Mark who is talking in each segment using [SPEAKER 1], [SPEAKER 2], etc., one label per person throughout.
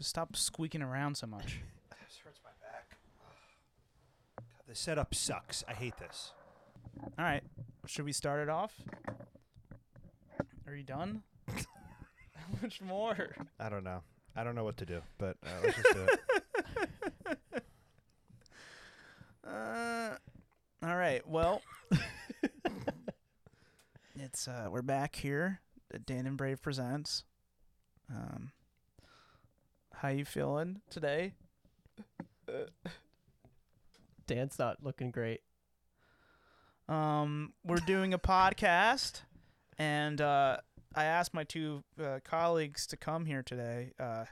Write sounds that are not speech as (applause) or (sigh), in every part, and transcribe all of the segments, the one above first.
[SPEAKER 1] Stop squeaking around so much.
[SPEAKER 2] This hurts my back. God, the setup sucks. I hate this.
[SPEAKER 1] All right. Should we start it off? Are you done? How much more?
[SPEAKER 2] I don't know. I don't know what to do, but uh, let's just do (laughs) it.
[SPEAKER 1] Uh, all right. Well, (laughs) it's uh, we're back here. at Dan and Brave presents. Um, how you feeling today?
[SPEAKER 3] Dan's not looking great.
[SPEAKER 1] Um, we're doing a podcast, and uh, I asked my two uh, colleagues to come here today, uh,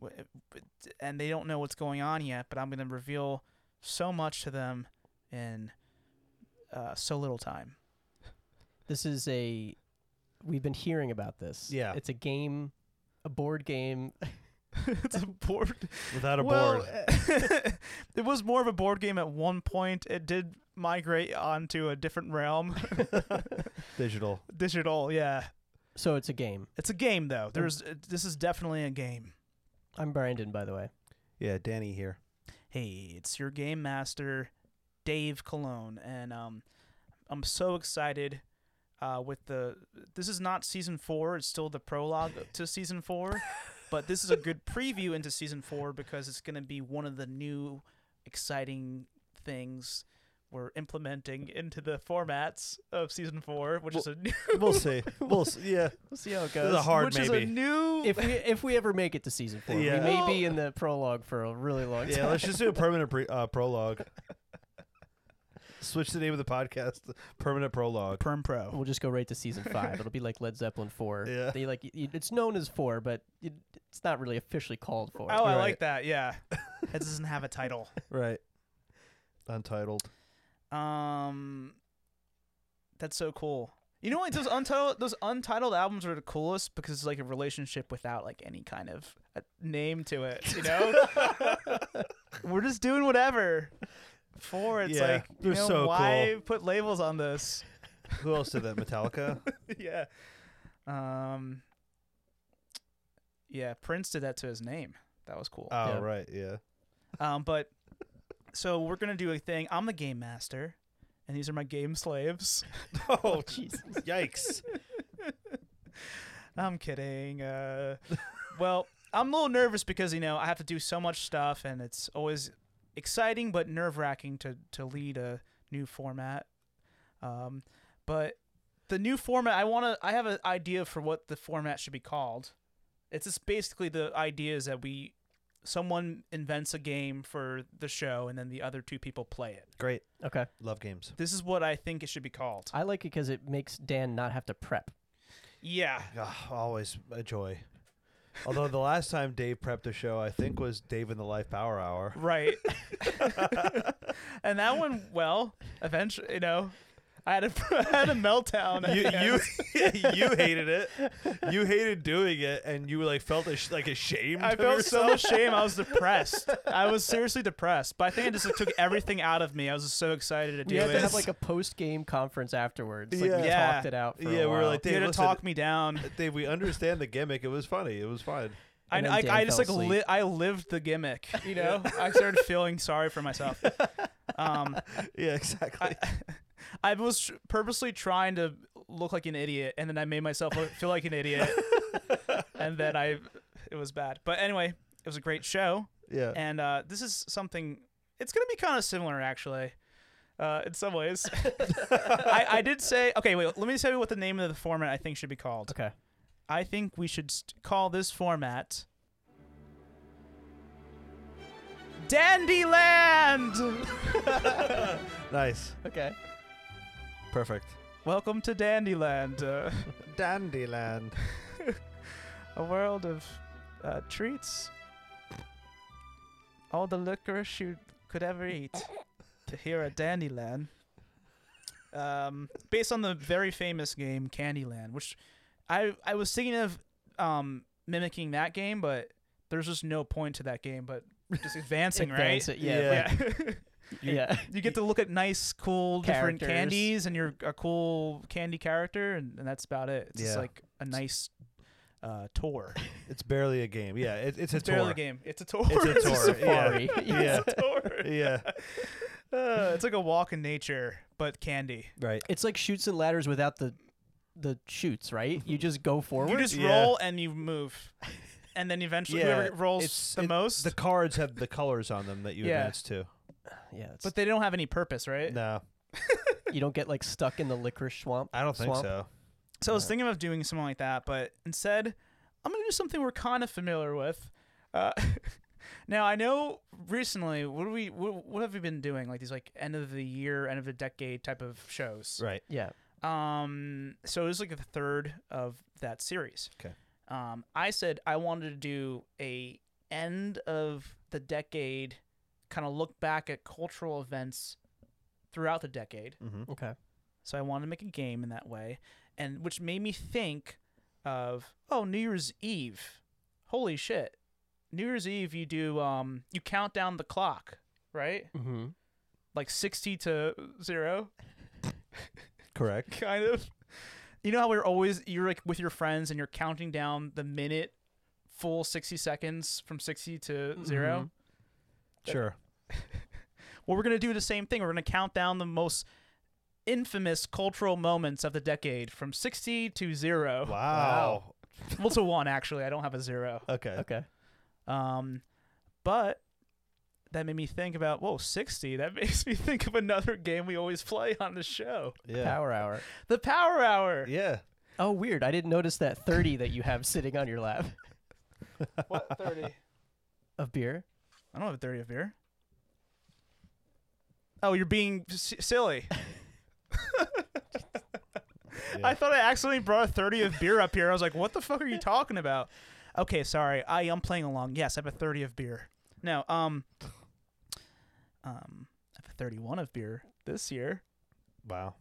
[SPEAKER 1] w- w- and they don't know what's going on yet. But I'm going to reveal so much to them in uh, so little time. (laughs)
[SPEAKER 3] This is a. We've been hearing about this.
[SPEAKER 2] Yeah.
[SPEAKER 3] It's a game, a board game.
[SPEAKER 1] it's a board.
[SPEAKER 2] Without a
[SPEAKER 1] well,
[SPEAKER 2] board.
[SPEAKER 1] (laughs) it was more of a board game at one point. It did migrate onto a different
[SPEAKER 2] (laughs)
[SPEAKER 1] realm, (laughs)
[SPEAKER 2] Digital.
[SPEAKER 1] digital. Yeah,
[SPEAKER 3] So it's a game.
[SPEAKER 1] it's a game
[SPEAKER 2] Mm.
[SPEAKER 1] though. There's uh, this is definitely a game.
[SPEAKER 3] I'm Brandon, by the way.
[SPEAKER 2] Yeah, Danny here.
[SPEAKER 1] Hey, it's your game master, Dave Cologne, and um, I'm so excited. Uh, with the this is not season four; it's still the (laughs) prologue to season four, but this is a good preview into season four because it's going to be one of the new, exciting things we're implementing into the formats of season four, which is a new, (laughs)
[SPEAKER 2] We'll see. We'll see. Yeah.
[SPEAKER 3] We'll see (laughs) how it
[SPEAKER 2] This is a hard
[SPEAKER 1] which
[SPEAKER 2] maybe.
[SPEAKER 1] is a new.
[SPEAKER 3] If we if we ever make it to season four,
[SPEAKER 2] Yeah.
[SPEAKER 3] we may be in the prologue for a really
[SPEAKER 2] (laughs)
[SPEAKER 3] long
[SPEAKER 2] yeah,
[SPEAKER 3] time.
[SPEAKER 2] let's just do a permanent pre- uh, prologue. Switch the name of the podcast. to Permanent prologue.
[SPEAKER 1] Perm Pro.
[SPEAKER 3] We'll just go right to season
[SPEAKER 2] (laughs)
[SPEAKER 3] five. It'll be like Led Zeppelin four.
[SPEAKER 2] Yeah.
[SPEAKER 3] They like y- y- it's known as four, but it, it's not really officially called four.
[SPEAKER 1] Oh, I
[SPEAKER 2] Right.
[SPEAKER 1] like that. Yeah, it doesn't have a title.
[SPEAKER 2] Right. Untitled. (laughs)
[SPEAKER 1] Um, that's so cool. You know what? Those untitled those untitled albums are the coolest because it's like a relationship without like any kind of uh name to it. You
[SPEAKER 2] (laughs)
[SPEAKER 1] know, we're just doing whatever. Four, it's
[SPEAKER 2] Yeah,
[SPEAKER 1] like you
[SPEAKER 2] they're
[SPEAKER 1] know,
[SPEAKER 2] so
[SPEAKER 1] why put labels on
[SPEAKER 2] (laughs)
[SPEAKER 1] this?
[SPEAKER 2] Who else did that? (laughs) Metallica?
[SPEAKER 1] yeah. Um. Yeah, Prince did that to his name. That was cool.
[SPEAKER 2] Oh,
[SPEAKER 3] Yeah.
[SPEAKER 2] right. Yeah.
[SPEAKER 1] Um, but so we're gonna do a thing. I'm the game master, and these are my game slaves.
[SPEAKER 3] (laughs)
[SPEAKER 2] Oh, (laughs)
[SPEAKER 3] Jesus.
[SPEAKER 2] yikes.
[SPEAKER 1] I'm kidding. Uh, well, I'm a little nervous because you know I have to do so much stuff, and it's always exciting but nerve wracking to to lead a new format. Um, but the new format, I want to. I have an idea for what the format should be called. It's just basically the idea is that we someone invents a game for the show, and then the other two people play it.
[SPEAKER 2] Great.
[SPEAKER 3] Okay.
[SPEAKER 2] Love games.
[SPEAKER 1] This is what I think it should be called.
[SPEAKER 3] I like it because it makes Dan not have to prep.
[SPEAKER 1] Yeah.
[SPEAKER 2] Ah, always a joy. Although the last time Dave prepped a show, I think was Dave in the Life Power Hour.
[SPEAKER 1] Right. (laughs) and that one, well, eventually, you know, I had a, (laughs) I had a meltdown. at the (laughs)
[SPEAKER 2] (laughs) You (laughs)
[SPEAKER 1] end.
[SPEAKER 2] you you hated it. You hated doing it, and you like felt ash- like ashamed.
[SPEAKER 1] I
[SPEAKER 2] of
[SPEAKER 1] felt so
[SPEAKER 2] (laughs) yourself.
[SPEAKER 1] much shame. I was depressed. I was seriously depressed. But I think it just took everything out of me. I was just so excited to do
[SPEAKER 3] You have
[SPEAKER 1] it.
[SPEAKER 3] to have like a post game conference afterwards. Like we
[SPEAKER 1] Yeah.
[SPEAKER 3] talked it out. For a
[SPEAKER 2] Yeah, we were
[SPEAKER 3] while.
[SPEAKER 2] like,
[SPEAKER 1] you had
[SPEAKER 2] Dave,
[SPEAKER 1] to
[SPEAKER 2] listen-
[SPEAKER 1] talk me down.
[SPEAKER 2] Dave, we understand the gimmick. It was funny. It was fine.
[SPEAKER 1] I,
[SPEAKER 3] And then
[SPEAKER 1] I,
[SPEAKER 3] Dan
[SPEAKER 1] I just
[SPEAKER 3] fell
[SPEAKER 1] like li-
[SPEAKER 3] asleep.
[SPEAKER 1] I lived the gimmick. You know, I started feeling sorry for myself. Um,
[SPEAKER 2] (laughs) Yeah, exactly.
[SPEAKER 1] I was tr- purposely trying to look like an idiot, and then I made myself look, feel like an idiot, and then I, it was bad. But anyway, it was a great show,
[SPEAKER 2] yeah.
[SPEAKER 1] and uh, this is something. It's gonna be kind of similar, actually, uh, in some ways. I, I did say, okay, wait. Let me tell you what the name of the format I think should be called.
[SPEAKER 3] Okay.
[SPEAKER 1] I think we should st- call this format Dandyland.
[SPEAKER 2] (laughs)
[SPEAKER 1] (laughs)
[SPEAKER 2] nice.
[SPEAKER 3] Okay.
[SPEAKER 2] Perfect.
[SPEAKER 1] Welcome to Dandyland. Uh,
[SPEAKER 2] Dandyland.
[SPEAKER 1] a world of uh, treats. All the licorice you could ever eat to here at Dandyland. Um, based on the very famous game Candyland, which I I was thinking of um, mimicking that game, but there's just no point to that game. But just advancing, right?
[SPEAKER 3] Advance it, Yeah.
[SPEAKER 2] Yeah.
[SPEAKER 1] Yeah. (laughs)
[SPEAKER 3] You, yeah.
[SPEAKER 1] you get to look at nice, cool, different
[SPEAKER 3] Characters.
[SPEAKER 1] candies, and you're a cool candy character, and, and that's about it. It's just
[SPEAKER 2] Yeah.
[SPEAKER 1] like a nice uh, tour.
[SPEAKER 2] It's barely a game. Yeah, it, it's a
[SPEAKER 1] It's
[SPEAKER 2] tour.
[SPEAKER 1] barely a game. (laughs) It's a tour.
[SPEAKER 2] It's a
[SPEAKER 3] It's a
[SPEAKER 2] tour, yeah.
[SPEAKER 3] safari.
[SPEAKER 2] (laughs) Yeah.
[SPEAKER 1] it's a tour.
[SPEAKER 2] Yeah, (laughs)
[SPEAKER 1] Uh, it's like a walk in nature, but candy.
[SPEAKER 2] right.
[SPEAKER 3] (laughs) It's like shoots and ladders without the the shoots, right? You just go forward.
[SPEAKER 1] You just
[SPEAKER 2] Yeah.
[SPEAKER 1] roll and you move, and then eventually
[SPEAKER 2] Yeah,
[SPEAKER 1] whoever rolls
[SPEAKER 2] it's-
[SPEAKER 1] the
[SPEAKER 2] it-
[SPEAKER 1] most.
[SPEAKER 2] The cards have the colors on them that you
[SPEAKER 1] Yeah.
[SPEAKER 2] advance to.
[SPEAKER 3] yeah, it's,
[SPEAKER 1] but they don't have any purpose, right?
[SPEAKER 2] No,
[SPEAKER 3] you don't get like stuck in the licorice swamp.
[SPEAKER 2] I don't think
[SPEAKER 3] Swamp.
[SPEAKER 2] so.
[SPEAKER 1] So I was
[SPEAKER 3] Yeah.
[SPEAKER 1] thinking of doing something like that, but instead, I'm gonna do something we're kind of familiar with. Uh, (laughs) now I know recently, what do we, what, what have we been doing? Like these like end of the year, end of the decade type of shows.
[SPEAKER 2] Right.
[SPEAKER 3] Yeah,
[SPEAKER 1] Um, so it was like the third of that series.
[SPEAKER 2] Okay.
[SPEAKER 1] Um, I said I wanted to do a end of the decade, kind of look back at cultural events throughout the decade.
[SPEAKER 2] Mm-hmm.
[SPEAKER 3] okay.
[SPEAKER 1] So I wanted to make a game in that way, and which made me think of oh New Year's Eve, holy shit! New Year's Eve you do um you count down the clock right
[SPEAKER 3] Mm-hmm.
[SPEAKER 1] like sixty to zero (laughs)
[SPEAKER 2] Correct.
[SPEAKER 1] kind of. You know how we're always you're like with your friends and you're counting down the minute, full sixty seconds from sixty to 0
[SPEAKER 2] Sure.
[SPEAKER 1] Well, we're gonna do the same thing. We're gonna count down the most infamous cultural moments of the decade from sixty to zero.
[SPEAKER 2] Wow.
[SPEAKER 1] (laughs) well to one actually i don't have a zero
[SPEAKER 2] Okay.
[SPEAKER 3] Okay.
[SPEAKER 1] um but that made me think about whoa 60 that (laughs) makes me think of another game we always play on the show
[SPEAKER 2] Yeah.
[SPEAKER 3] Power hour.
[SPEAKER 1] the power hour
[SPEAKER 2] Yeah.
[SPEAKER 3] Oh, weird. I didn't notice that 30 that you have sitting on your lap
[SPEAKER 1] what 30 i
[SPEAKER 3] of beer.
[SPEAKER 1] don't have a 30 of beer oh you're being s- silly (laughs) I
[SPEAKER 2] Yeah.
[SPEAKER 1] thought I accidentally brought a 30 of beer up here. I was like, what the fuck are you talking about? Okay, sorry. I am playing along. Yes, I have a 30 of beer. No, um, um, I have a 31 of beer this year.
[SPEAKER 2] Wow.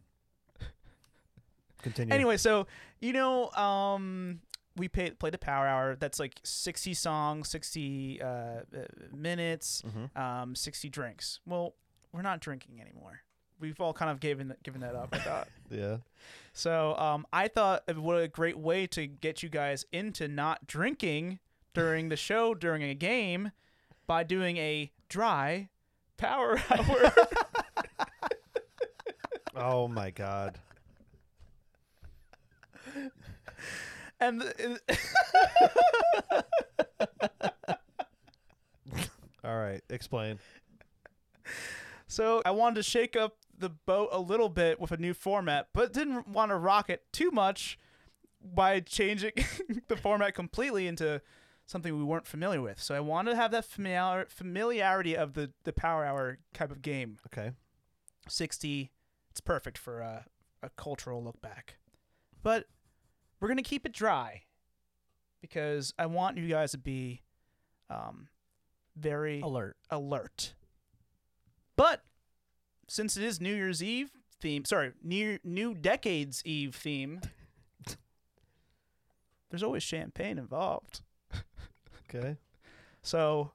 [SPEAKER 2] Continue.
[SPEAKER 1] Anyway, so, you know, um, we pay, played the Power Hour. That's like 60 songs, 60 uh, uh, minutes,
[SPEAKER 2] Mhm.
[SPEAKER 1] um, 60 drinks. Well, we're not drinking anymore. We've all kind of given, given that up, I thought.
[SPEAKER 2] Yeah.
[SPEAKER 1] So um, I thought it- what a great way to get you guys into not drinking during the show during a game by doing a dry power (laughs) hour.
[SPEAKER 2] Oh my God.
[SPEAKER 1] and the,
[SPEAKER 2] All right. Explain.
[SPEAKER 1] so I wanted to shake up the boat a little bit with a new format, but didn't want to rock it too much by changing (laughs) the format completely into something we weren't familiar with. So I wanted to have that familiar, familiarity of the, the power hour type of game.
[SPEAKER 2] Okay.
[SPEAKER 1] 60 it's perfect for a, a cultural look back but we're gonna keep it dry because i want you guys to be um, very
[SPEAKER 3] Alert.
[SPEAKER 1] alert but since it is new year's eve theme sorry new, new decades eve theme there's always champagne involved
[SPEAKER 2] Okay.
[SPEAKER 1] so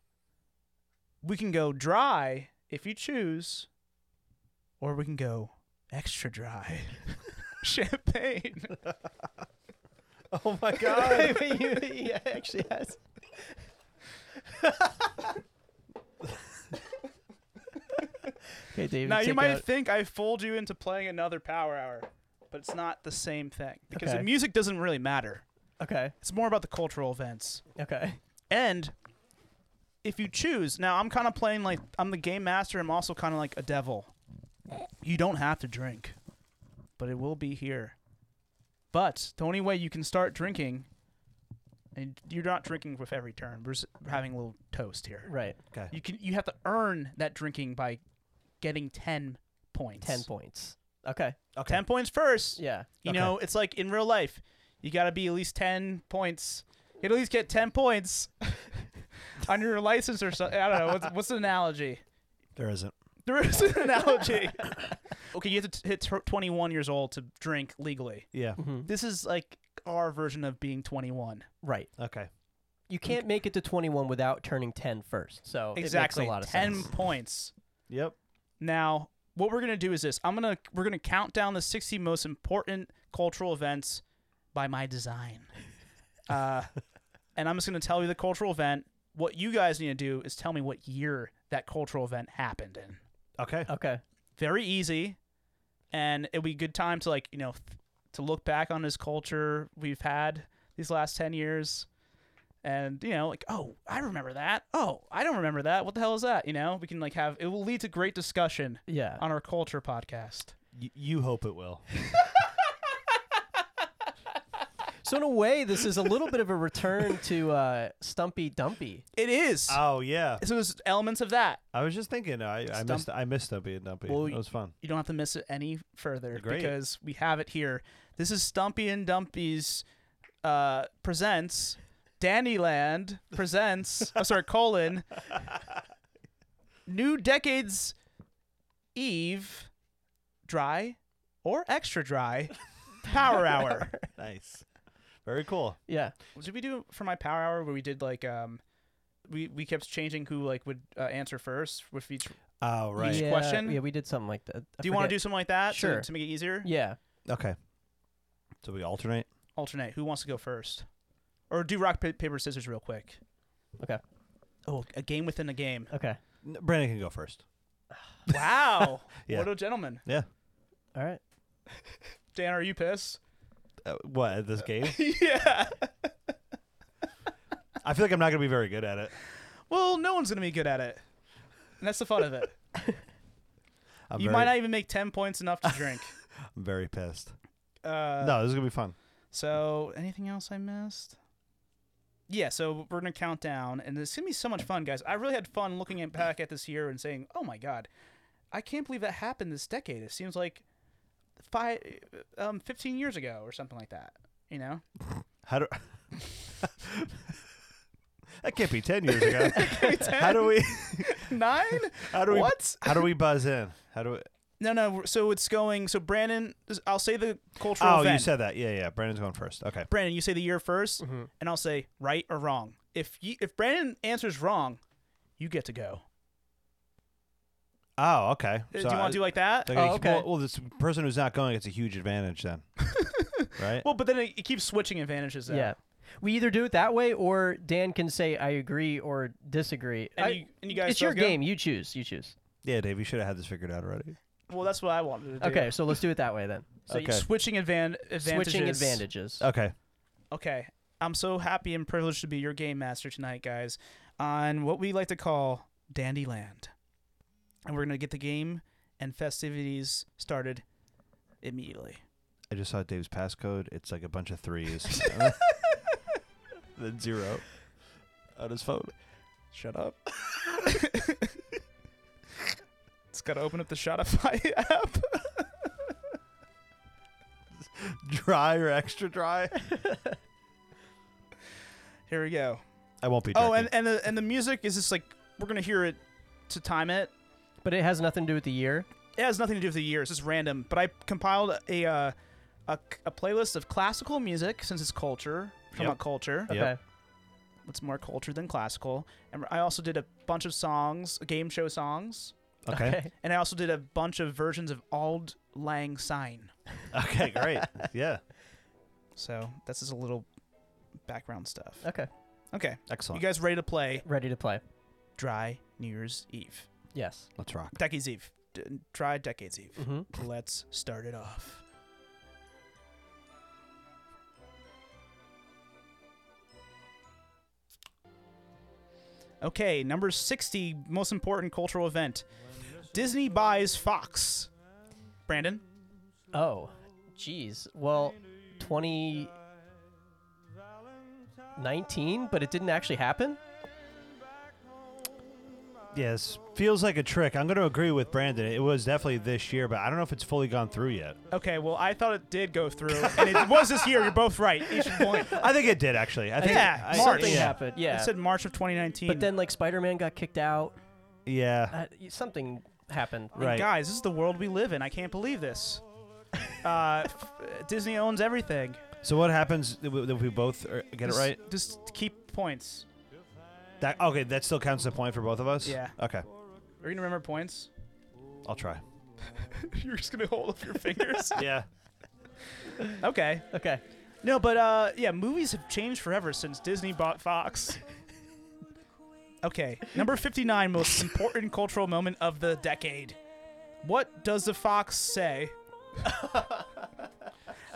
[SPEAKER 1] we can go dry if you choose, or we can go extra dry. (laughs) Champagne.
[SPEAKER 2] Oh my God.
[SPEAKER 3] (laughs) yeah, actually has. okay, David.
[SPEAKER 1] now you
[SPEAKER 3] take
[SPEAKER 1] might
[SPEAKER 3] out-
[SPEAKER 1] think I fooled you into playing another power hour, but it's not the same thing because the
[SPEAKER 3] Okay.
[SPEAKER 1] music doesn't really matter.
[SPEAKER 3] Okay.
[SPEAKER 1] It's more about the cultural events.
[SPEAKER 3] Okay.
[SPEAKER 1] And if you choose, now I'm kind of playing like I'm the game master. I'm also kind of like a devil. You don't have to drink, but it will be here. But the only way you can start drinking, and you're not drinking with every turn. We're, just, we're having a little toast here.
[SPEAKER 3] Right.
[SPEAKER 2] Okay.
[SPEAKER 1] You can you have to earn that drinking by getting ten points.
[SPEAKER 3] Ten points. Okay.
[SPEAKER 2] Okay.
[SPEAKER 1] Ten points first.
[SPEAKER 3] Yeah.
[SPEAKER 1] You
[SPEAKER 2] Okay.
[SPEAKER 1] know, it's like in real life, you got to be at least 10 points. You at least get 10 points on your license or something. I don't know. What's, what's an analogy?
[SPEAKER 2] There isn't.
[SPEAKER 1] There is an analogy. (laughs) okay, you have to t- hit t- 21 years old to drink legally.
[SPEAKER 2] Yeah.
[SPEAKER 3] Mhm.
[SPEAKER 1] This is like our version of being 21.
[SPEAKER 3] Right.
[SPEAKER 2] Okay.
[SPEAKER 3] You
[SPEAKER 1] Mm.
[SPEAKER 3] can't make it to 21 without turning 10 first. So
[SPEAKER 1] exactly.
[SPEAKER 3] it makes a lot of
[SPEAKER 1] 10
[SPEAKER 3] sense.
[SPEAKER 1] points.
[SPEAKER 2] Yep.
[SPEAKER 1] Now, what we're gonna do is this. I'm gonna we're gonna count down the 60 most important cultural events by my design. Uh, and I'm just going to tell you the cultural event. What you guys need to do is tell me what year that cultural event happened in.
[SPEAKER 2] Okay.
[SPEAKER 3] Okay.
[SPEAKER 1] Very easy, and it'll be a good time to like you know th- to look back on this culture we've had these last ten years, and you know like oh I remember that. Oh I don't remember that. What the hell is that? You know we can like have it will lead to great discussion
[SPEAKER 3] Yeah.
[SPEAKER 1] on our culture podcast.
[SPEAKER 2] Y- you hope it will.
[SPEAKER 3] So in a way, this is a little bit of a return to uh, Stumpy Dumpy.
[SPEAKER 1] It is.
[SPEAKER 2] (laughs) Oh yeah.
[SPEAKER 1] so there's elements of that.
[SPEAKER 2] I was just thinking. I, I
[SPEAKER 1] Stump-
[SPEAKER 2] missed. I missed Dumpy and Dumpy.
[SPEAKER 1] Well,
[SPEAKER 2] it
[SPEAKER 1] (laughs)
[SPEAKER 2] was fun.
[SPEAKER 1] You don't have to miss it any further
[SPEAKER 2] Great.
[SPEAKER 1] because we have it here. This is Stumpy and Dumpy's uh, presents (laughs) Dannyland presents. oh, sorry, colon. New Decades Eve, dry or extra dry, Power (laughs) Hour.
[SPEAKER 2] Nice. Very cool.
[SPEAKER 3] Yeah.
[SPEAKER 1] Did we do for my Power Hour where we did like um, we we kept changing who like would uh, answer first with each.
[SPEAKER 2] Oh right.
[SPEAKER 1] Each
[SPEAKER 3] yeah,
[SPEAKER 1] question?
[SPEAKER 3] Yeah, we did something like that. I
[SPEAKER 1] do you want to do
[SPEAKER 3] forget.
[SPEAKER 1] something like that? to-
[SPEAKER 3] Sure.
[SPEAKER 1] To, make it easier.
[SPEAKER 3] Yeah.
[SPEAKER 2] Okay. So we alternate.
[SPEAKER 1] alternate. Who wants to go first? Or do rock, pa- paper, scissors real quick.
[SPEAKER 3] Okay.
[SPEAKER 1] Oh, a game within a
[SPEAKER 3] (laughs)
[SPEAKER 1] game.
[SPEAKER 3] Okay.
[SPEAKER 2] N- Brandon can go first.
[SPEAKER 1] Wow.
[SPEAKER 2] Yeah.
[SPEAKER 1] What a gentleman.
[SPEAKER 3] All right.
[SPEAKER 1] Dan, are you pissed?
[SPEAKER 2] Uh, what at this game?
[SPEAKER 1] yeah.
[SPEAKER 2] (laughs) I feel like I'm not gonna be very good at it.
[SPEAKER 1] Well, no one's going to be good at it. And that's the fun of it.
[SPEAKER 2] I'm
[SPEAKER 1] you
[SPEAKER 2] very,
[SPEAKER 1] might not even make 10 points enough to drink.
[SPEAKER 2] I'm very pissed.
[SPEAKER 1] Uh,
[SPEAKER 2] no, this is gonna be fun.
[SPEAKER 1] So, anything else I missed? Yeah, so we're gonna count down, and it's gonna be so much fun, guys. I really had fun looking at, back at this year and saying, "Oh my god, I can't believe that happened this decade." It seems like five, um, fifteen years ago or something like that. You know, (laughs)
[SPEAKER 2] How do? (laughs) that can't be ten
[SPEAKER 1] (laughs)
[SPEAKER 2] years ago. How do we?
[SPEAKER 1] nine?
[SPEAKER 2] How do we?
[SPEAKER 1] what?
[SPEAKER 2] How do we buzz in? How do we?
[SPEAKER 1] No, no. we're- So it's going. So Brandon, I'll say the cultural
[SPEAKER 2] Oh, you
[SPEAKER 1] event.
[SPEAKER 2] said Mm-hmm. that. Yeah, yeah. Brandon's going first. Okay.
[SPEAKER 1] Brandon, you say the year 1st and I'll say right or wrong. If you, if Brandon answers wrong, you get to go.
[SPEAKER 2] Oh, okay.
[SPEAKER 1] Uh, do you want to do like that?
[SPEAKER 2] Okay,
[SPEAKER 3] Oh, okay.
[SPEAKER 2] Well, well, this person who's not going gets a huge
[SPEAKER 1] (laughs)
[SPEAKER 2] advantage then, right?
[SPEAKER 1] Well, but then it, it keeps switching advantages. Though.
[SPEAKER 3] Yeah. We either do it that way, or Dan can say I agree or disagree.
[SPEAKER 1] And
[SPEAKER 3] I-
[SPEAKER 1] you- and you guys
[SPEAKER 3] it's your
[SPEAKER 1] both go?
[SPEAKER 3] game. You choose. You choose.
[SPEAKER 2] yeah, Dave, you should have had this figured out already.
[SPEAKER 1] Well, that's what I wanted to do.
[SPEAKER 3] Okay, so let's do it that way then.
[SPEAKER 1] So
[SPEAKER 2] Okay.
[SPEAKER 1] switching advan- advantages.
[SPEAKER 3] Switching advantages.
[SPEAKER 2] Okay.
[SPEAKER 1] Okay. I'm so happy and privileged to be your game master tonight, guys, on what we like to call Dandyland. And we're going to get the game and festivities started immediately.
[SPEAKER 2] I just saw Dave's passcode. It's like a bunch of threes,
[SPEAKER 1] (laughs)
[SPEAKER 3] Uh-huh.
[SPEAKER 2] then (laughs) zero on his phone.
[SPEAKER 1] Shut up. it's got to open up the Shopify (laughs) app.
[SPEAKER 2] (laughs) Dry or extra dry?
[SPEAKER 1] Here we go.
[SPEAKER 2] I won't be.
[SPEAKER 1] Oh,
[SPEAKER 2] drinking.
[SPEAKER 1] and, and, the, and the music is just like, we're going to hear it to time it.
[SPEAKER 3] But it has nothing to do with the year.
[SPEAKER 1] it has nothing to do with the year. It's just random. But I compiled a uh, a, a playlist of classical music since it's culture. We're talking
[SPEAKER 2] Yep.
[SPEAKER 1] about culture.
[SPEAKER 2] Yep.
[SPEAKER 3] Okay.
[SPEAKER 1] What's more culture than classical? And I also did a bunch of songs, game show songs,
[SPEAKER 3] (laughs)
[SPEAKER 2] okay.
[SPEAKER 1] and I also did a bunch of versions of Auld Lang Syne.
[SPEAKER 2] (laughs) Okay, (laughs) great. Yeah,
[SPEAKER 1] So that's just a little background stuff.
[SPEAKER 3] Okay.
[SPEAKER 1] Okay, you
[SPEAKER 2] excellent.
[SPEAKER 1] guys ready to play
[SPEAKER 3] Ready to play.
[SPEAKER 1] Dry New Year's Eve,
[SPEAKER 3] Yes.
[SPEAKER 2] Let's rock.
[SPEAKER 1] Decades Eve, D- Dry Decades Eve?
[SPEAKER 3] Mm-hmm.
[SPEAKER 1] Let's start it off. Okay, number 60, most important cultural event. Disney buys Fox. Brandon?
[SPEAKER 3] Oh, geez. Well, 2019, but it didn't actually happen?
[SPEAKER 2] Yes, feels like a trick. I'm going to agree with Brandon. It was definitely this year, but I don't know if it's fully gone through yet.
[SPEAKER 1] Okay, well, I thought it did go
[SPEAKER 3] (laughs)
[SPEAKER 1] through, and it was this year. You're both right. Each point.
[SPEAKER 2] I think it did actually. I think
[SPEAKER 1] Yeah,
[SPEAKER 2] I-
[SPEAKER 1] March.
[SPEAKER 3] Something
[SPEAKER 2] Yeah,
[SPEAKER 3] happened.
[SPEAKER 1] It
[SPEAKER 3] Yeah.
[SPEAKER 1] said March of 2019.
[SPEAKER 3] but then, like, Spider Man got kicked out.
[SPEAKER 2] yeah.
[SPEAKER 3] Uh, y- something happened.
[SPEAKER 1] And
[SPEAKER 2] right.
[SPEAKER 1] guys, this is the world we live in. I can't believe
[SPEAKER 3] (laughs)
[SPEAKER 1] this. Uh, f- Disney owns everything.
[SPEAKER 2] So what happens if we if we both are- get it
[SPEAKER 1] Just-
[SPEAKER 2] right?
[SPEAKER 1] Just keep points.
[SPEAKER 2] That okay. That still counts as a point for both of us.
[SPEAKER 1] Yeah.
[SPEAKER 2] Okay,
[SPEAKER 1] Are you gonna remember
[SPEAKER 2] (laughs)
[SPEAKER 1] points?
[SPEAKER 2] I'll (laughs) try.
[SPEAKER 1] You're just gonna hold up your fingers.
[SPEAKER 2] Yeah.
[SPEAKER 1] (laughs) okay.
[SPEAKER 3] Okay.
[SPEAKER 1] No, but uh, yeah, movies have changed forever since Disney bought Fox. Okay, number 59, most important cultural moment of the decade. What does the fox
[SPEAKER 2] (laughs)
[SPEAKER 1] say?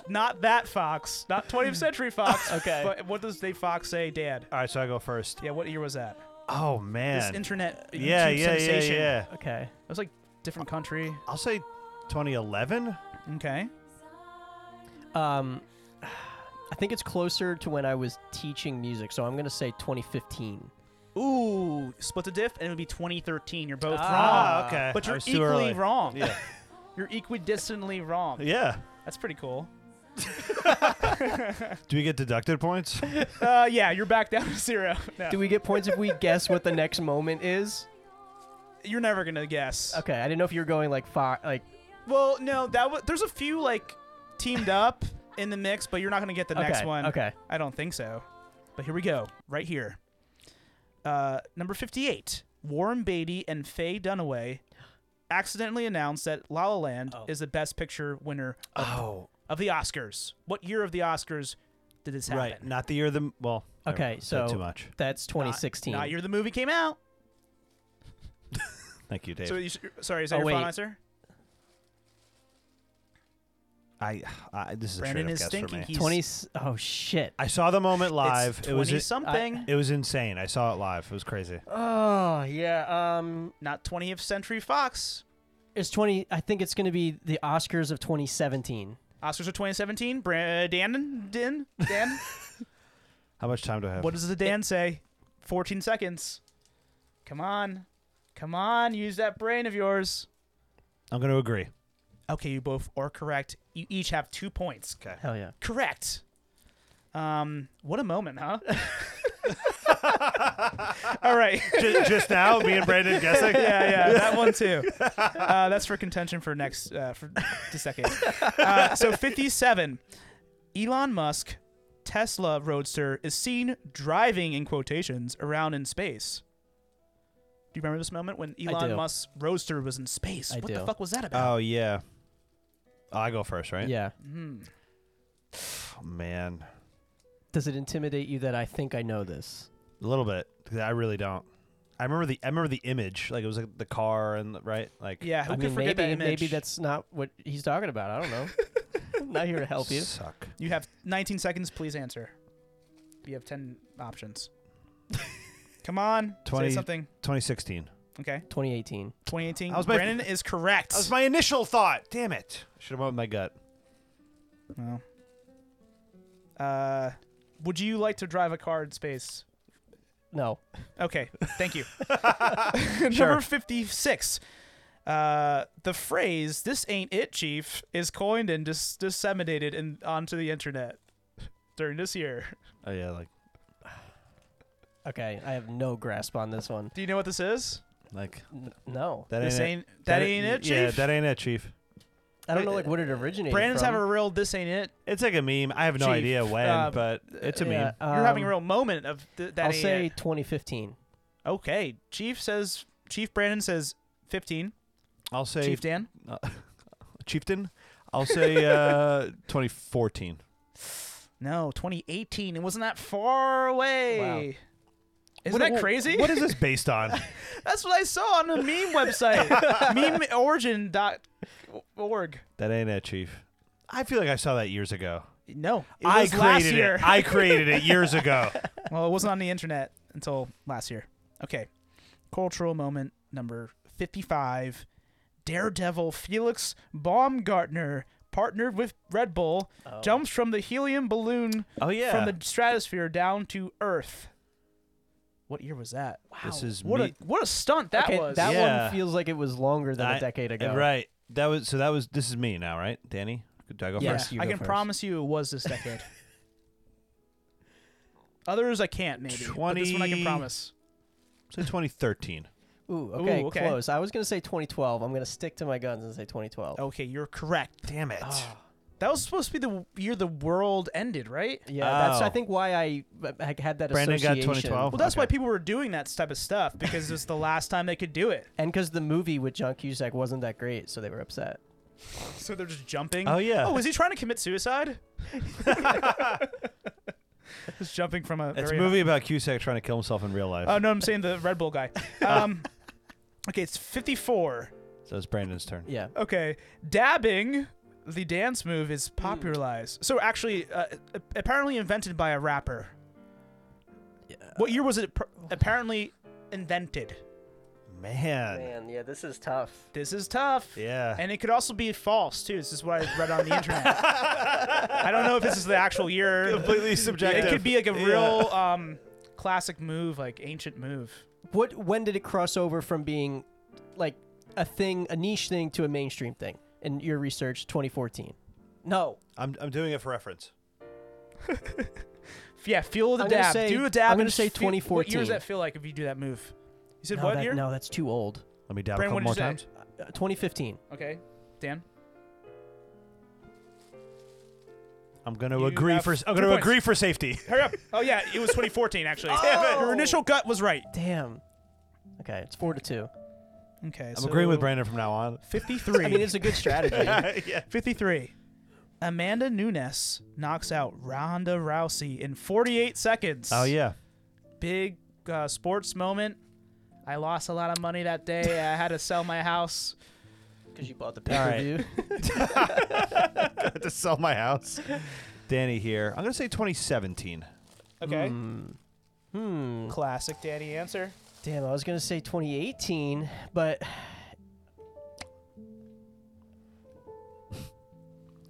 [SPEAKER 1] not that fox, not 20th
[SPEAKER 2] Hmm.
[SPEAKER 1] century
[SPEAKER 2] (laughs)
[SPEAKER 1] fox.
[SPEAKER 3] Okay.
[SPEAKER 1] But what does the fox say, Dad?
[SPEAKER 2] All right, so I go first.
[SPEAKER 1] Yeah, what year was that?
[SPEAKER 2] Oh man.
[SPEAKER 1] This internet YouTube
[SPEAKER 2] yeah, yeah, yeah,
[SPEAKER 1] sensation.
[SPEAKER 2] yeah.
[SPEAKER 3] Okay.
[SPEAKER 1] It was like different country.
[SPEAKER 2] I'll say 2011.
[SPEAKER 1] Okay.
[SPEAKER 3] Um, I think it's closer to when I was teaching music, so I'm gonna say 2015.
[SPEAKER 1] Ooh, split the diff, and it would be 2013. You're both
[SPEAKER 3] Ah,
[SPEAKER 1] wrong.
[SPEAKER 2] okay.
[SPEAKER 1] But
[SPEAKER 2] I
[SPEAKER 1] you're
[SPEAKER 2] was too
[SPEAKER 1] equally
[SPEAKER 2] early.
[SPEAKER 1] wrong.
[SPEAKER 2] Yeah.
[SPEAKER 1] You're equidistantly wrong.
[SPEAKER 2] yeah.
[SPEAKER 1] That's pretty cool.
[SPEAKER 2] Do we get deducted points?
[SPEAKER 1] (laughs) Uh, yeah, you're back down to (laughs) zero. No.
[SPEAKER 3] Do we get
[SPEAKER 1] (laughs)
[SPEAKER 3] points if we guess what the next moment is?
[SPEAKER 1] you're never gonna guess.
[SPEAKER 3] Okay, I didn't know if you were going like far, like
[SPEAKER 1] Uh, Well, no, that was. There's a few like teamed up in the mix, but you're not gonna get the next
[SPEAKER 3] okay,
[SPEAKER 1] one.
[SPEAKER 3] Okay.
[SPEAKER 1] I don't think so. But here we go. Right here. Uh, number 58. Warren Beatty and Faye Dunaway accidentally announced that La La Land
[SPEAKER 3] Oh.
[SPEAKER 1] is the best picture winner of,
[SPEAKER 2] Oh,
[SPEAKER 1] of the Oscars. What year of the Oscars did this happen?
[SPEAKER 2] right. Not the year of the well. never
[SPEAKER 3] Okay,
[SPEAKER 2] mind, said
[SPEAKER 3] so-
[SPEAKER 2] too much.
[SPEAKER 3] That's
[SPEAKER 1] Not-
[SPEAKER 3] 2016.
[SPEAKER 1] Not, year the movie came out.
[SPEAKER 2] Thank you, Dave.
[SPEAKER 1] So you, s- sorry, is that
[SPEAKER 3] Oh,
[SPEAKER 1] your
[SPEAKER 3] wait.
[SPEAKER 1] final answer?
[SPEAKER 2] I, I this is
[SPEAKER 1] Brandon
[SPEAKER 2] a
[SPEAKER 1] is
[SPEAKER 2] straight up guess for
[SPEAKER 1] thinking
[SPEAKER 2] me.
[SPEAKER 1] he's
[SPEAKER 3] 20. Oh shit.
[SPEAKER 2] I saw the moment live.
[SPEAKER 1] It's
[SPEAKER 2] It was
[SPEAKER 1] 20
[SPEAKER 2] it,
[SPEAKER 1] something,
[SPEAKER 2] was insane. I saw it live. It was crazy.
[SPEAKER 3] Oh yeah. Um,
[SPEAKER 1] not 20th Century Fox.
[SPEAKER 3] it's 20. I think it's gonna be the Oscars of 2017.
[SPEAKER 1] Oscars of 2017. Brandon, Din, Dan.
[SPEAKER 2] How much time do I have?
[SPEAKER 1] What does the Dan say? 14 seconds. Come on. Come on. Use that brain of yours.
[SPEAKER 2] I'm going to agree.
[SPEAKER 1] Okay, you both are correct. You each have two points.
[SPEAKER 2] Okay.
[SPEAKER 3] Hell yeah.
[SPEAKER 1] Correct. Um, what a moment, huh? (laughs) All right.
[SPEAKER 2] just, just now, me and Brandon (laughs) guessing.
[SPEAKER 1] Yeah, yeah, that one too. Uh, that's for contention for next uh, for this decade. Uh, so 57. Elon Musk Tesla Roadster is seen driving in quotations around in space. Do you remember this moment when Elon
[SPEAKER 3] do.
[SPEAKER 1] Musk's Roadster was in space?
[SPEAKER 3] I
[SPEAKER 1] what the
[SPEAKER 3] do.
[SPEAKER 1] fuck was that about?
[SPEAKER 2] Oh yeah. Oh, I go first, right?
[SPEAKER 3] Yeah.
[SPEAKER 1] Hmm.
[SPEAKER 2] Oh, man,
[SPEAKER 3] Does it intimidate you that I think I know this?
[SPEAKER 2] a little bit. 'cause I really don't. I remember the I remember the image. Like it was like the car and the- right. Like
[SPEAKER 1] Yeah, who
[SPEAKER 3] I
[SPEAKER 1] could
[SPEAKER 3] mean,
[SPEAKER 1] forget
[SPEAKER 3] maybe
[SPEAKER 1] that image?
[SPEAKER 3] maybe that's not what he's talking about. I don't know.
[SPEAKER 1] (laughs)
[SPEAKER 3] I'm not here to help you.
[SPEAKER 2] Suck.
[SPEAKER 1] You have 19 seconds. Please answer. You have 10
[SPEAKER 3] (laughs)
[SPEAKER 1] options. Come on.
[SPEAKER 2] Twenty-
[SPEAKER 1] Say something.
[SPEAKER 2] 2016.
[SPEAKER 1] Okay.
[SPEAKER 3] 2018.
[SPEAKER 1] 2018.
[SPEAKER 2] That was my-
[SPEAKER 1] Brandon is correct. (laughs)
[SPEAKER 2] That was my initial thought. Damn it. Should have went with my gut.
[SPEAKER 1] No. Uh, would you like to drive a car in space?
[SPEAKER 3] No.
[SPEAKER 1] Okay, thank you. Number
[SPEAKER 2] Oh, Sure.
[SPEAKER 1] 56. Uh, the phrase, this ain't it, chief, is coined and dis- disseminated in- onto the internet during this year.
[SPEAKER 2] Oh yeah, like
[SPEAKER 3] Okay, I have no grasp on this one.
[SPEAKER 1] Do you know what this is?
[SPEAKER 2] like
[SPEAKER 3] N- no,
[SPEAKER 2] that
[SPEAKER 1] this
[SPEAKER 2] ain't it.
[SPEAKER 1] ain't, that, ain't it, chief.
[SPEAKER 2] Yeah, that ain't it, chief.
[SPEAKER 3] I don't know like what it originated.
[SPEAKER 1] Brandon's
[SPEAKER 3] from.
[SPEAKER 1] having a real this ain't it.
[SPEAKER 2] It's like a meme. I have no
[SPEAKER 1] Chief,
[SPEAKER 2] idea when,
[SPEAKER 1] uh,
[SPEAKER 2] but it's a
[SPEAKER 3] Yeah,
[SPEAKER 2] meme.
[SPEAKER 1] You're having a
[SPEAKER 3] um,
[SPEAKER 1] real moment of th- that
[SPEAKER 3] I'll
[SPEAKER 1] ain't
[SPEAKER 3] say
[SPEAKER 1] it.
[SPEAKER 3] 2015.
[SPEAKER 1] Okay, chief says, chief Brandon says 15.
[SPEAKER 2] I'll say
[SPEAKER 1] Chief Dan?
[SPEAKER 2] chieftain. I'll say
[SPEAKER 1] (laughs)
[SPEAKER 2] uh, 2014.
[SPEAKER 1] No, 2018. It wasn't that far away. Isn't
[SPEAKER 2] What-
[SPEAKER 1] that crazy?
[SPEAKER 2] What is this based on?
[SPEAKER 1] (laughs) That's what I saw on a
[SPEAKER 2] (laughs)
[SPEAKER 1] meme website, memeorigin.org.
[SPEAKER 2] that ain't it, chief. I feel like I saw that years ago.
[SPEAKER 1] No, it
[SPEAKER 2] I
[SPEAKER 1] was
[SPEAKER 2] created
[SPEAKER 1] last year.
[SPEAKER 2] it. I created it years
[SPEAKER 1] (laughs)
[SPEAKER 2] ago.
[SPEAKER 1] well, it wasn't on the internet until last year. Okay, cultural moment number 55. Daredevil Felix Baumgartner partnered with Red Bull jumps from the helium balloon
[SPEAKER 2] Oh yeah.
[SPEAKER 1] from the stratosphere down to Earth. What year was that? Wow.
[SPEAKER 2] This is
[SPEAKER 1] what (laughs)
[SPEAKER 2] me-
[SPEAKER 1] a what a stunt that
[SPEAKER 3] okay,
[SPEAKER 1] was.
[SPEAKER 3] That
[SPEAKER 2] Yeah.
[SPEAKER 3] one feels like it was longer than a
[SPEAKER 2] I-
[SPEAKER 3] decade ago.
[SPEAKER 2] Right. That was so. That was. This is me now, right, Danny? Do I go
[SPEAKER 3] Yeah.
[SPEAKER 2] first?
[SPEAKER 3] Yes, you
[SPEAKER 1] I
[SPEAKER 3] go
[SPEAKER 1] can
[SPEAKER 3] first.
[SPEAKER 1] promise you it was this
[SPEAKER 2] (laughs)
[SPEAKER 1] decade. Others I can't maybe. But this one I can
[SPEAKER 2] 20.
[SPEAKER 1] promise.
[SPEAKER 2] Say 2013.
[SPEAKER 3] Ooh, okay,
[SPEAKER 1] Ooh, okay.
[SPEAKER 3] close. I was gonna say 2012. I'm gonna stick to my guns and say 2012.
[SPEAKER 1] Okay, you're correct.
[SPEAKER 2] Damn it.
[SPEAKER 1] That was supposed to be the year the world ended, right?
[SPEAKER 3] Yeah, that's I
[SPEAKER 2] Oh.
[SPEAKER 3] think why I, I had that
[SPEAKER 2] Brandon got
[SPEAKER 3] association.
[SPEAKER 2] 2012.
[SPEAKER 1] Well, that's why
[SPEAKER 2] Okay.
[SPEAKER 1] people were doing that type of stuff because it's the last time they could do it.
[SPEAKER 3] And because the movie with John Cusack wasn't that great, so they were upset.
[SPEAKER 1] So they're just jumping.
[SPEAKER 2] Oh, yeah.
[SPEAKER 1] Oh, is he trying to commit
[SPEAKER 2] (laughs)
[SPEAKER 1] suicide? (laughs) just jumping from a.
[SPEAKER 2] It's a
[SPEAKER 1] very-
[SPEAKER 2] movie about Cusack trying to kill himself in real life.
[SPEAKER 1] Oh no, I'm saying the Red Bull
[SPEAKER 2] (laughs)
[SPEAKER 1] guy. Um, okay, it's 54.
[SPEAKER 2] so it's Brandon's turn.
[SPEAKER 3] Yeah.
[SPEAKER 1] Okay, dabbing. The dance move is
[SPEAKER 2] Hmm.
[SPEAKER 1] popularized. So actually, uh, a- apparently invented by a rapper.
[SPEAKER 3] yeah.
[SPEAKER 1] What year was it? pr-
[SPEAKER 2] Oh.
[SPEAKER 1] apparently invented.
[SPEAKER 2] Man.
[SPEAKER 3] Man, yeah, this is tough.
[SPEAKER 1] This is tough.
[SPEAKER 2] Yeah.
[SPEAKER 1] And it could also be false too. This is what I read on the
[SPEAKER 2] (laughs)
[SPEAKER 1] internet. I don't know if this is the actual year.
[SPEAKER 2] Completely subjective.
[SPEAKER 1] It could be like a
[SPEAKER 2] Yeah.
[SPEAKER 1] real um, classic move, like ancient move.
[SPEAKER 3] What? When did it cross over from being like a thing, a niche thing, to a mainstream thing? In your research, 2014. No,
[SPEAKER 2] I'm, I'm doing it for reference.
[SPEAKER 1] F- Yeah, feel the
[SPEAKER 3] I'm gonna
[SPEAKER 1] dab.
[SPEAKER 3] say-
[SPEAKER 1] do a dab.
[SPEAKER 3] I'm gonna
[SPEAKER 1] and
[SPEAKER 3] say
[SPEAKER 1] feel- What year
[SPEAKER 3] 2014.
[SPEAKER 1] does that feel like if you do that move? You said
[SPEAKER 3] no,
[SPEAKER 1] what
[SPEAKER 3] that-
[SPEAKER 1] year?
[SPEAKER 3] no, that's too old.
[SPEAKER 2] Let me dab
[SPEAKER 1] Brandon,
[SPEAKER 2] a couple
[SPEAKER 1] what
[SPEAKER 2] more
[SPEAKER 1] did you
[SPEAKER 2] times.
[SPEAKER 3] Uh, 2015.
[SPEAKER 1] Okay, Dan.
[SPEAKER 2] I'm going to
[SPEAKER 1] You
[SPEAKER 2] agree
[SPEAKER 1] have
[SPEAKER 2] for s- I'm
[SPEAKER 1] two
[SPEAKER 2] going to
[SPEAKER 1] points.
[SPEAKER 2] agree for safety.
[SPEAKER 1] Hurry up. Oh yeah, it was 2014 actually. (laughs)
[SPEAKER 3] Damn it.
[SPEAKER 1] Your initial gut was right.
[SPEAKER 3] Damn. Okay, it's four to two.
[SPEAKER 1] Okay,
[SPEAKER 2] I'm agreeing with Brandon from now
[SPEAKER 1] (laughs)
[SPEAKER 2] on. (laughs)
[SPEAKER 1] 53.
[SPEAKER 3] I mean, it's a good strategy. (laughs)
[SPEAKER 2] yeah.
[SPEAKER 1] 53. Amanda Nunes knocks out Ronda Rousey in 48 seconds. (laughs)
[SPEAKER 2] Oh yeah. (laughs)
[SPEAKER 1] Big uh, sports moment. I lost a lot of money that day. I had to sell my house.
[SPEAKER 3] Because you bought the
[SPEAKER 2] All right.
[SPEAKER 3] pay-per-view.
[SPEAKER 2] to sell my house. Danny here. I'm going to say 2017.
[SPEAKER 1] Okay.
[SPEAKER 2] Mm.
[SPEAKER 3] Hmm. Hmm.
[SPEAKER 1] Classic Danny answer.
[SPEAKER 3] Damn, I was gonna say 2018, but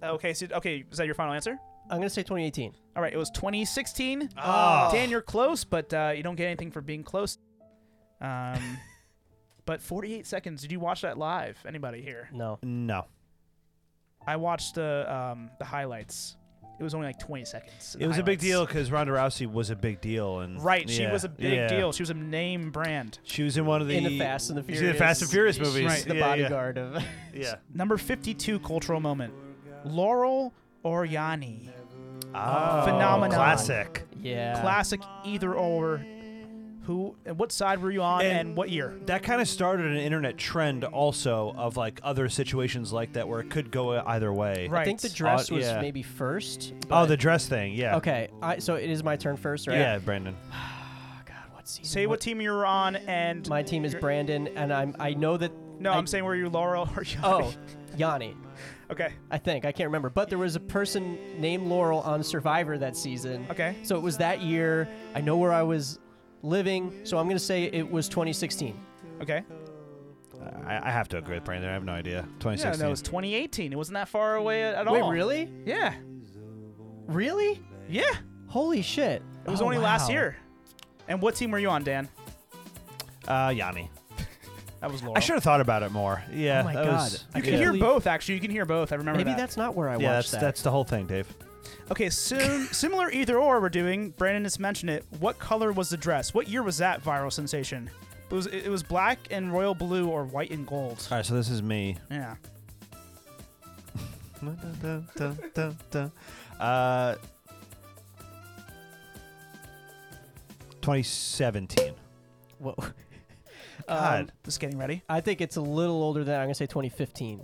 [SPEAKER 1] Okay, so okay, is that your final answer?
[SPEAKER 3] I'm gonna say 2018.
[SPEAKER 1] All right, it was 2016.
[SPEAKER 2] Oh.
[SPEAKER 1] Dan, you're close, but uh, you don't get anything for being close.
[SPEAKER 2] (laughs)
[SPEAKER 1] Um, but 48 seconds. Did you watch that live? Anybody here?
[SPEAKER 3] No.
[SPEAKER 2] No.
[SPEAKER 1] I watched the um, the highlights. It was only like 20 seconds. in
[SPEAKER 2] It was a big
[SPEAKER 1] highlights.
[SPEAKER 2] deal cuz Ronda Rousey was a big deal and
[SPEAKER 1] Right, she
[SPEAKER 2] yeah,
[SPEAKER 1] was a big
[SPEAKER 2] yeah.
[SPEAKER 1] deal. She was a name brand.
[SPEAKER 2] She was in one of the
[SPEAKER 3] In the Fast and the
[SPEAKER 2] She was in the Fast and Furious movies.
[SPEAKER 1] Right.
[SPEAKER 3] The
[SPEAKER 2] Yeah, yeah.
[SPEAKER 3] bodyguard of. (laughs)
[SPEAKER 2] Yeah.
[SPEAKER 1] Number 52 cultural moment. Laurel Oriani.
[SPEAKER 2] Ah,
[SPEAKER 1] Phenomenon.
[SPEAKER 2] Classic.
[SPEAKER 3] yeah.
[SPEAKER 1] Classic either or. Who and what side were you on and,
[SPEAKER 2] And-
[SPEAKER 1] what year?
[SPEAKER 2] That kind of started an internet trend also of like other situations like that where it could go either way.
[SPEAKER 1] Right.
[SPEAKER 3] I think the dress
[SPEAKER 2] Uh,
[SPEAKER 3] was
[SPEAKER 2] yeah.
[SPEAKER 3] maybe first.
[SPEAKER 2] Oh,
[SPEAKER 3] but-
[SPEAKER 2] the dress thing. Yeah.
[SPEAKER 3] Okay, I, so it is my turn first, right?
[SPEAKER 2] Yeah, Brandon.
[SPEAKER 3] Oh, God, what season?
[SPEAKER 1] Say what team you were on and
[SPEAKER 3] (laughs) My team is Brandon, and I'm. I know
[SPEAKER 2] (laughs)
[SPEAKER 3] that.
[SPEAKER 1] No,
[SPEAKER 3] I,
[SPEAKER 1] I, am saying were you (laughs) Laurel Oriani?
[SPEAKER 3] Oh, Yanni.
[SPEAKER 1] okay.
[SPEAKER 3] I think I can't remember, but there was a person named Laurel on Survivor that season.
[SPEAKER 1] Okay.
[SPEAKER 3] So it was that year. I know where I was living, so I'm gonna say it was 2016.
[SPEAKER 1] Okay.
[SPEAKER 2] I, I have to agree with Brandon. I have no idea.
[SPEAKER 1] Yeah,
[SPEAKER 2] 2016.
[SPEAKER 1] no, it was 2018. It wasn't that far away at, at
[SPEAKER 3] Wait,
[SPEAKER 1] all.
[SPEAKER 3] really?
[SPEAKER 1] Yeah.
[SPEAKER 3] Really?
[SPEAKER 1] Yeah.
[SPEAKER 3] Holy shit!
[SPEAKER 1] It was
[SPEAKER 3] Oh,
[SPEAKER 1] only last
[SPEAKER 3] wow.
[SPEAKER 1] year. And what team were you on, Dan?
[SPEAKER 2] uh, Yanni.
[SPEAKER 1] That was Laurel.
[SPEAKER 2] I should have thought about it more. Yeah.
[SPEAKER 3] Oh my
[SPEAKER 2] that was-
[SPEAKER 3] God.
[SPEAKER 1] You
[SPEAKER 3] I
[SPEAKER 1] can
[SPEAKER 3] can't
[SPEAKER 1] hear
[SPEAKER 3] believe-
[SPEAKER 1] both, actually. You can hear both. I remember
[SPEAKER 3] Maybe
[SPEAKER 1] that.
[SPEAKER 3] that's not where I
[SPEAKER 2] Yeah, that's
[SPEAKER 3] watched that.
[SPEAKER 2] that's the whole thing, Dave.
[SPEAKER 1] Okay, soon,
[SPEAKER 3] (coughs)
[SPEAKER 1] similar either or we're doing. Brandon just mentioned it. What color was the dress? What year was that viral sensation? It was it was black and royal blue or white and gold.
[SPEAKER 2] All right, so this is me.
[SPEAKER 1] Yeah.
[SPEAKER 2] Uh, 2017.
[SPEAKER 3] Whoa. Um,
[SPEAKER 2] God.
[SPEAKER 1] Um, Just getting ready.
[SPEAKER 3] (laughs) I think it's a little older than I'm gonna say 2015.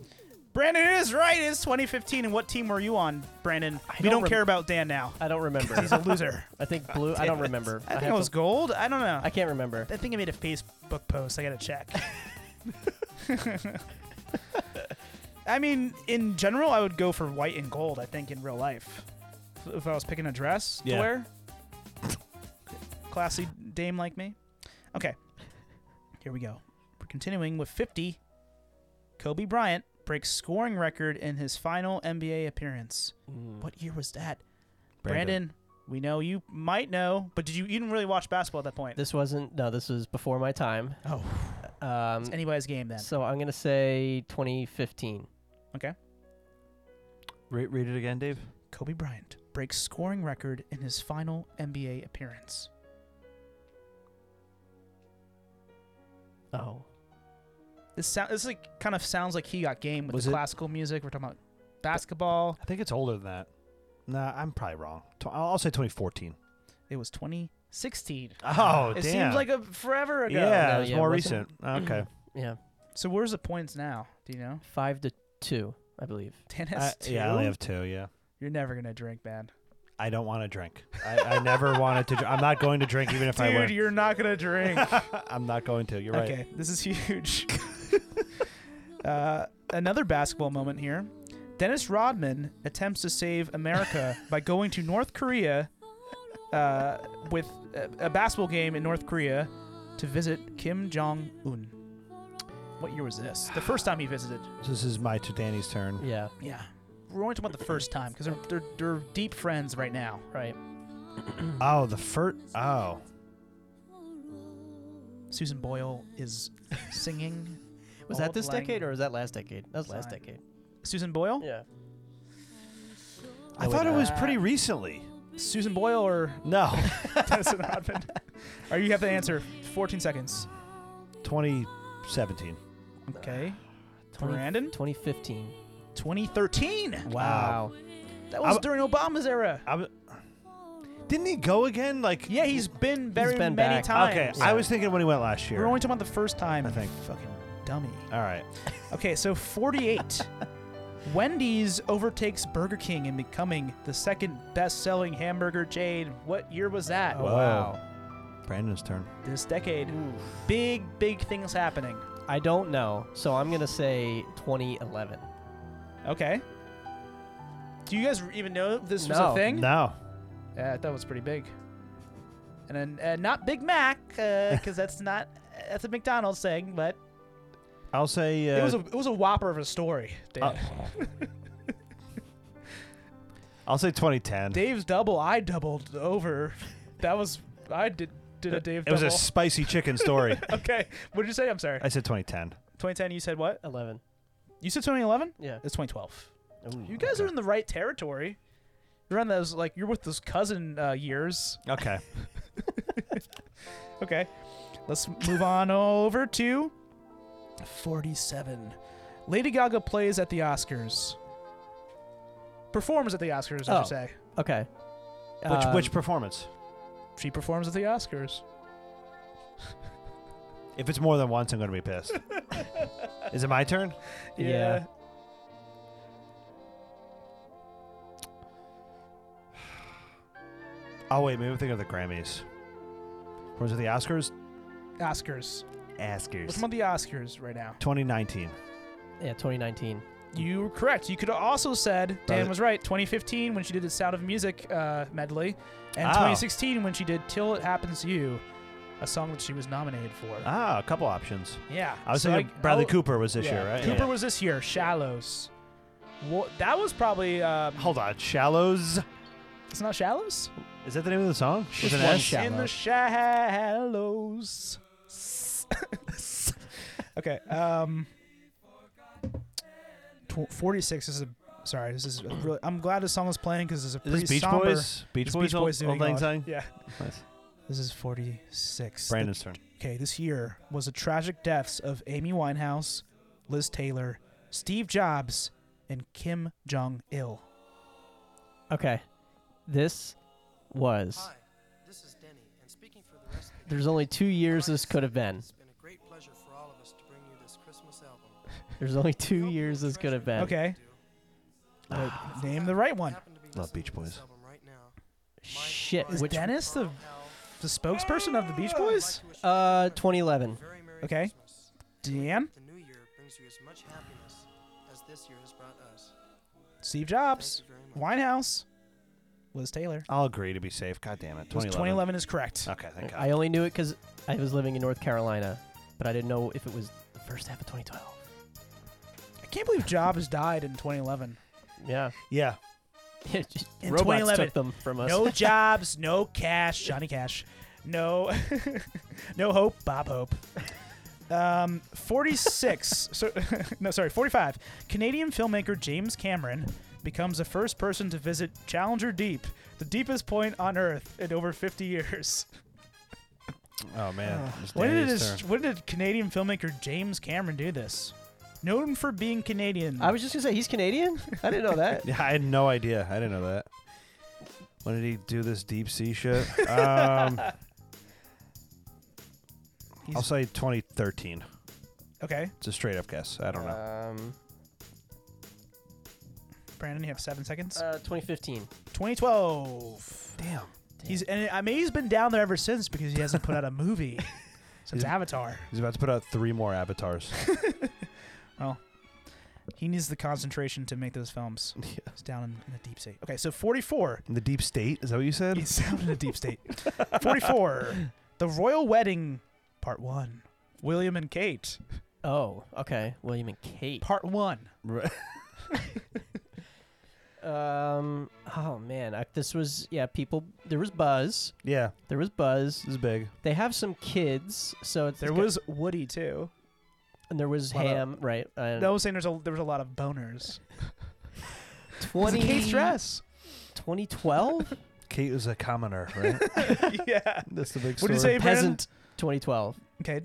[SPEAKER 1] Brandon is right. It's 2015. And what team were you on, Brandon?
[SPEAKER 3] I
[SPEAKER 1] we
[SPEAKER 3] don't
[SPEAKER 1] don't
[SPEAKER 3] rem-
[SPEAKER 1] care about Dan now.
[SPEAKER 3] I don't remember.
[SPEAKER 1] He's a loser.
[SPEAKER 3] I think blue. I don't remember.
[SPEAKER 1] I think
[SPEAKER 3] have
[SPEAKER 1] it was
[SPEAKER 3] to-
[SPEAKER 1] gold. I don't know.
[SPEAKER 3] I can't remember.
[SPEAKER 1] I think I made a Facebook post. I gotta (laughs) check. I mean, in general, I would go for white and gold. I think in real life, if I was picking a dress
[SPEAKER 2] Yeah.
[SPEAKER 1] to wear, classy dame like me. Okay, here we go. We're continuing with 50. Kobe Bryant breaks scoring record in his final NBA appearance.
[SPEAKER 3] Mm.
[SPEAKER 1] What year was that, Brandon? we know you might know, but did you, you didn't really watch basketball at that point?
[SPEAKER 3] This wasn't. No, this was before my time.
[SPEAKER 1] Oh.
[SPEAKER 3] Um,
[SPEAKER 1] It's anybody's game then.
[SPEAKER 3] so I'm gonna say 2015.
[SPEAKER 2] Re- read it again, Dave.
[SPEAKER 1] Kobe Bryant breaks scoring record in his final NBA appearance.
[SPEAKER 3] Oh.
[SPEAKER 1] This sound this like kind of sounds like he got game with
[SPEAKER 2] Was
[SPEAKER 1] the
[SPEAKER 2] it-
[SPEAKER 1] classical music. We're talking about basketball.
[SPEAKER 2] I think it's older than that. Nah, I'm probably wrong. Tw- I'll I'll say 2014.
[SPEAKER 1] It was 2016.
[SPEAKER 2] Oh,
[SPEAKER 1] it seems like a forever ago.
[SPEAKER 2] yeah,
[SPEAKER 3] No,
[SPEAKER 2] it's
[SPEAKER 3] yeah,
[SPEAKER 1] (clears throat)
[SPEAKER 2] more
[SPEAKER 3] it wasn't.
[SPEAKER 2] recent. (clears throat) Okay.
[SPEAKER 3] Yeah.
[SPEAKER 1] So where's the points now? Do you know? (laughs)
[SPEAKER 3] Five to two. I I believe.
[SPEAKER 1] Dan
[SPEAKER 2] I-
[SPEAKER 1] has two.
[SPEAKER 2] yeah, I only have two. Yeah,
[SPEAKER 1] You're never gonna drink, man.
[SPEAKER 2] I don't want to drink. I, I never (laughs) wanted to. Dr- I'm not going to drink, even if I
[SPEAKER 1] Dude,
[SPEAKER 2] were.
[SPEAKER 1] you're not gonna drink.
[SPEAKER 2] (laughs) I'm not going to. You're right.
[SPEAKER 1] Okay, this is (laughs) huge. uh, another basketball moment here. Dennis Rodman attempts to save
[SPEAKER 2] (laughs)
[SPEAKER 1] America by going to North Korea uh, with a, a basketball game in North Korea to visit Kim Jong Un. What year was this? The first time he visited.
[SPEAKER 2] This is my to Danny's turn.
[SPEAKER 3] Yeah.
[SPEAKER 1] Yeah, we're only talking about the first time because they're, they're they're deep friends right now.
[SPEAKER 3] Right.
[SPEAKER 1] Mm.
[SPEAKER 2] Oh, the first. Oh,
[SPEAKER 1] Susan Boyle is singing.
[SPEAKER 3] Was
[SPEAKER 1] Auld
[SPEAKER 3] that this
[SPEAKER 1] Lang
[SPEAKER 3] decade or was that last decade? That was last
[SPEAKER 1] Syne.
[SPEAKER 3] decade.
[SPEAKER 1] Susan Boyle?
[SPEAKER 3] Yeah.
[SPEAKER 2] I thought it was
[SPEAKER 1] uh,
[SPEAKER 2] pretty recently.
[SPEAKER 1] Susan Boyle or
[SPEAKER 2] No,
[SPEAKER 1] (laughs) Dennis Rodman? Or you have the answer. 14 seconds.
[SPEAKER 2] 2017.
[SPEAKER 1] Okay.
[SPEAKER 3] 20
[SPEAKER 1] Brandon?
[SPEAKER 3] 2015.
[SPEAKER 1] 2013.
[SPEAKER 2] Wow.
[SPEAKER 1] That was
[SPEAKER 2] I'm-
[SPEAKER 1] during Obama's era.
[SPEAKER 2] I'm, didn't he go again? Like
[SPEAKER 1] Yeah, he's been very
[SPEAKER 3] been
[SPEAKER 1] many
[SPEAKER 3] back.
[SPEAKER 1] times.
[SPEAKER 2] okay,
[SPEAKER 3] Yeah.
[SPEAKER 2] I was thinking when he went last year.
[SPEAKER 1] We're only talking about the first time.
[SPEAKER 2] I think.
[SPEAKER 1] Fucking dummy.
[SPEAKER 2] All right.
[SPEAKER 1] Okay, so 48. Wendy's overtakes Burger King in becoming the second best-selling hamburger chain. What year was that?
[SPEAKER 2] Whoa.
[SPEAKER 3] wow.
[SPEAKER 2] Brandon's turn.
[SPEAKER 1] This decade. Big, big things happening.
[SPEAKER 3] Um, I don't know, so I'm gonna say 2011.
[SPEAKER 1] Okay. Do you guys even know this was a
[SPEAKER 3] No.
[SPEAKER 1] thing?
[SPEAKER 2] No.
[SPEAKER 1] Yeah, Uh, I thought it was pretty big. And then uh, not Big Mac,
[SPEAKER 2] (laughs)
[SPEAKER 1] because that's not that's a McDonald's thing, but
[SPEAKER 2] I'll say uh,
[SPEAKER 1] it was a it was a whopper of a story. Dan.
[SPEAKER 2] Uh, I'll say 2010.
[SPEAKER 1] Dave's double, I doubled over. (laughs) That was I did did a Dave
[SPEAKER 2] it was
[SPEAKER 1] double.
[SPEAKER 2] a spicy chicken story.
[SPEAKER 1] (laughs) okay, what did you say? I'm sorry.
[SPEAKER 2] I said 2010.
[SPEAKER 1] 2010. You said what?
[SPEAKER 3] 11.
[SPEAKER 1] You said 2011.
[SPEAKER 3] Yeah.
[SPEAKER 1] It's 2012.
[SPEAKER 3] Ooh.
[SPEAKER 1] You guys are in the right territory. You're on those like you're with those cousin uh, years. (laughs)
[SPEAKER 2] Okay.
[SPEAKER 1] Okay. Let's move on over to 47. Lady Gaga plays at the Oscars. Performs at the Oscars, I
[SPEAKER 3] Oh.
[SPEAKER 1] should say.
[SPEAKER 3] Okay. Um,
[SPEAKER 2] Which
[SPEAKER 1] Um,
[SPEAKER 2] which performance?
[SPEAKER 1] She performs at the Oscars.
[SPEAKER 2] If it's more than once, I'm going to be pissed. Is (laughs) it my turn?
[SPEAKER 3] Yeah.
[SPEAKER 2] Oh wait, maybe I'm thinking of the Grammys. Or was it the Oscars?
[SPEAKER 1] Oscars. Let's
[SPEAKER 2] Oscars.
[SPEAKER 1] talk about the Oscars right now.
[SPEAKER 2] 2019.
[SPEAKER 3] yeah, 2019.
[SPEAKER 1] You
[SPEAKER 2] Mm-hmm.
[SPEAKER 1] were correct. You could have also said Dan
[SPEAKER 2] Brother-
[SPEAKER 1] was right. 2015 when she did the Sound of Music uh, medley, and
[SPEAKER 2] Oh.
[SPEAKER 1] 2016 when she did Till It Happens to You, a song that she was nominated for.
[SPEAKER 2] Ah, a couple options.
[SPEAKER 1] yeah.
[SPEAKER 2] I was
[SPEAKER 1] So oh,
[SPEAKER 2] thinking
[SPEAKER 1] I-
[SPEAKER 2] Bradley
[SPEAKER 1] I'll-
[SPEAKER 2] Cooper was this
[SPEAKER 1] Yeah.
[SPEAKER 2] year, right?
[SPEAKER 1] Cooper
[SPEAKER 2] Yeah.
[SPEAKER 1] was this year. Shallows. Wha that was probably. Um,
[SPEAKER 2] Hold on, Shallows.
[SPEAKER 1] it's not Shallows.
[SPEAKER 2] Is that the name of the song? With
[SPEAKER 3] Just
[SPEAKER 2] an
[SPEAKER 3] one
[SPEAKER 2] S?
[SPEAKER 3] shot.
[SPEAKER 1] In the shallows. (laughs) okay. Um. Tw- Forty-six is a. Sorry, this
[SPEAKER 2] (clears throat)
[SPEAKER 1] is a really. I'm glad this song is playing because it's a
[SPEAKER 2] Is
[SPEAKER 1] pretty
[SPEAKER 2] this Beach
[SPEAKER 1] somber.
[SPEAKER 2] Boys? Beach
[SPEAKER 1] It's
[SPEAKER 2] Boys, Old-
[SPEAKER 1] doing
[SPEAKER 2] Old Lang
[SPEAKER 1] God.
[SPEAKER 2] Syne?
[SPEAKER 1] Yeah.
[SPEAKER 2] Nice.
[SPEAKER 1] This is forty-six. The-
[SPEAKER 2] Brandon's turn.
[SPEAKER 1] Okay, this year was the tragic deaths of Amy Winehouse, Liz Taylor, Steve Jobs, and Kim Jong Il.
[SPEAKER 3] Okay. This was.
[SPEAKER 4] Hi, this is Denny, and speaking for the rest of the
[SPEAKER 3] There's only two years this could have been.
[SPEAKER 4] It's been a great pleasure for all of us to bring you this Christmas album.
[SPEAKER 3] There's only
[SPEAKER 4] We
[SPEAKER 3] two
[SPEAKER 4] hope you
[SPEAKER 3] years this could have been.
[SPEAKER 4] treasure
[SPEAKER 1] Okay.
[SPEAKER 4] what
[SPEAKER 1] But
[SPEAKER 4] you do. If you
[SPEAKER 1] name the
[SPEAKER 4] happen-
[SPEAKER 1] right one.
[SPEAKER 4] happen to be
[SPEAKER 2] Love Beach
[SPEAKER 4] listening to
[SPEAKER 2] Boys.
[SPEAKER 4] this album right now, Mike,
[SPEAKER 3] Shit.
[SPEAKER 4] Brian,
[SPEAKER 1] Is
[SPEAKER 3] Which?
[SPEAKER 1] Dennis the
[SPEAKER 4] Carl, Al,
[SPEAKER 1] the spokesperson of the
[SPEAKER 4] Oh,
[SPEAKER 1] Beach Boys?
[SPEAKER 4] I'd like to wish you
[SPEAKER 3] Uh,
[SPEAKER 4] everyone
[SPEAKER 3] 2011.
[SPEAKER 4] a very Merry
[SPEAKER 1] Okay.
[SPEAKER 4] Christmas.
[SPEAKER 1] Dan,
[SPEAKER 4] The new year brings you as much happiness as this year has brought us.
[SPEAKER 1] Steve
[SPEAKER 4] Thank
[SPEAKER 1] Jobs,
[SPEAKER 4] you very much.
[SPEAKER 1] Winehouse, Liz Taylor.
[SPEAKER 2] I'll agree to be safe. God damn it.
[SPEAKER 1] It was 2011
[SPEAKER 2] 2011.
[SPEAKER 1] is correct.
[SPEAKER 2] Okay, thank God.
[SPEAKER 3] I only knew it because I was living in North Carolina, but I didn't know if it was the first half of 2012.
[SPEAKER 1] I can't believe Jobs died in 2011.
[SPEAKER 3] (laughs) Yeah.
[SPEAKER 2] yeah.
[SPEAKER 3] in
[SPEAKER 1] In
[SPEAKER 3] Robots
[SPEAKER 1] 2011.
[SPEAKER 3] took them from us.
[SPEAKER 1] No jobs, no cash, Johnny Cash. No, (laughs) no hope, Bob Hope. Um, 46. (laughs) so, no, sorry, 45. Canadian filmmaker James Cameron becomes the first person to visit Challenger Deep, the deepest point on Earth in over 50 years.
[SPEAKER 2] (sighs) Oh, man. (sighs) It was
[SPEAKER 1] When did,
[SPEAKER 2] Danny's
[SPEAKER 1] his,
[SPEAKER 2] turn.
[SPEAKER 1] when did Canadian filmmaker James Cameron do this? Known for being Canadian.
[SPEAKER 3] I was just gonna say he's Canadian. I didn't
[SPEAKER 2] (laughs)
[SPEAKER 3] know
[SPEAKER 2] (laughs)
[SPEAKER 3] that.
[SPEAKER 2] Yeah, I had no idea. I didn't know that. When did he do this deep sea (laughs) shit? Um, I'll
[SPEAKER 1] He's-
[SPEAKER 2] say 2013.
[SPEAKER 1] okay.
[SPEAKER 2] Uh, It's a straight up guess. I don't know.
[SPEAKER 3] Um,
[SPEAKER 1] Brandon? You have seven seconds.
[SPEAKER 3] Uh, 2015.
[SPEAKER 1] 2012.
[SPEAKER 2] Damn.
[SPEAKER 1] He's and I mean he's been down there ever since because he hasn't
[SPEAKER 3] (laughs)
[SPEAKER 1] put out a movie since
[SPEAKER 2] He's-
[SPEAKER 1] Avatar.
[SPEAKER 2] He's about to put out three more (laughs) avatars.
[SPEAKER 1] He needs the concentration to make those films.
[SPEAKER 2] Yeah.
[SPEAKER 1] He's down in, in a deep state. Okay, so
[SPEAKER 3] (laughs)
[SPEAKER 1] 44.
[SPEAKER 2] In the deep state? Is that what you said?
[SPEAKER 1] He's down in a deep state. 44. The Royal Wedding, Part One. William and Kate,
[SPEAKER 3] Oh, okay. William and Kate.
[SPEAKER 1] Part One.
[SPEAKER 2] Right. (laughs)
[SPEAKER 3] Um. Oh man, I, this was yeah. People, there was buzz.
[SPEAKER 2] Yeah,
[SPEAKER 3] There was buzz.
[SPEAKER 2] this is big.
[SPEAKER 3] They have some kids, so it's,
[SPEAKER 1] There
[SPEAKER 3] it's got-
[SPEAKER 1] was Woody too.
[SPEAKER 3] and there was
[SPEAKER 1] Well, uh,
[SPEAKER 3] ham, right? And
[SPEAKER 1] I was saying there's a there was a lot of
[SPEAKER 3] (laughs)
[SPEAKER 1] boners. (laughs)
[SPEAKER 3] 20,
[SPEAKER 1] Kate's dress.
[SPEAKER 3] 2012?
[SPEAKER 2] Kate was a commoner, right? (laughs)
[SPEAKER 1] yeah.
[SPEAKER 2] That's the
[SPEAKER 1] What
[SPEAKER 2] big story.
[SPEAKER 1] did you say, Brandon?
[SPEAKER 3] Peasant. 2012.
[SPEAKER 1] Okay,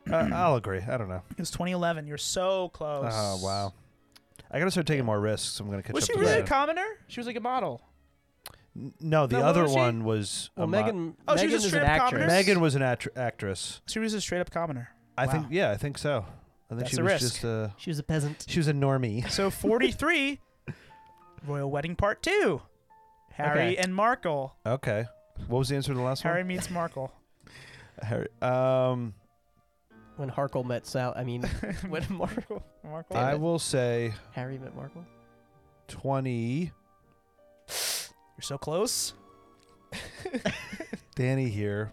[SPEAKER 2] (clears throat)
[SPEAKER 1] oh,
[SPEAKER 2] Uh,
[SPEAKER 1] Mm-hmm.
[SPEAKER 2] I'll agree. I don't know.
[SPEAKER 1] It was 2011. You're so close.
[SPEAKER 2] Oh, wow. I gotta start taking more risks. I'm gonna catch
[SPEAKER 1] Was
[SPEAKER 2] up.
[SPEAKER 1] she
[SPEAKER 2] to
[SPEAKER 1] really a
[SPEAKER 2] Brandon.
[SPEAKER 1] commoner? She was like a model.
[SPEAKER 2] N- no, the
[SPEAKER 1] No, what
[SPEAKER 2] other
[SPEAKER 1] was she?
[SPEAKER 2] one was.
[SPEAKER 3] Well,
[SPEAKER 2] a mo-
[SPEAKER 3] Megan.
[SPEAKER 1] Oh, she
[SPEAKER 3] Megan
[SPEAKER 1] was a
[SPEAKER 3] is an
[SPEAKER 1] straight-up
[SPEAKER 3] actress.
[SPEAKER 1] commoner?
[SPEAKER 2] Megan was an act- actress.
[SPEAKER 1] She was a straight up commoner.
[SPEAKER 2] I
[SPEAKER 1] Wow.
[SPEAKER 2] think. Yeah, I think so. I think
[SPEAKER 1] That's
[SPEAKER 2] she
[SPEAKER 1] a
[SPEAKER 2] was
[SPEAKER 1] risk.
[SPEAKER 2] just a.
[SPEAKER 3] She was a peasant.
[SPEAKER 2] She was a normie. (laughs)
[SPEAKER 1] So 43, Royal Wedding Part 2. Harry
[SPEAKER 3] Okay.
[SPEAKER 1] and Markle.
[SPEAKER 2] Okay. What was the answer to the last
[SPEAKER 1] Harry meets
[SPEAKER 2] (laughs)
[SPEAKER 1] Markle.
[SPEAKER 2] one? Harry. Um,
[SPEAKER 3] When Harkle met Sal, I mean, when Mar-
[SPEAKER 1] (laughs) Markle.
[SPEAKER 3] Damn
[SPEAKER 2] I
[SPEAKER 3] it.
[SPEAKER 2] will say
[SPEAKER 3] Harry met Markle.
[SPEAKER 2] twenty.
[SPEAKER 1] You're so close. (laughs)
[SPEAKER 2] Danny here.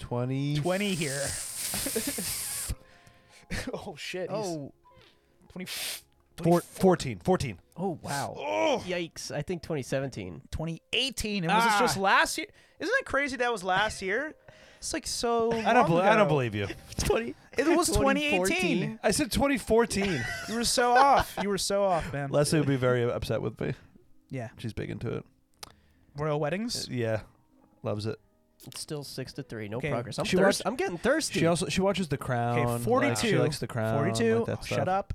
[SPEAKER 2] twenty.
[SPEAKER 1] 20
[SPEAKER 2] (laughs)
[SPEAKER 1] here. oh, shit. he's
[SPEAKER 3] Oh,
[SPEAKER 1] 20,
[SPEAKER 2] Four, 14. 14.
[SPEAKER 3] oh wow.
[SPEAKER 1] Oh.
[SPEAKER 3] Yikes! I think 2017.
[SPEAKER 1] 2018. And was
[SPEAKER 2] Ah.
[SPEAKER 1] this just last year? Isn't that crazy that was last year? It's like so.
[SPEAKER 2] I don't.
[SPEAKER 1] long
[SPEAKER 2] belie- I don't
[SPEAKER 1] ago.
[SPEAKER 2] believe you.
[SPEAKER 3] 20.
[SPEAKER 1] It was
[SPEAKER 3] (laughs)
[SPEAKER 1] 2018.
[SPEAKER 3] 2014.
[SPEAKER 2] I said 2014.
[SPEAKER 1] You were so off. You were so off,
[SPEAKER 3] (laughs)
[SPEAKER 1] man.
[SPEAKER 2] Leslie would be very upset with me.
[SPEAKER 1] Yeah.
[SPEAKER 2] She's big into it.
[SPEAKER 1] Royal weddings.
[SPEAKER 2] Yeah, loves it.
[SPEAKER 3] It's still six to three. No
[SPEAKER 1] Okay,
[SPEAKER 3] progress. I'm
[SPEAKER 2] she
[SPEAKER 3] thirst-
[SPEAKER 2] watched-
[SPEAKER 3] I'm getting thirsty.
[SPEAKER 2] She also she watches The Crown. like, she
[SPEAKER 1] 42.
[SPEAKER 2] likes The Crown.
[SPEAKER 1] 42.
[SPEAKER 2] Like that
[SPEAKER 1] oh,
[SPEAKER 2] stuff.
[SPEAKER 1] shut up.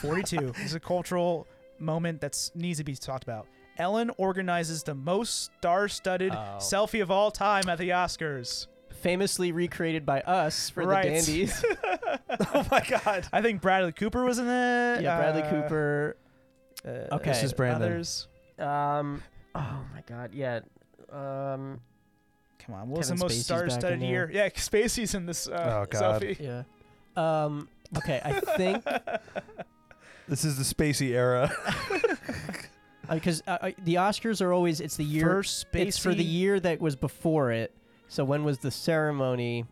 [SPEAKER 1] 42 This is a cultural moment that needs to be talked about. Ellen organizes the most star-studded
[SPEAKER 2] Oh.
[SPEAKER 1] selfie of all time at the Oscars.
[SPEAKER 3] Famously recreated by us for
[SPEAKER 1] Right.
[SPEAKER 3] the
[SPEAKER 1] (laughs)
[SPEAKER 3] Dandies. (laughs)
[SPEAKER 2] oh my God.
[SPEAKER 1] I think Bradley Cooper was in it.
[SPEAKER 3] yeah, Bradley
[SPEAKER 1] uh,
[SPEAKER 3] Cooper.
[SPEAKER 1] Uh,
[SPEAKER 3] Okay. This
[SPEAKER 2] is Brandon.
[SPEAKER 1] Others.
[SPEAKER 3] Um. Oh my God. Yeah. Um.
[SPEAKER 1] Come on, what was the
[SPEAKER 3] Kevin
[SPEAKER 1] most
[SPEAKER 3] Spacey's back in
[SPEAKER 1] star-studded
[SPEAKER 3] there.
[SPEAKER 1] year? Yeah, (laughs) Spacey's in this uh,
[SPEAKER 2] Oh, God.
[SPEAKER 1] selfie.
[SPEAKER 3] Yeah. Um. Okay. I
[SPEAKER 1] (laughs)
[SPEAKER 3] think (laughs)
[SPEAKER 2] This is the spacey era.
[SPEAKER 3] because uh, I- the Oscars are always it's the year
[SPEAKER 1] First Spacey.
[SPEAKER 3] it's for the year that was before it. So when was the ceremony?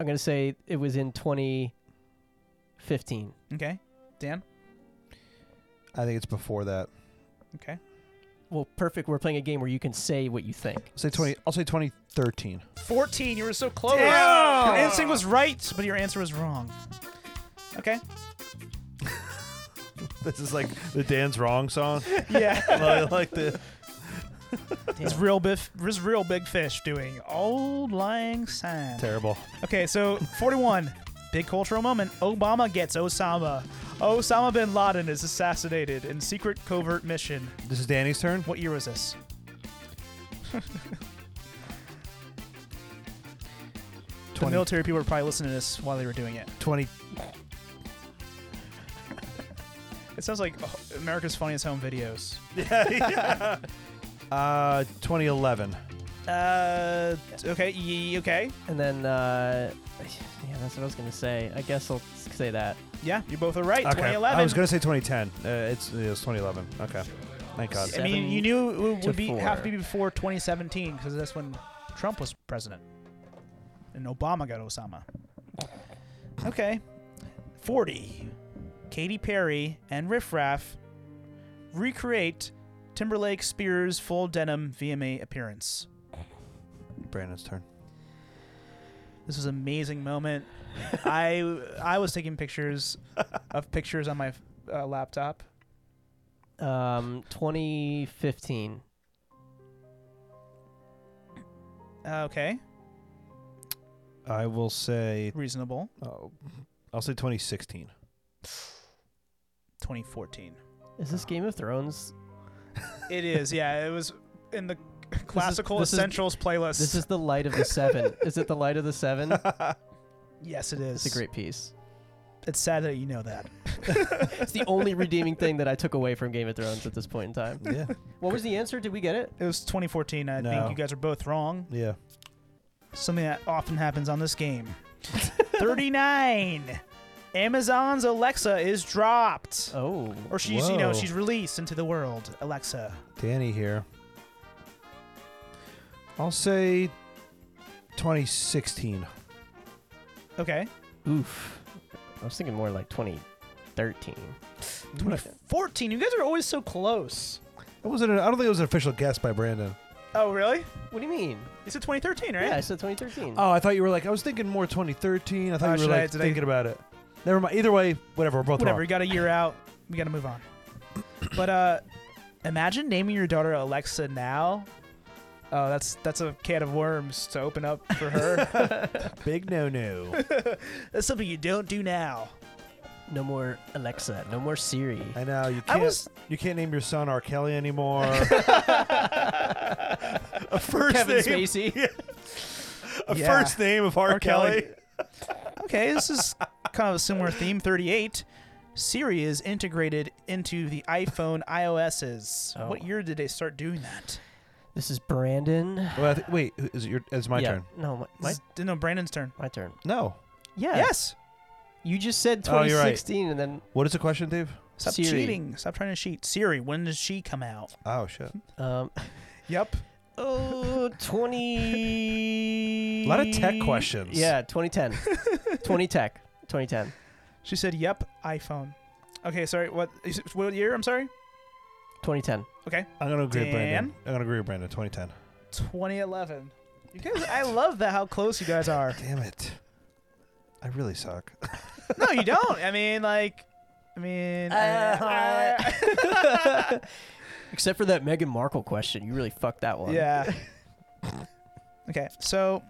[SPEAKER 3] I'm gonna say it was in 2015.
[SPEAKER 1] Okay, Dan.
[SPEAKER 2] I think it's before that.
[SPEAKER 1] Okay,
[SPEAKER 3] Well, perfect. We're playing a game where you can say what you think.
[SPEAKER 2] I'll say 20. I'll say 2013.
[SPEAKER 1] 14. You were so close.
[SPEAKER 2] Damn!
[SPEAKER 1] Your instinct was right, but your answer was wrong.
[SPEAKER 2] (laughs)
[SPEAKER 1] Okay.
[SPEAKER 2] This is like the Dan's wrong (laughs) song.
[SPEAKER 1] Yeah.
[SPEAKER 2] like, like the
[SPEAKER 1] It's real big. It's real big fish doing old lang syne.
[SPEAKER 2] terrible.
[SPEAKER 1] Okay, so 41, big cultural moment. Obama gets Osama. Osama bin Laden is assassinated in secret covert mission.
[SPEAKER 2] This is Danny's turn.
[SPEAKER 1] What year was this? The
[SPEAKER 2] 20,
[SPEAKER 1] military people were probably listening to this while they were doing it.
[SPEAKER 2] (laughs) 20
[SPEAKER 1] It sounds like oh, America's Funniest Home Videos.
[SPEAKER 2] uh 2011.
[SPEAKER 1] Uh, okay, ye, okay,
[SPEAKER 3] And then, uh, (sighs) yeah, that's what I was gonna say. I guess I'll s- say that.
[SPEAKER 1] yeah, you both are right.
[SPEAKER 2] Okay.
[SPEAKER 1] 2011.
[SPEAKER 2] I was gonna say 2010. Uh, it's it's 2011. Okay. Thank God.
[SPEAKER 1] I mean, you knew it would-
[SPEAKER 3] to
[SPEAKER 1] would be have to
[SPEAKER 3] four.
[SPEAKER 1] be before 2017 because that's when Trump was president, and Obama got Osama. Okay, 40. Katy Perry and Riff Raff recreate Timberlake Spears full denim VMA appearance.
[SPEAKER 2] Brandon's turn.
[SPEAKER 1] This was an amazing moment. I I was taking pictures of pictures on my uh, laptop.
[SPEAKER 3] Um, 2015.
[SPEAKER 1] Uh, okay,
[SPEAKER 2] I will say.
[SPEAKER 1] reasonable.
[SPEAKER 2] Oh, I'll say 2016.
[SPEAKER 1] 2014.
[SPEAKER 3] Is this Game of Thrones?
[SPEAKER 1] It is, yeah. It was in the classical
[SPEAKER 3] this is-
[SPEAKER 1] essentials playlist.
[SPEAKER 3] This is the Light of the Seven. is it the Light of the Seven?
[SPEAKER 1] (laughs) yes, it is.
[SPEAKER 3] It's a great piece.
[SPEAKER 1] It's sad that you know that.
[SPEAKER 3] (laughs) It's the only redeeming thing that I took away from Game of Thrones at this point in time.
[SPEAKER 2] Yeah.
[SPEAKER 3] What was the answer? Did we get it?
[SPEAKER 1] (laughs) It was 2014. I
[SPEAKER 2] No.
[SPEAKER 1] think you guys are both wrong.
[SPEAKER 2] Yeah.
[SPEAKER 1] Something that often happens on this game.
[SPEAKER 3] (laughs)
[SPEAKER 1] 39. Amazon's Alexa is dropped.
[SPEAKER 3] Oh.
[SPEAKER 1] Or she's, you know,
[SPEAKER 2] Whoa.
[SPEAKER 1] she's released into the world, Alexa.
[SPEAKER 2] Danny here. I'll say 2016.
[SPEAKER 1] Okay.
[SPEAKER 3] Oof. I was thinking more like 2013.
[SPEAKER 1] 14. You guys are always so close.
[SPEAKER 2] That wasn't. An, I don't think it was an official guess by Brandon.
[SPEAKER 1] Oh, really?
[SPEAKER 3] What do you mean?
[SPEAKER 1] You said 2013, right?
[SPEAKER 3] Yeah, I said 2013.
[SPEAKER 2] Oh, I thought you were like. I was thinking more 2013. Ah, I
[SPEAKER 1] Uh,
[SPEAKER 2] thought you
[SPEAKER 1] should
[SPEAKER 2] were
[SPEAKER 1] I-
[SPEAKER 2] like
[SPEAKER 1] did I-
[SPEAKER 2] thinking about it. Never mind. Either way, whatever. We're both
[SPEAKER 1] Whatever. We
[SPEAKER 2] wrong.
[SPEAKER 1] got a year out. We got to
[SPEAKER 3] (clears throat)
[SPEAKER 1] move on. But uh, imagine naming your daughter Alexa now. Oh, that's that's a can of worms to open up for
[SPEAKER 3] (laughs)
[SPEAKER 1] her.
[SPEAKER 2] Big no no.
[SPEAKER 1] (laughs) that's something you don't do now.
[SPEAKER 3] No more Alexa. No more Siri.
[SPEAKER 2] I know you
[SPEAKER 1] I
[SPEAKER 2] can't.
[SPEAKER 1] was-
[SPEAKER 2] You can't name your son R. Kelly anymore. (laughs) a first
[SPEAKER 3] (laughs) Kevin
[SPEAKER 2] name. (laughs)
[SPEAKER 3] Spacey.
[SPEAKER 1] (laughs)
[SPEAKER 2] A
[SPEAKER 1] Yeah.
[SPEAKER 2] first name of R.
[SPEAKER 1] R. Kelly.
[SPEAKER 2] Kelly.
[SPEAKER 1] Okay, this is kind of a similar theme. 38. Siri is integrated into the iPhone iOSs.
[SPEAKER 3] Oh.
[SPEAKER 1] What year did they start doing that?
[SPEAKER 3] This is Brandon.
[SPEAKER 2] Well, I thi- wait. who- Is it your? It's my
[SPEAKER 3] Yeah,
[SPEAKER 2] turn.
[SPEAKER 3] No, my, my,
[SPEAKER 1] This is- no, Brandon's turn.
[SPEAKER 3] my turn.
[SPEAKER 2] No.
[SPEAKER 3] Yeah.
[SPEAKER 1] Yes.
[SPEAKER 3] You just said
[SPEAKER 2] Oh, you're right.
[SPEAKER 3] 2016 and then
[SPEAKER 2] What is the question, Dave?
[SPEAKER 1] Stop
[SPEAKER 3] Siri.
[SPEAKER 1] cheating. Stop trying to cheat. Siri, when does she come out?
[SPEAKER 2] Oh shit.
[SPEAKER 3] um
[SPEAKER 1] (laughs) Yep.
[SPEAKER 3] oh 20
[SPEAKER 2] A lot of tech questions.
[SPEAKER 3] Yeah, 2010. 20 tech. 2010.
[SPEAKER 1] She said, "Yep, iPhone." Okay, sorry. What? is it- What year? I'm sorry. (laughs)
[SPEAKER 3] 2010.
[SPEAKER 2] I'm gonna agree, with Brandon.
[SPEAKER 1] Dan?
[SPEAKER 2] I'm gonna agree with Brandon. 2010.
[SPEAKER 1] 2011. You guys, I love that how close you guys are.
[SPEAKER 2] Damn it. I really suck.
[SPEAKER 1] (laughs) No, you don't. I mean, like, I mean, I- I-
[SPEAKER 3] Except for that Meghan Markle question, you really fucked that one.
[SPEAKER 1] yeah. (laughs) Okay, so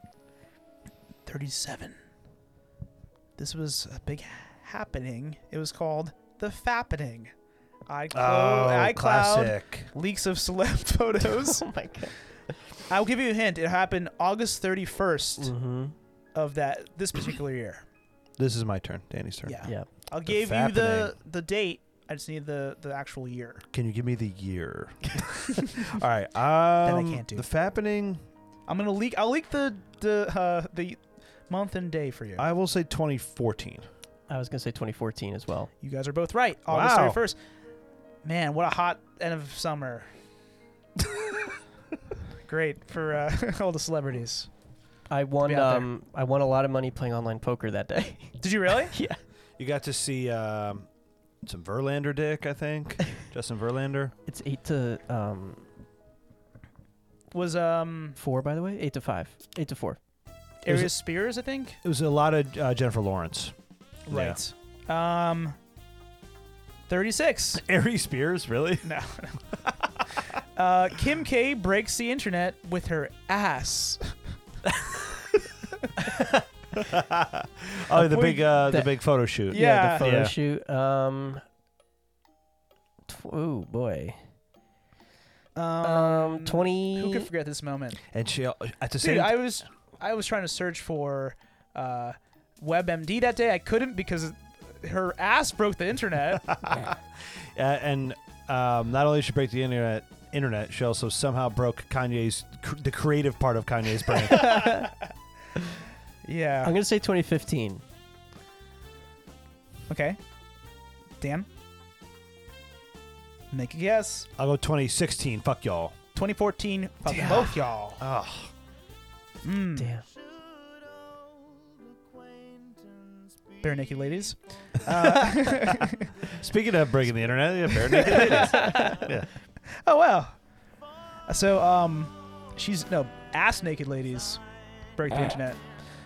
[SPEAKER 1] 37. This was a big happening. It was called the Fappening. iCloud, Oh, iCloud
[SPEAKER 2] Oh, classic.
[SPEAKER 1] leaks of celeb (laughs) photos.
[SPEAKER 3] (laughs) Oh my god.
[SPEAKER 1] I'll give you a hint. It happened August 31st.
[SPEAKER 3] Mm-hmm.
[SPEAKER 1] of that this particular year.
[SPEAKER 2] This is my turn. Danny's turn.
[SPEAKER 1] Yeah.
[SPEAKER 3] Yeah.
[SPEAKER 1] I'll give you
[SPEAKER 2] fappening.
[SPEAKER 1] the the date. I just need the the actual
[SPEAKER 2] (laughs)
[SPEAKER 1] year. (laughs)
[SPEAKER 2] Can you give me the (laughs) year? All right. Um,
[SPEAKER 1] can't do.
[SPEAKER 2] The fappening.
[SPEAKER 1] I'm gonna leak. I'll leak the the uh, the month and day for you.
[SPEAKER 2] I will say 2014.
[SPEAKER 3] I was going to say 2014 as well.
[SPEAKER 1] you guys are both right. August
[SPEAKER 2] Wow.
[SPEAKER 1] 31st. Man, what a hot end of
[SPEAKER 2] (laughs)
[SPEAKER 1] summer. Great for uh, (laughs) all the celebrities.
[SPEAKER 3] I won
[SPEAKER 1] be out there.
[SPEAKER 3] um I won a lot of money playing online poker that day. (laughs)
[SPEAKER 1] Did you really?
[SPEAKER 3] yeah.
[SPEAKER 2] You got to see um, some Verlander dick, I
[SPEAKER 1] (laughs)
[SPEAKER 2] think. Justin Verlander.
[SPEAKER 3] It's 8 to um
[SPEAKER 1] Was um
[SPEAKER 3] 4 by the way. 8 to 5. 8 to 4.
[SPEAKER 2] It was-
[SPEAKER 1] Arias Spears? I think.
[SPEAKER 2] It was a lot of uh, Jennifer Lawrence. Yeah.
[SPEAKER 1] Right. Um. 36.
[SPEAKER 2] Ari Spears, really? (laughs)
[SPEAKER 1] No. uh, Kim K breaks the internet with her ass.
[SPEAKER 2] Oh, the
[SPEAKER 1] Wait,
[SPEAKER 2] big, uh, the
[SPEAKER 3] that-
[SPEAKER 2] big photo shoot.
[SPEAKER 1] Yeah.
[SPEAKER 3] the photo
[SPEAKER 2] Yeah.
[SPEAKER 3] shoot. Um tw- Oh boy.
[SPEAKER 1] Um,
[SPEAKER 3] Um 20
[SPEAKER 1] Who could forget this moment?
[SPEAKER 2] And she uh, at the
[SPEAKER 1] Dude,
[SPEAKER 2] same.
[SPEAKER 1] I was I was trying to search for uh, WebMD that day. I couldn't because her ass broke the (laughs) internet.
[SPEAKER 2] Uh, and um, not only did she break the internet, internet, she also somehow broke Kanye's cr- the creative part of Kanye's brain.
[SPEAKER 1] (laughs) yeah.
[SPEAKER 3] I'm going to say 2015.
[SPEAKER 1] Okay. Dan. Make a guess.
[SPEAKER 2] I'll go 2016. Fuck y'all.
[SPEAKER 1] 2014. Fucking
[SPEAKER 3] Damn.
[SPEAKER 1] both y'all.
[SPEAKER 2] Ugh.
[SPEAKER 1] Mm.
[SPEAKER 3] Damn.
[SPEAKER 1] Bare naked (laughs) ladies. Uh,
[SPEAKER 2] Speaking of breaking the internet, yeah, bare naked
[SPEAKER 1] (laughs)
[SPEAKER 2] (laughs) ladies.
[SPEAKER 1] Oh wow. So um, she's no ass naked ladies break the internet.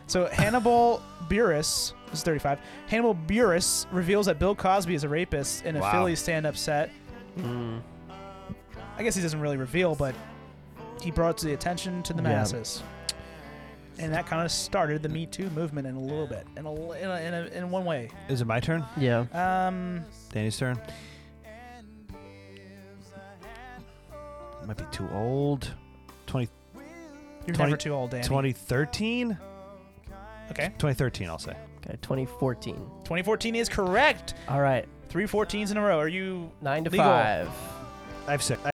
[SPEAKER 1] So Hannibal Buress this is 35. Hannibal Buress reveals that Bill Cosby is a rapist in a
[SPEAKER 2] Wow.
[SPEAKER 1] Philly stand-up set.
[SPEAKER 3] Mm.
[SPEAKER 1] I guess he doesn't really reveal, but he brought it to the attention to the
[SPEAKER 3] Yeah.
[SPEAKER 1] masses. And that kind of started the Me Too movement in a little bit, in a, li- in, a, in, a, in one way.
[SPEAKER 2] Is it my turn?
[SPEAKER 3] Yeah.
[SPEAKER 1] Um,
[SPEAKER 2] Danny's turn. Might be too old. 20,
[SPEAKER 1] you're
[SPEAKER 2] 20
[SPEAKER 1] never too old, Danny.
[SPEAKER 2] 2013?
[SPEAKER 1] Okay.
[SPEAKER 2] 2013, I'll say.
[SPEAKER 3] Okay, 2014.
[SPEAKER 1] 2014 is correct.
[SPEAKER 3] All right,
[SPEAKER 1] Three 14s in a row. Are you
[SPEAKER 3] nine to
[SPEAKER 1] Legal.
[SPEAKER 3] five.
[SPEAKER 2] I have six. I-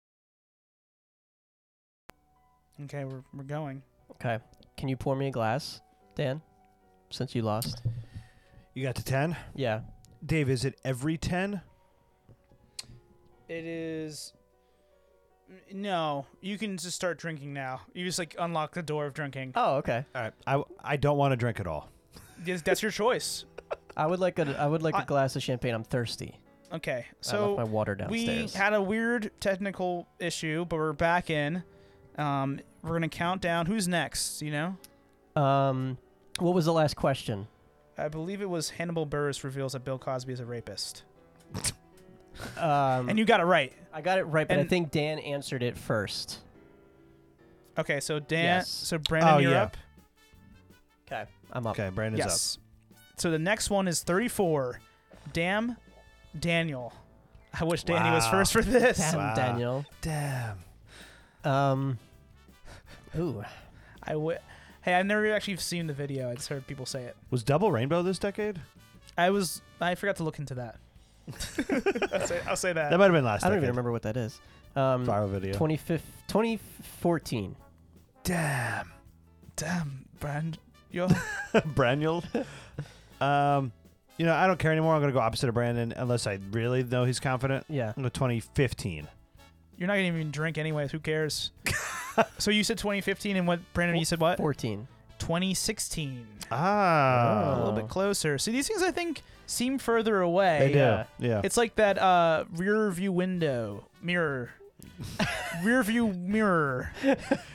[SPEAKER 1] okay? We're, we're going.
[SPEAKER 3] Okay, can you pour me a glass, Dan? Since you lost.
[SPEAKER 2] you got to 10.
[SPEAKER 3] Yeah.
[SPEAKER 2] Dave, is it every 10?
[SPEAKER 1] It is. n- No, you can just start drinking now. You just like unlock the door of drinking.
[SPEAKER 3] Oh, okay.
[SPEAKER 2] All right. I, I don't want to drink at all.
[SPEAKER 1] Yes, That's your choice.
[SPEAKER 3] I would like a I would like a
[SPEAKER 1] I-
[SPEAKER 3] glass of champagne. I'm thirsty.
[SPEAKER 1] Okay,
[SPEAKER 3] I left
[SPEAKER 1] so
[SPEAKER 3] my water
[SPEAKER 1] we
[SPEAKER 3] downstairs.
[SPEAKER 1] had a weird technical issue, but we're back in. Um, we're gonna count down. Who's next? You know,
[SPEAKER 3] um, what was the last question?
[SPEAKER 1] I believe it was Hannibal Burris reveals that Bill Cosby is a rapist,
[SPEAKER 3] Um, Mm.
[SPEAKER 1] and you got it right.
[SPEAKER 3] I got it right, but I
[SPEAKER 1] and-
[SPEAKER 3] think Dan answered it first.
[SPEAKER 1] Okay, so Dan,
[SPEAKER 3] Yes.
[SPEAKER 1] so Brandon,
[SPEAKER 2] Oh,
[SPEAKER 1] you're
[SPEAKER 2] yeah.
[SPEAKER 1] up.
[SPEAKER 3] Okay, I'm up.
[SPEAKER 2] Okay, Brandon's
[SPEAKER 1] yes. So the next one is 34. Damn, Daniel. I wish Danny was
[SPEAKER 2] Wow.
[SPEAKER 1] first for this.
[SPEAKER 3] Damn,
[SPEAKER 2] Wow.
[SPEAKER 3] Daniel.
[SPEAKER 2] up. Damn.
[SPEAKER 3] Um, ooh,
[SPEAKER 1] I w- Hey, I've never actually seen the video. I just heard people say it.
[SPEAKER 2] Was Double Rainbow this
[SPEAKER 3] (laughs)
[SPEAKER 2] decade?
[SPEAKER 1] I was I forgot to look into that. I'll, say, I'll say that.
[SPEAKER 2] That might have been last
[SPEAKER 3] I don't
[SPEAKER 2] decade.
[SPEAKER 3] even remember what that is. Um,
[SPEAKER 2] Viral video. (laughs)
[SPEAKER 3] 25 2014.
[SPEAKER 2] Damn.
[SPEAKER 1] Damn, (laughs) Brand. You're
[SPEAKER 2] Brandel. um, you know, I don't care anymore. I'm going to go opposite of Brandon unless I really know he's confident.
[SPEAKER 3] Yeah.
[SPEAKER 2] I'm going to 2015.
[SPEAKER 1] you're not gonna even drink anyways. Who cares? so you said 2015, and what Brandon? You said what?
[SPEAKER 3] 14.
[SPEAKER 1] 2016.
[SPEAKER 2] Ah.
[SPEAKER 1] A little bit closer. See, these things I think seem further away.
[SPEAKER 2] They do.
[SPEAKER 3] yeah.
[SPEAKER 2] Yeah.
[SPEAKER 1] It's like that uh, rear view window mirror. (laughs) rear view mirror.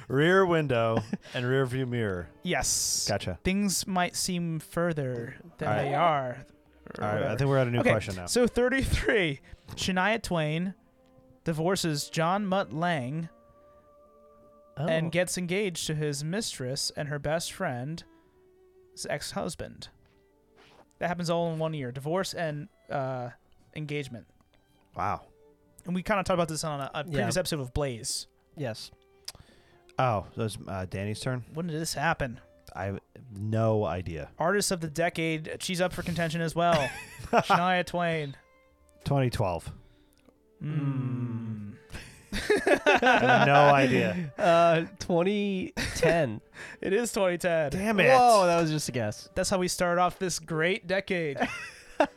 [SPEAKER 2] rear window and rear view
[SPEAKER 3] (laughs)
[SPEAKER 2] mirror.
[SPEAKER 1] Yes.
[SPEAKER 2] Gotcha.
[SPEAKER 1] Things might seem further than
[SPEAKER 2] All right.
[SPEAKER 1] they are. or
[SPEAKER 2] All right. I
[SPEAKER 1] whatever.
[SPEAKER 2] think we're at a new
[SPEAKER 1] Okay,
[SPEAKER 2] question now.
[SPEAKER 1] So 33. Shania Twain divorces John Mutt Lang
[SPEAKER 3] Oh.
[SPEAKER 1] and gets engaged to his mistress and her best friend's ex husband. That happens all in one year divorce and uh, engagement.
[SPEAKER 2] Wow.
[SPEAKER 1] And we kind of talked about this on a, a
[SPEAKER 3] Yeah.
[SPEAKER 1] previous episode of Blaze.
[SPEAKER 3] yes.
[SPEAKER 2] Oh, so it's uh, Danny's turn.
[SPEAKER 1] When did this happen?
[SPEAKER 2] I have no
[SPEAKER 3] (laughs)
[SPEAKER 2] idea.
[SPEAKER 1] Artist of the decade. She's up for contention as
[SPEAKER 2] (laughs)
[SPEAKER 1] well. Shania Twain.
[SPEAKER 2] 2012.
[SPEAKER 1] Mm.
[SPEAKER 2] no
[SPEAKER 3] (laughs)
[SPEAKER 2] idea.
[SPEAKER 3] Uh, 2010.
[SPEAKER 1] It is 2010.
[SPEAKER 2] Damn it.
[SPEAKER 3] (laughs) Whoa, that was just a guess.
[SPEAKER 1] That's how we start off this great decade. (laughs)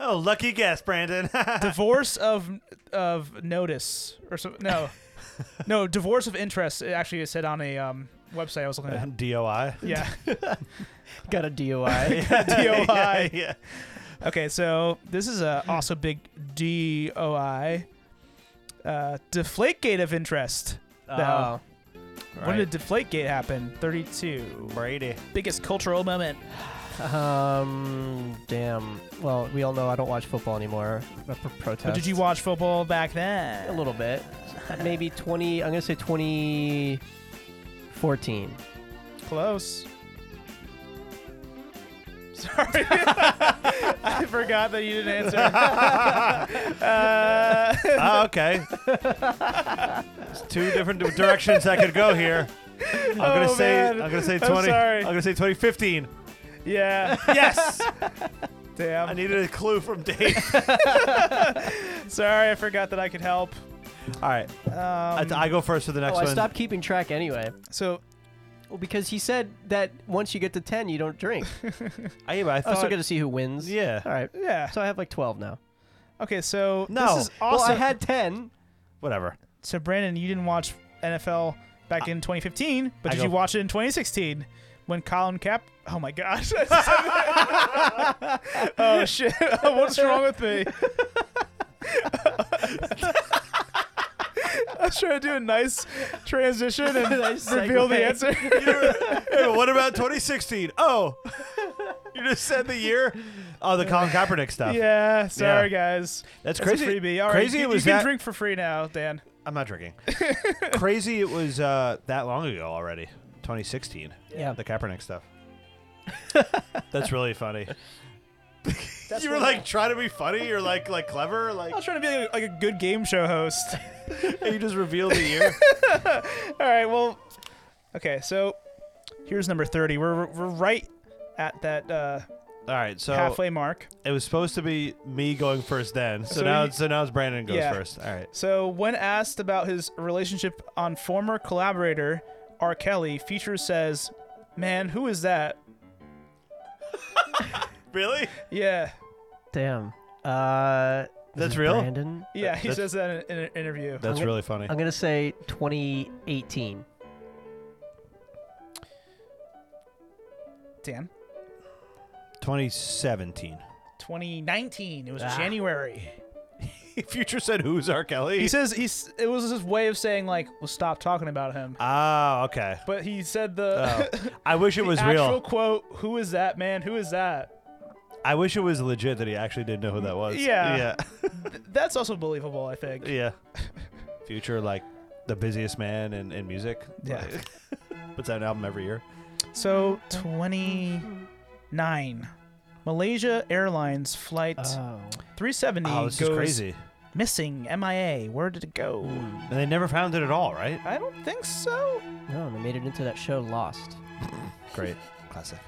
[SPEAKER 2] Oh, lucky guess, Brandon.
[SPEAKER 1] divorce of of notice or so,
[SPEAKER 2] (laughs)
[SPEAKER 1] no, no divorce of interest. It actually is said on a um, website I was looking
[SPEAKER 2] (laughs)
[SPEAKER 1] at.
[SPEAKER 2] DOI. (laughs)
[SPEAKER 1] Yeah,
[SPEAKER 3] Got a (laughs) DUI.
[SPEAKER 1] DOI.
[SPEAKER 2] yeah.
[SPEAKER 1] (laughs) Okay, so this is a also big DOI. Uh, Deflategate of interest.
[SPEAKER 3] Oh.
[SPEAKER 1] When did Deflategate happen? Thirty-two. (laughs)
[SPEAKER 2] Brady? (laughs)
[SPEAKER 1] Biggest cultural moment.
[SPEAKER 3] Um, damn. Well, we all know I don't watch football anymore. A pro- protest.
[SPEAKER 1] But did you watch football back then?
[SPEAKER 3] A little (laughs) bit. Maybe 20. I'm gonna say 2014.
[SPEAKER 1] Close. (laughs) Sorry. I forgot that you didn't
[SPEAKER 2] (laughs)
[SPEAKER 1] answer. uh,
[SPEAKER 2] Oh, okay. There's two different di- directions I could go here. I'm gonna
[SPEAKER 1] Oh,
[SPEAKER 2] say
[SPEAKER 1] man.
[SPEAKER 2] I'm gonna say
[SPEAKER 1] I'm
[SPEAKER 2] 20
[SPEAKER 1] sorry.
[SPEAKER 2] I'm gonna say 2015.
[SPEAKER 1] yeah.
[SPEAKER 2] Yes. (laughs) I
[SPEAKER 1] Damn.
[SPEAKER 2] needed a clue from Dave.
[SPEAKER 1] (laughs) Sorry, I forgot that I could help.
[SPEAKER 2] All right.
[SPEAKER 1] Um,
[SPEAKER 2] I, I go first for the next
[SPEAKER 3] Oh, I
[SPEAKER 2] one.
[SPEAKER 3] stopped keeping track anyway.
[SPEAKER 1] so
[SPEAKER 3] Well, because he said that once you get to 10, you don't (laughs) drink.
[SPEAKER 2] I, I
[SPEAKER 3] I
[SPEAKER 1] Oh,
[SPEAKER 2] thought,
[SPEAKER 3] still got to see who wins.
[SPEAKER 2] Yeah.
[SPEAKER 3] All right.
[SPEAKER 1] yeah.
[SPEAKER 3] So I have like 12 now.
[SPEAKER 1] Okay, so
[SPEAKER 2] No.
[SPEAKER 1] this is
[SPEAKER 3] Well,
[SPEAKER 1] also
[SPEAKER 3] I had 10.
[SPEAKER 1] (laughs)
[SPEAKER 2] Whatever.
[SPEAKER 1] so Brandon, you didn't watch NFL back in 2015, but
[SPEAKER 2] I
[SPEAKER 1] did
[SPEAKER 2] go-
[SPEAKER 1] you watch it in 2016 when Colin Cap? Oh my gosh. (laughs) oh shit. (laughs) What's wrong with me? (laughs) I was trying to do a nice transition (laughs) and
[SPEAKER 3] Nice
[SPEAKER 1] reveal
[SPEAKER 3] segue.
[SPEAKER 1] the answer.
[SPEAKER 2] Hey, what about 2016? Oh, (laughs) you just said the year. Oh, the Colin Kaepernick stuff.
[SPEAKER 1] yeah, sorry guys.
[SPEAKER 2] That's
[SPEAKER 1] That's
[SPEAKER 2] crazy.
[SPEAKER 1] a freebie. All right,
[SPEAKER 2] crazy.
[SPEAKER 1] you,
[SPEAKER 2] it
[SPEAKER 1] you
[SPEAKER 2] was
[SPEAKER 1] can
[SPEAKER 2] that.
[SPEAKER 1] drink for free now, Dan.
[SPEAKER 2] I'm not drinking. (laughs) crazy. It was uh, that long ago already. 2016.
[SPEAKER 3] Yeah.
[SPEAKER 2] The Kaepernick (laughs) stuff. That's really funny.
[SPEAKER 1] That's
[SPEAKER 2] you were
[SPEAKER 1] what-
[SPEAKER 2] like trying to be funny. You're like like clever. Like
[SPEAKER 1] I was trying to be like a, like a good game show host.
[SPEAKER 2] you just revealed the
[SPEAKER 1] (laughs)
[SPEAKER 2] (laughs) year.
[SPEAKER 1] All right, well, okay, so here's number 30. We're, we're right at that uh,
[SPEAKER 2] All right, so
[SPEAKER 1] halfway mark.
[SPEAKER 2] it was supposed to be me going first then. So,
[SPEAKER 1] So
[SPEAKER 2] now
[SPEAKER 1] you-
[SPEAKER 2] it's so now it's Brandon goes
[SPEAKER 1] Yeah.
[SPEAKER 2] first. All right.
[SPEAKER 1] So, when asked about his relationship on former collaborator R. Kelly, Feature says, "Man, who is that?"
[SPEAKER 2] Really?
[SPEAKER 1] Yeah,
[SPEAKER 3] Damn. Uh,
[SPEAKER 2] That's real?
[SPEAKER 3] Brandon.
[SPEAKER 1] yeah.
[SPEAKER 2] That-
[SPEAKER 1] He
[SPEAKER 2] that's-
[SPEAKER 1] says that in, in an interview.
[SPEAKER 2] That's
[SPEAKER 3] I'm-
[SPEAKER 2] really funny.
[SPEAKER 3] I'm gonna say 2018.
[SPEAKER 1] Dan,
[SPEAKER 2] 2017.
[SPEAKER 1] 2019. It was
[SPEAKER 3] Ah.
[SPEAKER 1] January.
[SPEAKER 2] (laughs) Future said, "Who's R. Kelly?"
[SPEAKER 1] He says he's. It was his way of saying like, "Well, stop talking about him."
[SPEAKER 2] "Oh, okay."
[SPEAKER 1] But he said the,
[SPEAKER 2] Oh.
[SPEAKER 1] (laughs)
[SPEAKER 2] I wish it
[SPEAKER 1] the
[SPEAKER 2] was
[SPEAKER 1] actual
[SPEAKER 2] real.
[SPEAKER 1] quote, "Who is that man? Who is that?"
[SPEAKER 2] I wish it was legit that he actually did know who that was.
[SPEAKER 1] Yeah. That's also believable, I think.
[SPEAKER 2] Yeah.
[SPEAKER 1] (laughs)
[SPEAKER 2] Yeah. Future like the busiest man in, in music.
[SPEAKER 1] Yeah.
[SPEAKER 2] Like, (laughs) puts out an album every year.
[SPEAKER 1] So, 29. Malaysia Airlines Flight
[SPEAKER 3] Oh.
[SPEAKER 1] 370
[SPEAKER 2] Uh, Oh, this
[SPEAKER 1] goes
[SPEAKER 2] is crazy.
[SPEAKER 1] missing, MIA. Where did it go?
[SPEAKER 3] Hmm.
[SPEAKER 2] And they never found it at all, right?
[SPEAKER 1] I don't think so.
[SPEAKER 3] No, they made it into that show Lost.
[SPEAKER 2] Great. Classic.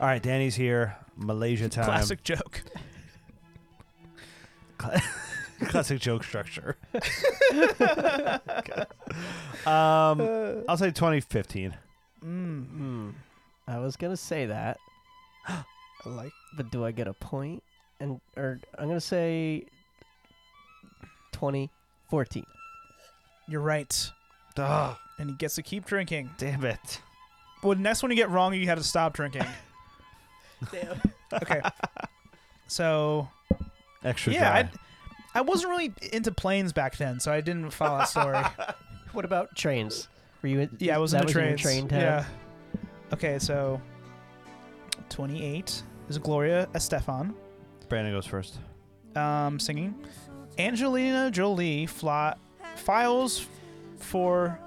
[SPEAKER 2] All right, Danny's here. Malaysia time.
[SPEAKER 1] Classic joke.
[SPEAKER 2] (laughs) classic
[SPEAKER 1] (laughs)
[SPEAKER 2] joke structure. Okay. Um,
[SPEAKER 1] Uh,
[SPEAKER 2] I'll say 2015.
[SPEAKER 1] (laughs) mm,
[SPEAKER 3] Hmm. I was gonna say that, (gasps)
[SPEAKER 1] I like
[SPEAKER 3] but do I get a point? And or I'm gonna say 2014.
[SPEAKER 1] You're right.
[SPEAKER 2] Ah,
[SPEAKER 1] And he gets to keep drinking.
[SPEAKER 2] damn it.
[SPEAKER 1] Well, the next one you get wrong, you had to stop drinking.
[SPEAKER 3] Damn.
[SPEAKER 2] (laughs)
[SPEAKER 1] Okay. so,
[SPEAKER 2] Extra
[SPEAKER 1] yeah,
[SPEAKER 2] dry.
[SPEAKER 1] I, I wasn't really into planes back then, so I didn't follow that
[SPEAKER 2] (laughs)
[SPEAKER 1] story.
[SPEAKER 3] (laughs) What about trains? Were you? In,
[SPEAKER 1] Yeah, I was
[SPEAKER 3] that
[SPEAKER 1] in the
[SPEAKER 3] was in your
[SPEAKER 1] trains.
[SPEAKER 3] train tab?
[SPEAKER 1] yeah. Okay, so 28 is Gloria Estefan
[SPEAKER 2] Brandon goes first.
[SPEAKER 1] um, singing. Angelina Jolie fly, files for.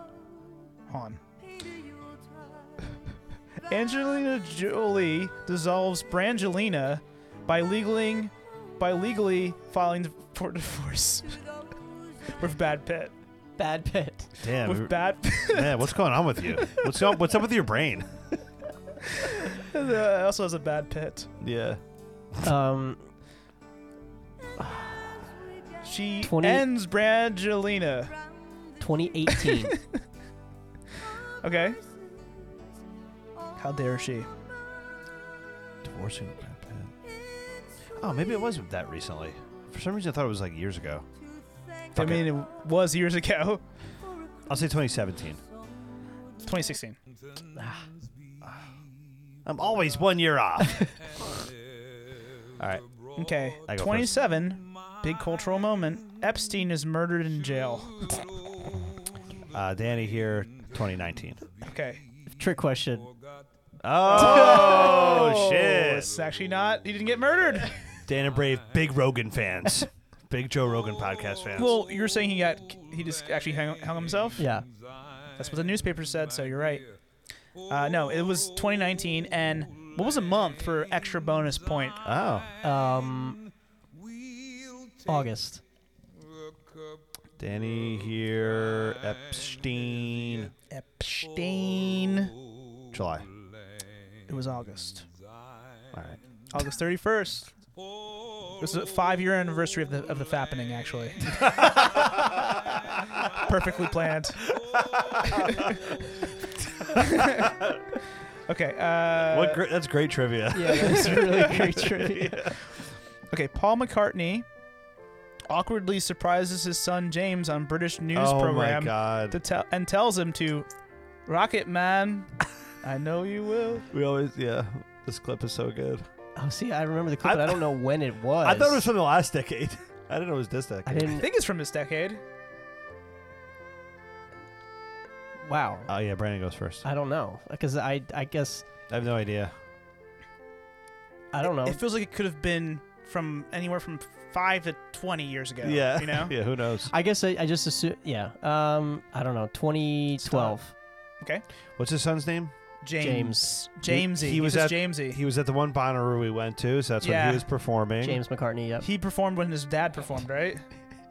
[SPEAKER 1] Hold on. (laughs) Angelina Jolie dissolves Brangelina by legally, by legally filing for divorce (laughs) with Bad Pitt.
[SPEAKER 3] Bad pit.
[SPEAKER 2] Damn. we-
[SPEAKER 1] With Bad (laughs) Pitt.
[SPEAKER 2] Man, what's going on with you? What's up? What's up with your brain?
[SPEAKER 1] Uh, also has a Bad Pitt.
[SPEAKER 2] Yeah.
[SPEAKER 3] Um.
[SPEAKER 1] She
[SPEAKER 3] 20
[SPEAKER 1] ends Brangelina.
[SPEAKER 3] 2018.
[SPEAKER 1] Okay. How dare she?
[SPEAKER 2] Divorcing. Oh, maybe it wasn't that recently. For some reason, I thought it was like years ago.
[SPEAKER 1] I
[SPEAKER 2] Fuck it.
[SPEAKER 1] mean, it was years ago.
[SPEAKER 2] I'll say 2017.
[SPEAKER 1] 2016.
[SPEAKER 2] I'm always one year (laughs) off. All right.
[SPEAKER 1] Okay.
[SPEAKER 2] I go
[SPEAKER 1] 27. Big cultural moment. Epstein is murdered in jail.
[SPEAKER 2] Uh, Danny here, 2019.
[SPEAKER 1] Okay.
[SPEAKER 3] Trick question.
[SPEAKER 2] Oh,
[SPEAKER 1] It's actually not. He didn't get murdered.
[SPEAKER 2] Dan and Brave, big Rogan fans, big Joe Rogan podcast fans.
[SPEAKER 1] Well, you're saying he got. He just actually hung, hung himself?
[SPEAKER 3] Yeah.
[SPEAKER 1] That's what the newspaper said, so you're right. Uh, no, it was 2019, and what was a month for extra bonus point?
[SPEAKER 2] oh,
[SPEAKER 3] Um. August.
[SPEAKER 2] Danny here, Epstein,
[SPEAKER 1] Epstein.
[SPEAKER 2] July.
[SPEAKER 1] It was August.
[SPEAKER 2] All right.
[SPEAKER 1] August 31st. This is a five-year anniversary of the of the fappening, actually. (laughs)
[SPEAKER 2] (laughs)
[SPEAKER 1] Perfectly planned. (laughs) okay. Uh,
[SPEAKER 2] what? Gr- that's great trivia.
[SPEAKER 3] Yeah, that's (laughs) really great trivia.
[SPEAKER 1] okay. Paul McCartney awkwardly surprises his son James on British news
[SPEAKER 2] oh
[SPEAKER 1] program
[SPEAKER 2] my god.
[SPEAKER 1] to tell and tells him to rocket man. I know you will.
[SPEAKER 2] we always yeah. This clip is so good.
[SPEAKER 3] Oh, see, I remember the clip,
[SPEAKER 2] I-
[SPEAKER 3] but I don't know when it was.
[SPEAKER 2] I thought it was from the last decade. (laughs) I didn't know it was this
[SPEAKER 3] I
[SPEAKER 2] decade.
[SPEAKER 1] I
[SPEAKER 3] didn't.
[SPEAKER 1] think it's from this decade.
[SPEAKER 3] Wow.
[SPEAKER 2] Oh yeah, Brandon goes first.
[SPEAKER 3] I don't know because I I guess
[SPEAKER 2] I have no idea.
[SPEAKER 3] I don't know.
[SPEAKER 1] It feels like it could have been from anywhere from five to twenty years ago.
[SPEAKER 2] yeah.
[SPEAKER 1] You know.
[SPEAKER 2] (laughs) yeah. Who knows?
[SPEAKER 3] I guess I, I just assume. Yeah. Um. I don't know. 2012.
[SPEAKER 2] What's his son's name?
[SPEAKER 1] James.
[SPEAKER 3] James.
[SPEAKER 1] Jamesy.
[SPEAKER 2] He-
[SPEAKER 3] E.
[SPEAKER 2] he
[SPEAKER 1] He,
[SPEAKER 2] was
[SPEAKER 1] was
[SPEAKER 2] at-
[SPEAKER 1] Jamesy. He,
[SPEAKER 2] He was at the one Bonnaroo we went to, so that's when
[SPEAKER 1] Yeah.
[SPEAKER 2] he was performing.
[SPEAKER 3] James McCartney. Yep.
[SPEAKER 1] performed when his dad performed, right?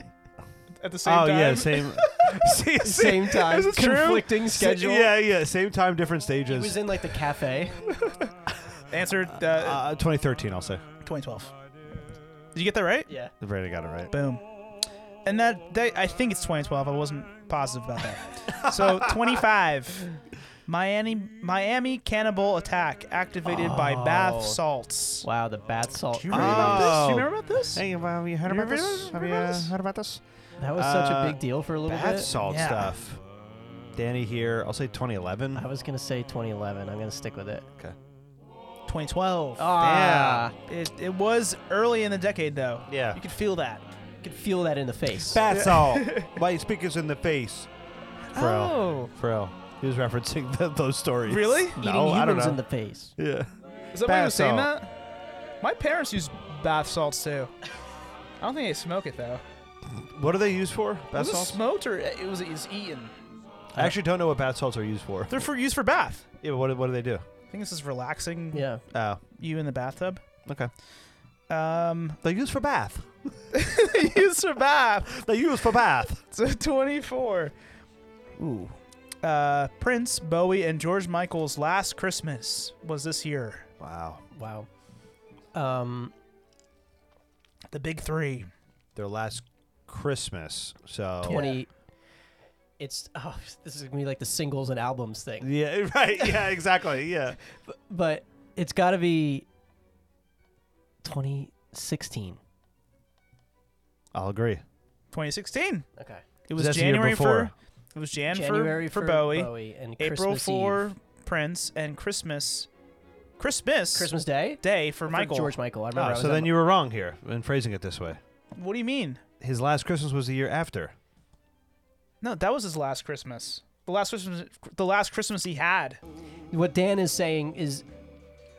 [SPEAKER 1] (laughs) At the same
[SPEAKER 2] oh
[SPEAKER 1] time. (laughs)
[SPEAKER 2] yeah, same. (laughs) See, see,
[SPEAKER 3] Same time.
[SPEAKER 2] is it true?
[SPEAKER 3] conflicting
[SPEAKER 2] Sa-
[SPEAKER 3] schedule.
[SPEAKER 2] Yeah, yeah, same time, different
[SPEAKER 3] He
[SPEAKER 2] (laughs) stages.
[SPEAKER 1] (laughs)
[SPEAKER 3] was in like the cafe.
[SPEAKER 1] Answer uh,
[SPEAKER 2] Uh, 2013, I'll say.
[SPEAKER 1] 2012. Did you get that right?
[SPEAKER 3] Yeah.
[SPEAKER 2] The Brady got it right.
[SPEAKER 1] Boom. And that day, I think it's 2012. I wasn't positive about that. (laughs) so 25. Miami Miami cannibal attack activated by
[SPEAKER 3] Oh.
[SPEAKER 1] bath salts.
[SPEAKER 3] Wow, the bath salt.
[SPEAKER 1] Do you remember
[SPEAKER 2] Ah,
[SPEAKER 1] about this? Do you remember about this?
[SPEAKER 2] Hey, have you heard
[SPEAKER 1] You
[SPEAKER 2] about
[SPEAKER 1] remember
[SPEAKER 2] this?
[SPEAKER 1] about-
[SPEAKER 2] Have you
[SPEAKER 1] remember
[SPEAKER 2] uh,
[SPEAKER 1] this?
[SPEAKER 2] heard about this?
[SPEAKER 3] That was such a
[SPEAKER 2] Uh,
[SPEAKER 3] big deal for a little
[SPEAKER 2] Bath
[SPEAKER 3] bit.
[SPEAKER 2] salt
[SPEAKER 1] Yeah.
[SPEAKER 2] stuff. Danny here. I'll say 2011.
[SPEAKER 3] I was gonna say 2011. I'm gonna stick with it.
[SPEAKER 1] 2012.
[SPEAKER 3] Ah,
[SPEAKER 1] It, it was early in the decade though.
[SPEAKER 2] Yeah.
[SPEAKER 3] (laughs)
[SPEAKER 1] You could feel that.
[SPEAKER 3] I could feel that in the face.
[SPEAKER 2] Bath salt. Light speakers in the face. Pharrell.
[SPEAKER 3] Oh,
[SPEAKER 2] Pharrell. He was referencing (laughs) th those stories.
[SPEAKER 1] Really?
[SPEAKER 2] No,
[SPEAKER 1] Eating
[SPEAKER 3] eating humans
[SPEAKER 2] I don't know.
[SPEAKER 3] in the face.
[SPEAKER 2] yeah.
[SPEAKER 1] Is that why you
[SPEAKER 2] Bath
[SPEAKER 1] was saying
[SPEAKER 2] salt.
[SPEAKER 1] that? My parents use bath salts too. I don't think they smoke it though.
[SPEAKER 2] What are they used for? Bath
[SPEAKER 1] was it
[SPEAKER 2] salts?
[SPEAKER 1] smoked or it was, it was eaten?
[SPEAKER 2] I actually don't know what bath salts are used for.
[SPEAKER 1] They're for used for bath.
[SPEAKER 2] Yeah, but what, what do they do?
[SPEAKER 1] I think this is relaxing
[SPEAKER 3] Yeah.
[SPEAKER 2] Oh,
[SPEAKER 1] you in the bathtub.
[SPEAKER 2] okay. (laughs)
[SPEAKER 1] Um, (laughs)
[SPEAKER 2] They're used for bath.
[SPEAKER 1] used for bath.
[SPEAKER 2] They're used for bath. (laughs)
[SPEAKER 1] So 24.
[SPEAKER 3] Ooh.
[SPEAKER 1] Uh, Prince, Bowie, and George Michael's Last Christmas was this year.
[SPEAKER 2] Wow.
[SPEAKER 3] Wow. Um.
[SPEAKER 1] The big three.
[SPEAKER 2] Their last Christmas. So.
[SPEAKER 3] 20. It's oh, (laughs) this is gonna be like the singles and albums thing,
[SPEAKER 2] Yeah, (laughs) right. Yeah,
[SPEAKER 1] (laughs)
[SPEAKER 2] exactly. Yeah.
[SPEAKER 3] but it's gotta be 2016.
[SPEAKER 2] I'll agree.
[SPEAKER 1] 2016.
[SPEAKER 3] Okay.
[SPEAKER 1] It was
[SPEAKER 2] That's the year
[SPEAKER 1] January
[SPEAKER 2] before.
[SPEAKER 1] for it was Jan for-
[SPEAKER 3] January
[SPEAKER 1] for, Bowie,
[SPEAKER 3] and
[SPEAKER 1] April
[SPEAKER 3] Christmas
[SPEAKER 1] for
[SPEAKER 3] Eve.
[SPEAKER 1] Prince, and Christmas, Christmas,
[SPEAKER 3] Christmas Day
[SPEAKER 1] Day for Michael.
[SPEAKER 3] George Michael. I remember. I
[SPEAKER 2] Oh,
[SPEAKER 3] was
[SPEAKER 2] so
[SPEAKER 3] at
[SPEAKER 2] then
[SPEAKER 3] my-
[SPEAKER 2] you were wrong here in phrasing it this way.
[SPEAKER 1] What do you mean?
[SPEAKER 2] His last Christmas was the year after.
[SPEAKER 1] No, that was his last Christmas. The last Christmas, the last Christmas he had.
[SPEAKER 3] what Dan is saying is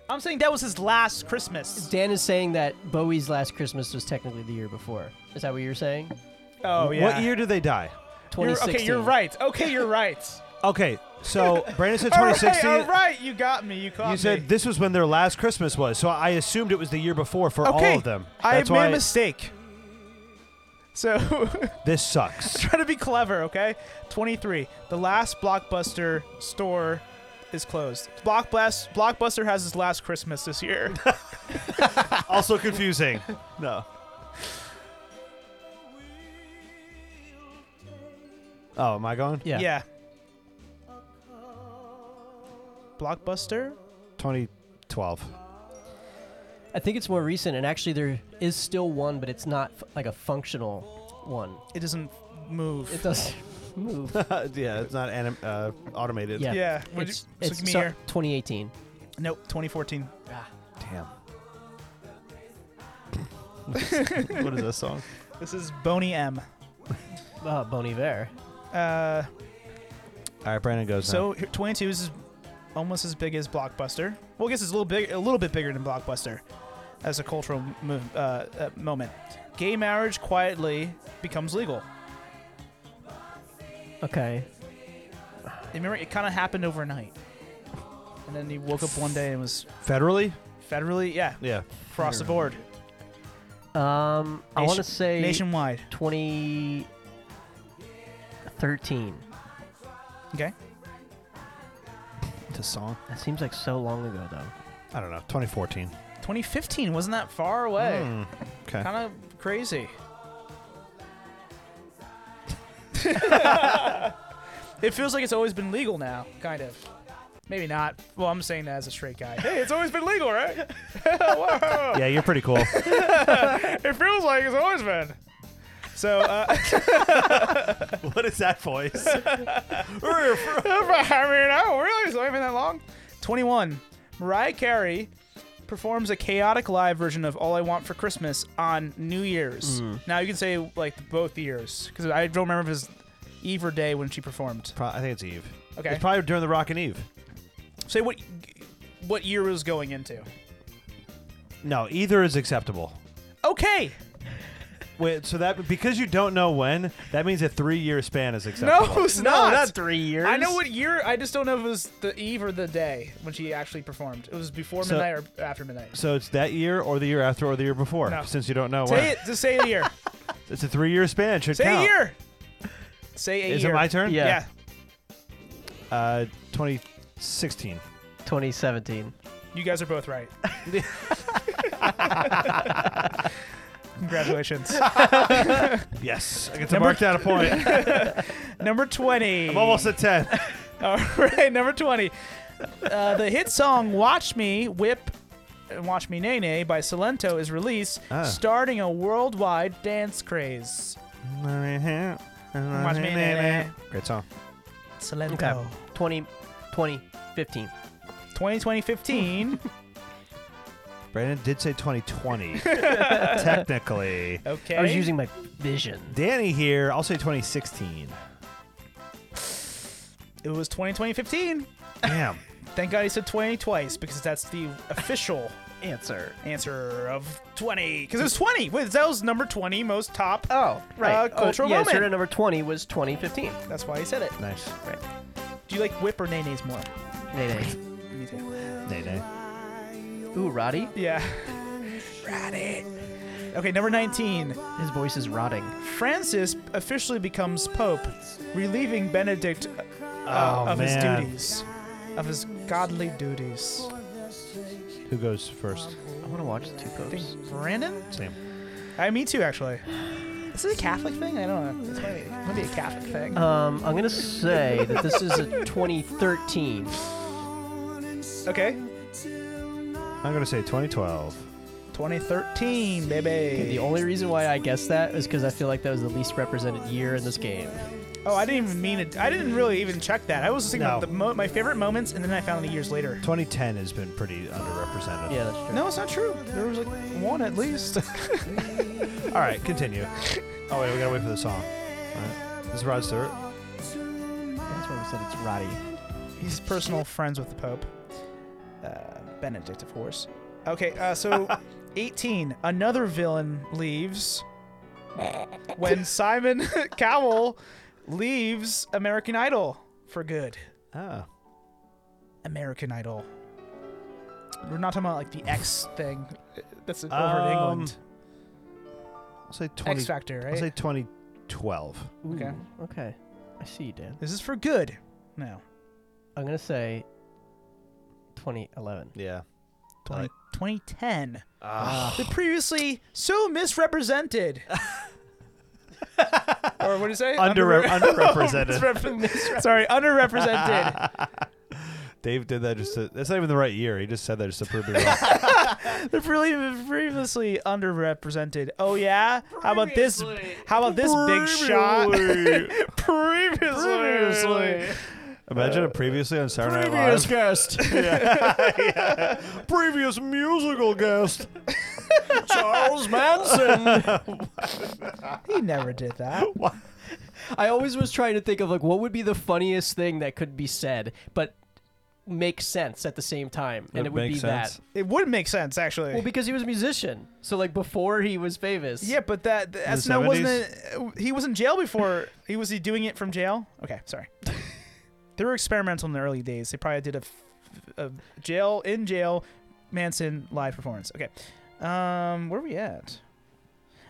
[SPEAKER 1] I'm saying that was his last Christmas.
[SPEAKER 3] Dan is saying that Bowie's last Christmas was technically the year before. Is that what you're saying?
[SPEAKER 1] Oh yeah.
[SPEAKER 2] What year did they die?
[SPEAKER 1] You're-
[SPEAKER 3] 2016.
[SPEAKER 1] okay, you're right. Okay, you're
[SPEAKER 2] (laughs)
[SPEAKER 1] right.
[SPEAKER 2] Okay,
[SPEAKER 1] (laughs)
[SPEAKER 2] so Brandon said
[SPEAKER 1] All right,
[SPEAKER 2] 2016.
[SPEAKER 1] All right, you got me. You caught
[SPEAKER 2] You said
[SPEAKER 1] me.
[SPEAKER 2] this was when their last Christmas was, so I assumed it was the year before for
[SPEAKER 1] okay,
[SPEAKER 2] all of them.
[SPEAKER 1] I
[SPEAKER 2] That's
[SPEAKER 1] made
[SPEAKER 2] why
[SPEAKER 1] a mistake. So (laughs)
[SPEAKER 2] this sucks.
[SPEAKER 1] try to be clever, okay? 23. The last Blockbuster store is closed. Blockbus- Blockbuster has its last Christmas this year. (laughs)
[SPEAKER 2] also confusing. (laughs) No. Oh, am I going?
[SPEAKER 3] Yeah.
[SPEAKER 1] Blockbuster?
[SPEAKER 2] 2012.
[SPEAKER 3] I think it's more recent, and actually there is still one, but it's not f- like a functional one.
[SPEAKER 1] It doesn't move.
[SPEAKER 3] It does (laughs) move.
[SPEAKER 2] (laughs) yeah, it's not anim- uh, automated.
[SPEAKER 3] Yeah.
[SPEAKER 1] Yeah. Would
[SPEAKER 3] it's
[SPEAKER 1] you- so
[SPEAKER 3] it's
[SPEAKER 1] give me
[SPEAKER 3] so-
[SPEAKER 1] here.
[SPEAKER 3] 2018.
[SPEAKER 1] Nope, 2014.
[SPEAKER 2] Damn. (laughs) what is that song?
[SPEAKER 1] This is Boney M.
[SPEAKER 3] Oh, Bon Iver.
[SPEAKER 1] Uh,
[SPEAKER 2] All right, Brandon goes. now.
[SPEAKER 1] So here- 22 is almost as big as Blockbuster. Well, I guess it's a little big, a little bit bigger than Blockbuster as a cultural mo- uh, uh, moment. Gay marriage quietly becomes legal.
[SPEAKER 3] Okay.
[SPEAKER 1] And Remember, it kind of happened overnight, and then he woke up one day and was
[SPEAKER 2] federally?
[SPEAKER 1] federally, yeah,
[SPEAKER 2] Yeah.
[SPEAKER 1] across the board,
[SPEAKER 3] Um, I
[SPEAKER 1] Nation-
[SPEAKER 3] want to say
[SPEAKER 1] nationwide.
[SPEAKER 3] 2013.
[SPEAKER 1] Okay,
[SPEAKER 2] The song?
[SPEAKER 3] That seems like so long ago, though.
[SPEAKER 2] I don't know. 2014.
[SPEAKER 1] 2015 wasn't that far away.
[SPEAKER 2] Hmm. Okay.
[SPEAKER 1] Kind of (laughs) crazy. it feels like it's always been legal now, kind of. Maybe not. Well, I'm saying that as a straight guy. Hey, it's always been legal, (laughs) right? Whoa.
[SPEAKER 2] Yeah, you're pretty cool.
[SPEAKER 1] It feels like it's always been. So, uh,
[SPEAKER 2] (laughs) what is that (laughs) voice?
[SPEAKER 1] (laughs) I mean, oh, really? It's only been that long? 21. Mariah Carey performs a chaotic live version of All I Want for Christmas on New Year's. Now, you can say, like, both years, because I don't remember if it was Eve or Day when she performed.
[SPEAKER 2] Pro- I think it's Eve.
[SPEAKER 1] Okay.
[SPEAKER 2] It's probably during the Rock and Eve.
[SPEAKER 1] Say what what year it was going into.
[SPEAKER 2] No, either is acceptable.
[SPEAKER 1] Okay.
[SPEAKER 2] Wait, so that because you don't know when, that means a three-year span is (laughs)
[SPEAKER 1] No,
[SPEAKER 2] acceptable.
[SPEAKER 1] it's not.
[SPEAKER 3] three years.
[SPEAKER 1] I know what year. I just don't know if it was the eve or the day when she actually performed. It was before
[SPEAKER 2] So-
[SPEAKER 1] midnight or after midnight.
[SPEAKER 2] So it's that year, or the year after, or the year before.
[SPEAKER 1] No.
[SPEAKER 2] Since you don't know when,
[SPEAKER 1] Say it. Just say a year.
[SPEAKER 2] it's a three-year span. Should
[SPEAKER 1] Say a
[SPEAKER 2] count.
[SPEAKER 1] year. Say a
[SPEAKER 2] Is
[SPEAKER 1] year.
[SPEAKER 2] it my turn?
[SPEAKER 1] Yeah.
[SPEAKER 3] Yeah.
[SPEAKER 2] Uh, 2016.
[SPEAKER 3] 2017.
[SPEAKER 1] You guys are both
[SPEAKER 3] (laughs)
[SPEAKER 1] right. (laughs)
[SPEAKER 3] (laughs)
[SPEAKER 1] Congratulations.
[SPEAKER 2] Yes, I get to
[SPEAKER 1] Number-
[SPEAKER 2] mark down a point.
[SPEAKER 1] number 20.
[SPEAKER 2] (laughs) I'm almost at ten.
[SPEAKER 1] (laughs) All right, number 20. Uh, the hit song Watch Me Whip and Watch Me Nay Nay by Salento is released,
[SPEAKER 2] Ah.
[SPEAKER 1] starting a worldwide dance craze. me, Nene.
[SPEAKER 2] Great song.
[SPEAKER 1] Salento.
[SPEAKER 3] Okay. 20, 20, 15.
[SPEAKER 1] 20, 2015.
[SPEAKER 2] Brandon did say
[SPEAKER 1] (laughs)
[SPEAKER 2] 2020. Technically,
[SPEAKER 1] Okay.
[SPEAKER 3] (laughs) I was using my vision.
[SPEAKER 2] Danny here. I'll say 2016.
[SPEAKER 1] it was 20, 2015.
[SPEAKER 2] Damn.
[SPEAKER 1] Thank God he said 20 twice because that's the official
[SPEAKER 3] Answer.
[SPEAKER 1] answer of 20. Because it was 20. Wait, that was number 20 most top.
[SPEAKER 3] Oh,
[SPEAKER 1] Uh,
[SPEAKER 3] right.
[SPEAKER 1] cultural
[SPEAKER 3] yeah,
[SPEAKER 1] moment.
[SPEAKER 3] Serena number 20 was 2015.
[SPEAKER 1] That's why he said it.
[SPEAKER 2] Nice.
[SPEAKER 1] Do you like whip or nay nays more?
[SPEAKER 3] Nay, nay.
[SPEAKER 1] Me too.
[SPEAKER 2] Nay, nay.
[SPEAKER 3] (laughs) Ooh, Roddy.
[SPEAKER 1] Yeah. Okay, number 19.
[SPEAKER 3] His voice is rotting.
[SPEAKER 1] Francis officially becomes Pope, relieving Benedict uh,
[SPEAKER 2] Oh,
[SPEAKER 1] of his
[SPEAKER 2] man.
[SPEAKER 1] duties, of his godly duties.
[SPEAKER 2] Who goes first?
[SPEAKER 3] I want to watch the two
[SPEAKER 1] I
[SPEAKER 3] popes.
[SPEAKER 1] think Brandon?
[SPEAKER 2] Same.
[SPEAKER 1] I, me too, actually. Is this a Catholic thing? I don't know. It's might be, might be a Catholic thing.
[SPEAKER 3] Um, I'm gonna say that this is a 2013.
[SPEAKER 1] Okay.
[SPEAKER 2] I'm gonna say 2012.
[SPEAKER 1] 2013,
[SPEAKER 3] The
[SPEAKER 1] baby.
[SPEAKER 3] only reason why I guessed that is because I feel like that was the least represented year in this game.
[SPEAKER 1] Oh, I didn't even mean it. I didn't really even check that. I was just thinking
[SPEAKER 2] No.
[SPEAKER 1] about the mo- my favorite moments, and then I found it years later.
[SPEAKER 2] 2010 has been pretty underrepresented.
[SPEAKER 3] Yeah, that's true.
[SPEAKER 1] No, it's not true. There was like one at least. (laughs)
[SPEAKER 2] All right, continue. Oh wait, we gotta wait for the song. All right. This is Rod Stewart.
[SPEAKER 3] That's why we said it's Roddy.
[SPEAKER 1] He's personal friends with the Pope. Uh, Benedict, of course. Okay, uh, (laughs) so 18. Another villain leaves when Simon (laughs) Cowell leaves American Idol for good.
[SPEAKER 2] Ah,
[SPEAKER 1] American Idol. We're not talking about like the X thing. That's over in
[SPEAKER 2] Um,
[SPEAKER 1] England.
[SPEAKER 2] I'll say 20.
[SPEAKER 1] X Factor,
[SPEAKER 2] I'll
[SPEAKER 1] right?
[SPEAKER 2] say 2012.
[SPEAKER 1] Okay.
[SPEAKER 3] Ooh, Okay. I see you, Dan.
[SPEAKER 1] this is for good. No.
[SPEAKER 3] I'm gonna say 2011.
[SPEAKER 2] Yeah.
[SPEAKER 1] 20,
[SPEAKER 2] Like-
[SPEAKER 1] 2010.
[SPEAKER 2] Ah.
[SPEAKER 1] The previously so misrepresented. (laughs) or what do you say?
[SPEAKER 2] Under-
[SPEAKER 1] (laughs)
[SPEAKER 2] underrepresented.
[SPEAKER 1] Misrep- Sorry, underrepresented.
[SPEAKER 2] Dave did that just to. That's not even the right year. He just said that just to prove me
[SPEAKER 1] (laughs)
[SPEAKER 2] wrong.
[SPEAKER 1] They're really previously underrepresented. Oh yeah, how about this? How about this big shot? (laughs) previously,
[SPEAKER 2] Imagine a previously on Saturday Night Live.
[SPEAKER 3] guest.
[SPEAKER 2] Previous musical guest.
[SPEAKER 3] (laughs) Charles Manson.
[SPEAKER 1] he never did (laughs) that.
[SPEAKER 3] I always was trying to think of like what would be the funniest thing that could be said, but make sense at the same time, and it would be that.
[SPEAKER 1] It would make sense actually.
[SPEAKER 3] Well, because he was a musician, so like before he was famous.
[SPEAKER 1] yeah, but that that's not wasn't it, he was in jail before. He was he doing it from jail? Okay, sorry. (laughs) they were experimental in the early days. They probably did a, f- a jail in jail Manson live performance. Okay, um, where are we at?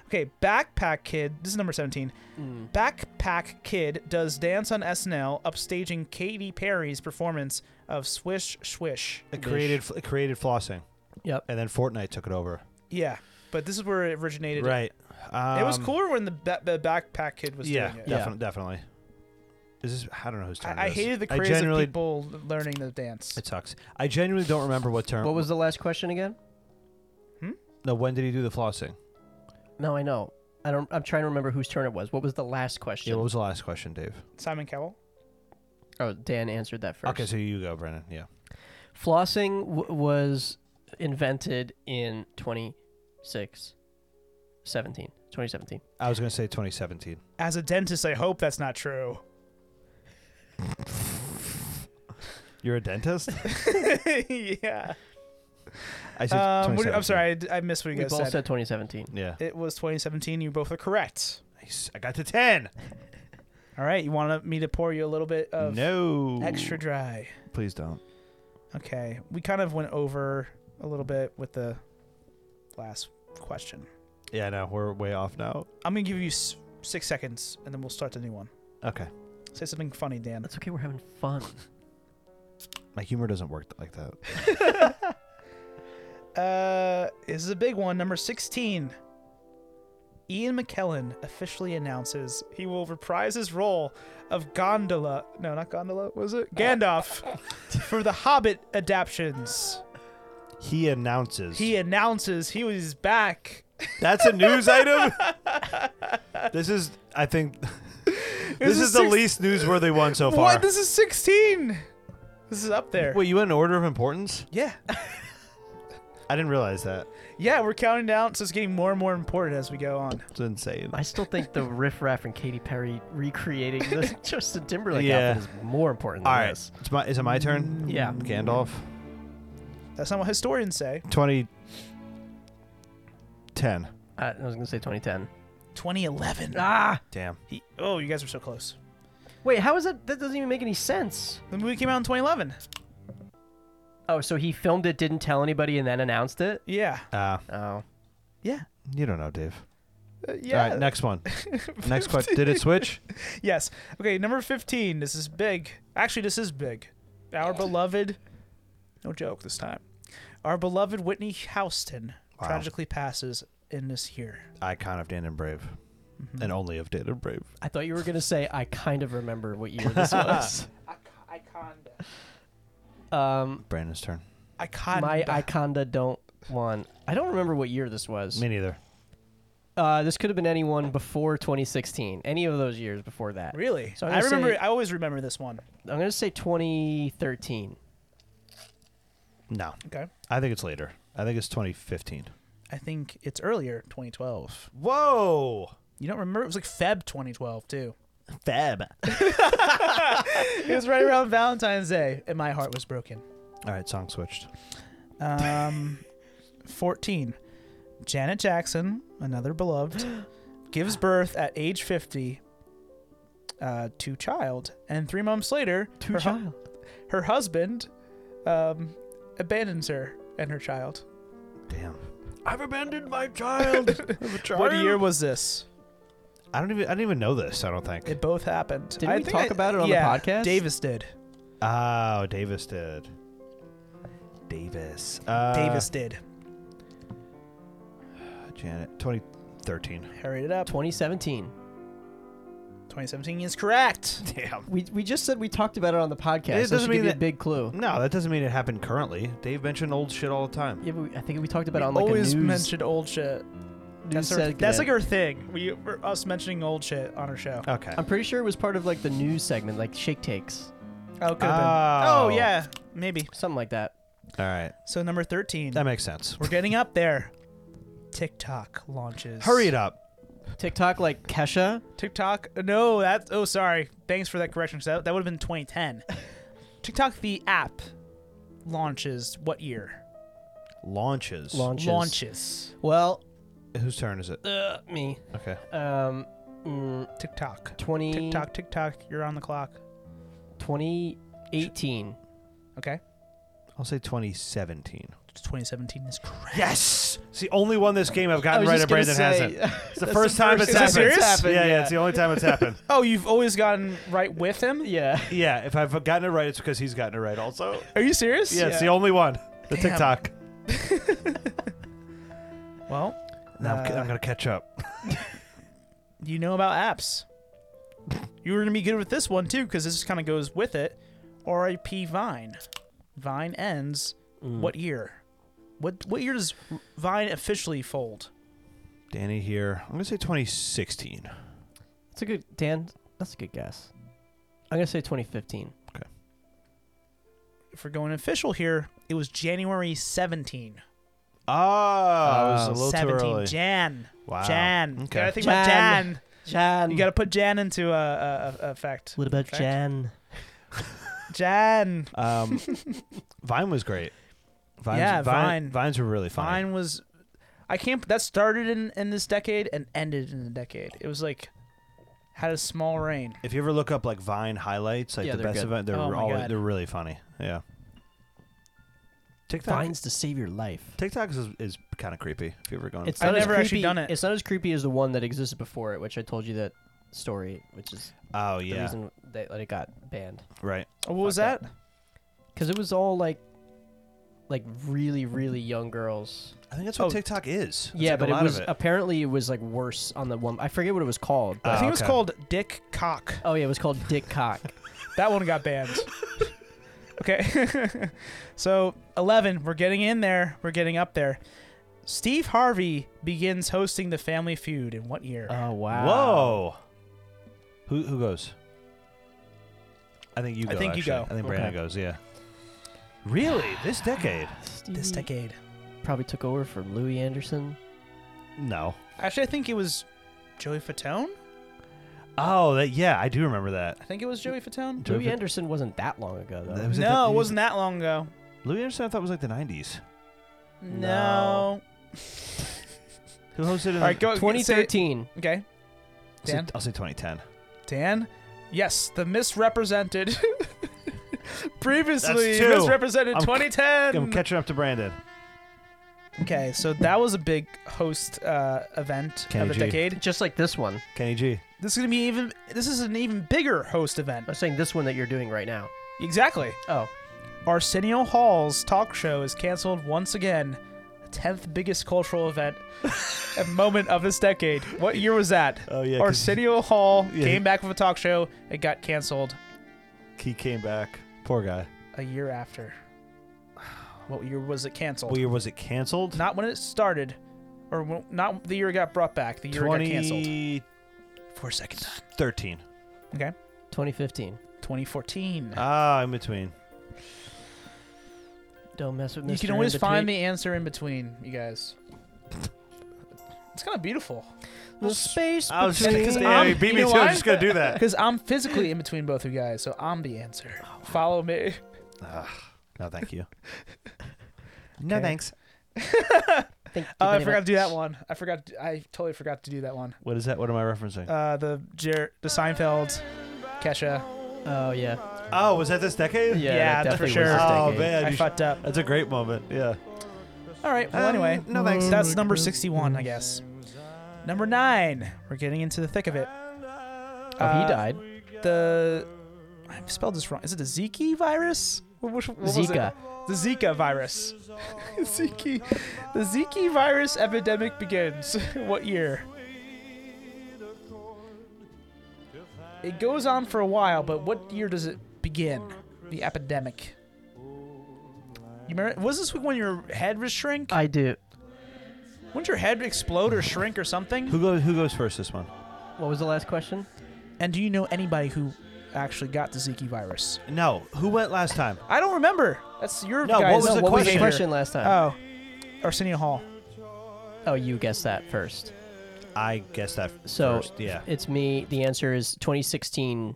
[SPEAKER 1] Okay, Backpack Kid. This is number seventeen.
[SPEAKER 3] Mm.
[SPEAKER 1] Backpack Kid does dance on SNL, upstaging Katy Perry's performance of Swish Swish.
[SPEAKER 2] It created it created flossing,
[SPEAKER 3] Yep.
[SPEAKER 2] and then Fortnite took it over.
[SPEAKER 1] Yeah, but this is where it originated.
[SPEAKER 2] Right. Um,
[SPEAKER 1] It was cooler when the, ba- the Backpack Kid was
[SPEAKER 2] Yeah,
[SPEAKER 1] doing it.
[SPEAKER 2] definitely, definitely. Is this? I don't know whose turn.
[SPEAKER 1] I, I
[SPEAKER 2] it is.
[SPEAKER 1] hated the
[SPEAKER 2] I
[SPEAKER 1] craze
[SPEAKER 2] genuinely,
[SPEAKER 1] of people learning the dance.
[SPEAKER 2] It sucks. I genuinely don't remember what term.
[SPEAKER 3] What was the last question again?
[SPEAKER 2] No, when did he do the flossing?
[SPEAKER 3] No, I know. I don't. I'm trying to remember whose turn it was. What was the last question?
[SPEAKER 2] Yeah. What was the last question, Dave?
[SPEAKER 1] Simon Cowell.
[SPEAKER 3] oh, Dan answered that first.
[SPEAKER 2] Okay, so you go, Brennan. Yeah.
[SPEAKER 3] Flossing w- was invented in 26, 17, 2017.
[SPEAKER 2] I was gonna say 2017.
[SPEAKER 1] As a dentist, I hope that's not true. (laughs)
[SPEAKER 2] You're a dentist.
[SPEAKER 1] yeah.
[SPEAKER 2] (laughs) I said
[SPEAKER 1] Um, what-
[SPEAKER 2] 2017.
[SPEAKER 1] I'm sorry, I d- I, missed what
[SPEAKER 3] We
[SPEAKER 1] you guys
[SPEAKER 3] both
[SPEAKER 1] said.
[SPEAKER 3] said, 2017.
[SPEAKER 2] Yeah.
[SPEAKER 1] It was 2017. You both are correct.
[SPEAKER 2] Nice. I got to ten.
[SPEAKER 1] All right. You want me to pour you a little bit of
[SPEAKER 2] no.
[SPEAKER 1] extra dry?
[SPEAKER 2] Please don't.
[SPEAKER 1] Okay. We kind of went over a little bit with the last question.
[SPEAKER 2] Yeah. No, we're way off now.
[SPEAKER 1] I'm going to give you s- six seconds and then we'll start the new one.
[SPEAKER 2] Okay.
[SPEAKER 1] Say something funny, Dan.
[SPEAKER 3] That's okay. We're having fun.
[SPEAKER 2] My humor doesn't work like that.
[SPEAKER 1] Uh, this is a big one. Number 16. Ian McKellen officially announces he will reprise his role of Gondola. No, not Gondola. What was
[SPEAKER 2] Uh,
[SPEAKER 1] it? Gandalf
[SPEAKER 2] (laughs)
[SPEAKER 1] for the Hobbit adaptions.
[SPEAKER 2] He announces.
[SPEAKER 1] He announces he was back.
[SPEAKER 2] That's a news item. This is, I think, this
[SPEAKER 1] is
[SPEAKER 2] is the
[SPEAKER 1] six-
[SPEAKER 2] least newsworthy one so far.
[SPEAKER 1] What? This is 16. This is up there.
[SPEAKER 2] Wait, you went in order of importance?
[SPEAKER 1] Yeah.
[SPEAKER 2] I didn't realize that.
[SPEAKER 1] Yeah, we're counting down, so it's getting more and more important as we go on.
[SPEAKER 2] It's insane.
[SPEAKER 3] I still think the riff raff and Katy Perry recreating the Justin Timberlake
[SPEAKER 2] Yeah.
[SPEAKER 3] outfit is more important than
[SPEAKER 2] All right,
[SPEAKER 3] this.
[SPEAKER 2] it's my, is it my turn?
[SPEAKER 3] Yeah.
[SPEAKER 2] Gandalf,
[SPEAKER 1] That's not what historians say.
[SPEAKER 2] 2010.
[SPEAKER 3] Uh, I was gonna say 2010.
[SPEAKER 1] 2011.
[SPEAKER 3] Ah,
[SPEAKER 2] Damn.
[SPEAKER 1] He, oh, you guys are so close.
[SPEAKER 3] wait, how is that? That doesn't even make any sense.
[SPEAKER 1] The movie came out in 2011.
[SPEAKER 3] Oh, so he filmed it, didn't tell anybody, and then announced it.
[SPEAKER 1] Yeah.
[SPEAKER 2] Uh,
[SPEAKER 3] Oh,
[SPEAKER 1] Yeah.
[SPEAKER 2] you don't know, Dave.
[SPEAKER 1] Uh, yeah.
[SPEAKER 2] All right, next one. next question. Did it switch?
[SPEAKER 1] Yes. Okay, number 15. This is big. Actually, this is big. Our beloved, no joke this time, our beloved Whitney Houston
[SPEAKER 2] Wow.
[SPEAKER 1] tragically passes in this year. Mm-hmm.
[SPEAKER 2] Icon of Dan and Brave, and only of Dan and Brave.
[SPEAKER 3] I thought you were gonna say I kind of remember what year (laughs) this was.
[SPEAKER 1] Iconda.
[SPEAKER 3] um,
[SPEAKER 2] Brandon's turn.
[SPEAKER 1] Iconda.
[SPEAKER 3] my Iconda don't want. I don't remember what year this was.
[SPEAKER 2] Me neither.
[SPEAKER 3] Uh, this could have been anyone before 2016. Any of those years before that.
[SPEAKER 1] really?
[SPEAKER 3] So I'm
[SPEAKER 1] I
[SPEAKER 3] gonna
[SPEAKER 1] remember.
[SPEAKER 3] say-
[SPEAKER 1] I always remember this one.
[SPEAKER 3] I'm gonna say 2013.
[SPEAKER 2] No,
[SPEAKER 1] Okay.
[SPEAKER 2] I think it's later. I think it's 2015.
[SPEAKER 1] I think it's earlier, 2012.
[SPEAKER 2] Whoa.
[SPEAKER 1] You don't remember? It was like Feb 2012 too.
[SPEAKER 2] Fab.
[SPEAKER 1] (laughs) It was right around Valentine's Day, and my heart was broken.
[SPEAKER 2] All right, song switched.
[SPEAKER 1] Um, 14. Janet Jackson, another
[SPEAKER 3] (gasps)
[SPEAKER 1] beloved, gives birth at age 50 uh, to child. And three months later, her, hu- her husband um, abandons her and her child.
[SPEAKER 2] Damn. I've abandoned my (laughs) child.
[SPEAKER 1] What year was this?
[SPEAKER 2] I don't even. I didn't even know this. I don't think.
[SPEAKER 1] It both happened.
[SPEAKER 3] Didn't
[SPEAKER 1] I
[SPEAKER 3] we
[SPEAKER 1] think
[SPEAKER 3] talk
[SPEAKER 1] I-
[SPEAKER 3] about it on the
[SPEAKER 1] yeah,
[SPEAKER 3] podcast?
[SPEAKER 1] Davis did.
[SPEAKER 2] oh, Davis did. Davis. Uh,
[SPEAKER 1] Davis did.
[SPEAKER 2] Janet. 2013.
[SPEAKER 1] Hurried it up.
[SPEAKER 3] 2017.
[SPEAKER 1] 2017 is correct.
[SPEAKER 2] (laughs) Damn.
[SPEAKER 3] We, we just said we talked about it on the podcast.
[SPEAKER 2] It
[SPEAKER 3] so
[SPEAKER 2] doesn't
[SPEAKER 3] should
[SPEAKER 2] mean
[SPEAKER 3] give you a
[SPEAKER 2] that-
[SPEAKER 3] big clue.
[SPEAKER 2] No, that doesn't mean it happened currently. Dave mentioned old shit all the time.
[SPEAKER 3] Yeah, but we, I think we talked about it on like
[SPEAKER 1] Always
[SPEAKER 3] a news,
[SPEAKER 1] mentioned old shit.
[SPEAKER 3] news
[SPEAKER 1] That's, our,
[SPEAKER 3] segment.
[SPEAKER 1] that's like our thing. We we're us mentioning old shit on our show.
[SPEAKER 2] Okay.
[SPEAKER 3] I'm pretty sure it was part of like the news segment, like Shake Takes,
[SPEAKER 1] Oh, could
[SPEAKER 3] Ah,
[SPEAKER 1] have been.
[SPEAKER 2] Oh.
[SPEAKER 1] Oh yeah, maybe.
[SPEAKER 3] something like that.
[SPEAKER 2] all right.
[SPEAKER 1] So number thirteen.
[SPEAKER 2] That makes sense.
[SPEAKER 1] We're getting up there. TikTok launches.
[SPEAKER 2] Hurry it up.
[SPEAKER 3] TikTok like Kesha.
[SPEAKER 1] TikTok. No, that. Oh, sorry. Thanks for that correction. 'cause That, that would have been
[SPEAKER 2] (laughs)
[SPEAKER 1] 2010. TikTok, the app, launches what year?
[SPEAKER 2] Launches.
[SPEAKER 3] Launches.
[SPEAKER 1] Launches.
[SPEAKER 3] Well,
[SPEAKER 2] Whose turn is it?
[SPEAKER 3] uh, me.
[SPEAKER 2] Okay.
[SPEAKER 3] Um, mm,
[SPEAKER 1] TikTok.
[SPEAKER 3] 20,
[SPEAKER 1] TikTok. TikTok. You're on the clock.
[SPEAKER 3] 2018.
[SPEAKER 1] Okay.
[SPEAKER 2] I'll say 2017.
[SPEAKER 1] 2017 is correct.
[SPEAKER 2] Yes. It's the only one this game I've gotten
[SPEAKER 3] I was
[SPEAKER 2] right
[SPEAKER 3] just
[SPEAKER 2] and
[SPEAKER 3] gonna
[SPEAKER 2] Brandon
[SPEAKER 3] say-
[SPEAKER 2] hasn't. It's the
[SPEAKER 3] That's
[SPEAKER 2] first
[SPEAKER 3] the
[SPEAKER 2] time
[SPEAKER 3] first
[SPEAKER 2] it's
[SPEAKER 3] time
[SPEAKER 2] happened.
[SPEAKER 1] it's happened,
[SPEAKER 2] yeah, yeah,
[SPEAKER 3] yeah.
[SPEAKER 2] it's the only time it's happened.
[SPEAKER 1] Oh, you've always gotten right (laughs) with him.
[SPEAKER 3] yeah.
[SPEAKER 2] yeah, if I've gotten it right, it's because he's gotten it right also.
[SPEAKER 1] Are you serious?
[SPEAKER 2] Yeah, it's the only one. The
[SPEAKER 1] Damn.
[SPEAKER 2] TikTok.
[SPEAKER 1] Well,
[SPEAKER 2] Now I'm,
[SPEAKER 1] Uh,
[SPEAKER 2] I'm gonna catch up.
[SPEAKER 1] you know about apps. you were gonna be good with this one too, because this kind of goes with it. R.I.P. Vine. Vine ends what year? What what year does Vine officially fold?
[SPEAKER 2] Danny here. I'm gonna say 2016.
[SPEAKER 3] That's a good Dan. That's a good guess. I'm gonna say 2015.
[SPEAKER 1] If we're going official here, it was January 17.
[SPEAKER 2] Oh, I was a little
[SPEAKER 1] 17
[SPEAKER 2] too early.
[SPEAKER 1] Jan.
[SPEAKER 2] Wow.
[SPEAKER 1] Jan. You
[SPEAKER 2] Okay.
[SPEAKER 1] gotta think about
[SPEAKER 3] Jan.
[SPEAKER 1] Jan.
[SPEAKER 3] Jan.
[SPEAKER 1] You gotta put Jan into a uh, uh, effect.
[SPEAKER 3] What about
[SPEAKER 1] Fact.
[SPEAKER 3] Jan?
[SPEAKER 1] Jan. (laughs)
[SPEAKER 2] Um, Vine was great. Vines,
[SPEAKER 1] Yeah, Vine.
[SPEAKER 2] Vines were really fun.
[SPEAKER 1] Vine was, I can't. That started in in this decade and ended in the decade. It was like had a small reign.
[SPEAKER 2] If you ever look up like Vine highlights, like
[SPEAKER 3] Yeah,
[SPEAKER 2] the
[SPEAKER 3] they're
[SPEAKER 2] best
[SPEAKER 3] good.
[SPEAKER 2] event, they're
[SPEAKER 1] Oh my
[SPEAKER 2] always
[SPEAKER 1] God.
[SPEAKER 2] they're really funny. Yeah. TikTok.
[SPEAKER 3] Vines to save your life.
[SPEAKER 2] TikTok is, is kind of creepy. If you ever going,
[SPEAKER 3] It's
[SPEAKER 1] I've
[SPEAKER 3] not as
[SPEAKER 1] never actually
[SPEAKER 3] creepy-
[SPEAKER 1] done it.
[SPEAKER 3] It's not as creepy as the one that existed before it, which I told you that story, which is
[SPEAKER 2] oh
[SPEAKER 3] the
[SPEAKER 2] yeah,
[SPEAKER 3] reason that, that it got banned.
[SPEAKER 2] right.
[SPEAKER 1] Oh, what was
[SPEAKER 3] Fuck
[SPEAKER 1] that?
[SPEAKER 3] that. Because it was all like, like really really young girls.
[SPEAKER 2] I think that's what
[SPEAKER 1] Oh,
[SPEAKER 2] TikTok is. It's
[SPEAKER 3] yeah,
[SPEAKER 2] like a
[SPEAKER 3] but it
[SPEAKER 2] lot of
[SPEAKER 3] was apparently it was like worse on the one. I forget what it was called.
[SPEAKER 1] I
[SPEAKER 3] But,
[SPEAKER 1] think it was
[SPEAKER 2] okay.
[SPEAKER 1] called Dick Cock.
[SPEAKER 3] oh yeah, it was called Dick
[SPEAKER 1] (laughs)
[SPEAKER 3] Cock.
[SPEAKER 1] That one got banned. okay. (laughs) so, 11, we're getting in there. We're getting up there. Steve Harvey begins hosting the Family Feud in what year?
[SPEAKER 3] oh wow.
[SPEAKER 2] Whoa. Who who goes? I think you
[SPEAKER 1] I
[SPEAKER 2] go.
[SPEAKER 1] think you
[SPEAKER 2] actually.
[SPEAKER 1] go.
[SPEAKER 2] I think
[SPEAKER 3] Okay.
[SPEAKER 2] Brandon goes. Yeah. Really? This decade?
[SPEAKER 3] Stevie
[SPEAKER 1] This decade.
[SPEAKER 3] probably took over for Louis Anderson.
[SPEAKER 2] No.
[SPEAKER 1] Actually, I think it was Joey Fatone.
[SPEAKER 2] Oh, that, yeah, I do remember that.
[SPEAKER 1] I think it was Joey Fatone.
[SPEAKER 2] Joey
[SPEAKER 3] Louis
[SPEAKER 2] Fa-
[SPEAKER 3] Anderson wasn't that long ago though.
[SPEAKER 2] That was- it
[SPEAKER 1] no,
[SPEAKER 2] the-
[SPEAKER 1] it wasn't that long ago.
[SPEAKER 2] Louis Anderson, I thought was like the '90s.
[SPEAKER 1] No.
[SPEAKER 2] Who hosted? In
[SPEAKER 1] All right, go. say-
[SPEAKER 3] 2013.
[SPEAKER 1] Okay.
[SPEAKER 2] I'll say-
[SPEAKER 1] Dan.
[SPEAKER 2] I'll say 2010.
[SPEAKER 1] Dan? Yes, the
[SPEAKER 2] (laughs)
[SPEAKER 1] misrepresented. Previously
[SPEAKER 2] That's two.
[SPEAKER 1] misrepresented
[SPEAKER 2] I'm c-
[SPEAKER 1] 2010.
[SPEAKER 2] I'm catching up to Brandon.
[SPEAKER 1] okay, so that was a big host uh, event of the
[SPEAKER 2] KG.
[SPEAKER 1] decade.
[SPEAKER 3] Just like this one.
[SPEAKER 2] Kenny G.
[SPEAKER 1] This is gonna be even. This is an even bigger host event.
[SPEAKER 3] I was saying this one that you're doing right now.
[SPEAKER 1] Exactly.
[SPEAKER 3] Oh.
[SPEAKER 1] Arsenio Hall's talk show is canceled once again. The tenth biggest cultural
[SPEAKER 2] (laughs)
[SPEAKER 1] event, a moment of this decade. What year was that?
[SPEAKER 2] Oh yeah,
[SPEAKER 1] Arsenio Hall
[SPEAKER 2] (laughs) Yeah.
[SPEAKER 1] came back with a talk show. It got canceled
[SPEAKER 2] he came back. Poor guy.
[SPEAKER 1] a year after. What year was it canceled?
[SPEAKER 2] What year was it canceled?
[SPEAKER 1] Not when it started, or when, not the year it got brought back. The year it got canceled
[SPEAKER 2] 2013.
[SPEAKER 1] for a second time.
[SPEAKER 3] 2015.
[SPEAKER 1] 2014.
[SPEAKER 2] Ah, in between.
[SPEAKER 3] Don't mess with me.
[SPEAKER 1] you can always find the answer in between, you guys. It's kind of beautiful
[SPEAKER 3] the space
[SPEAKER 2] I was just
[SPEAKER 3] between.
[SPEAKER 2] gonna say,
[SPEAKER 1] I'm-
[SPEAKER 2] he beat me
[SPEAKER 1] you know
[SPEAKER 2] too. I
[SPEAKER 1] why?
[SPEAKER 2] was just gonna do (laughs) that.
[SPEAKER 1] because I'm physically in between both you guys, so I'm the answer. Follow me.
[SPEAKER 2] no, thank you. no
[SPEAKER 1] Okay.
[SPEAKER 2] thanks.
[SPEAKER 3] Thank you
[SPEAKER 1] Oh, I
[SPEAKER 3] very
[SPEAKER 1] forgot to do that
[SPEAKER 3] much.
[SPEAKER 1] one. I forgot. I totally forgot to do that one.
[SPEAKER 2] What is that? What am I referencing?
[SPEAKER 1] Uh, the Jer- the Seinfeld, Kesha.
[SPEAKER 3] (laughs) Oh yeah.
[SPEAKER 2] oh, was that this decade?
[SPEAKER 3] Yeah,
[SPEAKER 1] Yeah,
[SPEAKER 3] that
[SPEAKER 1] for
[SPEAKER 3] definitely
[SPEAKER 1] sure.
[SPEAKER 3] Was
[SPEAKER 2] Oh
[SPEAKER 3] decade.
[SPEAKER 2] man,
[SPEAKER 1] I
[SPEAKER 2] you sh-
[SPEAKER 1] fucked up.
[SPEAKER 2] that's a great moment. Yeah.
[SPEAKER 1] All right. Well,
[SPEAKER 2] Um,
[SPEAKER 1] anyway,
[SPEAKER 2] no thanks.
[SPEAKER 1] That's number 61, I guess. Number nine. We're getting into the thick of it.
[SPEAKER 3] Oh,
[SPEAKER 1] Uh,
[SPEAKER 3] he died.
[SPEAKER 1] The I spelled this wrong. Is it the Zika virus? What, which- what was it?
[SPEAKER 3] Zika.
[SPEAKER 1] The Zika virus. (laughs) Zika. The Zika virus epidemic begins. (laughs) what year? It goes on for a while, but what year does it begin? The epidemic. You remember? Was this when your head was shrink?
[SPEAKER 3] I do.
[SPEAKER 1] Wouldn't your head explode or shrink or something?
[SPEAKER 2] Who goes? Who goes first this one?
[SPEAKER 3] What was the last question?
[SPEAKER 1] And do you know anybody who actually got the Zika virus?
[SPEAKER 2] No. Who went last time?
[SPEAKER 1] I don't remember. That's your
[SPEAKER 2] No, what
[SPEAKER 1] guys.
[SPEAKER 2] was
[SPEAKER 3] no,
[SPEAKER 2] the
[SPEAKER 3] what was
[SPEAKER 2] question?
[SPEAKER 3] the
[SPEAKER 2] Uh,
[SPEAKER 3] question last time?
[SPEAKER 1] Oh, Arsenio Hall.
[SPEAKER 3] oh, you guessed that first.
[SPEAKER 2] I guess that
[SPEAKER 3] So
[SPEAKER 2] first. Yeah.
[SPEAKER 3] it's me. The answer is 2016.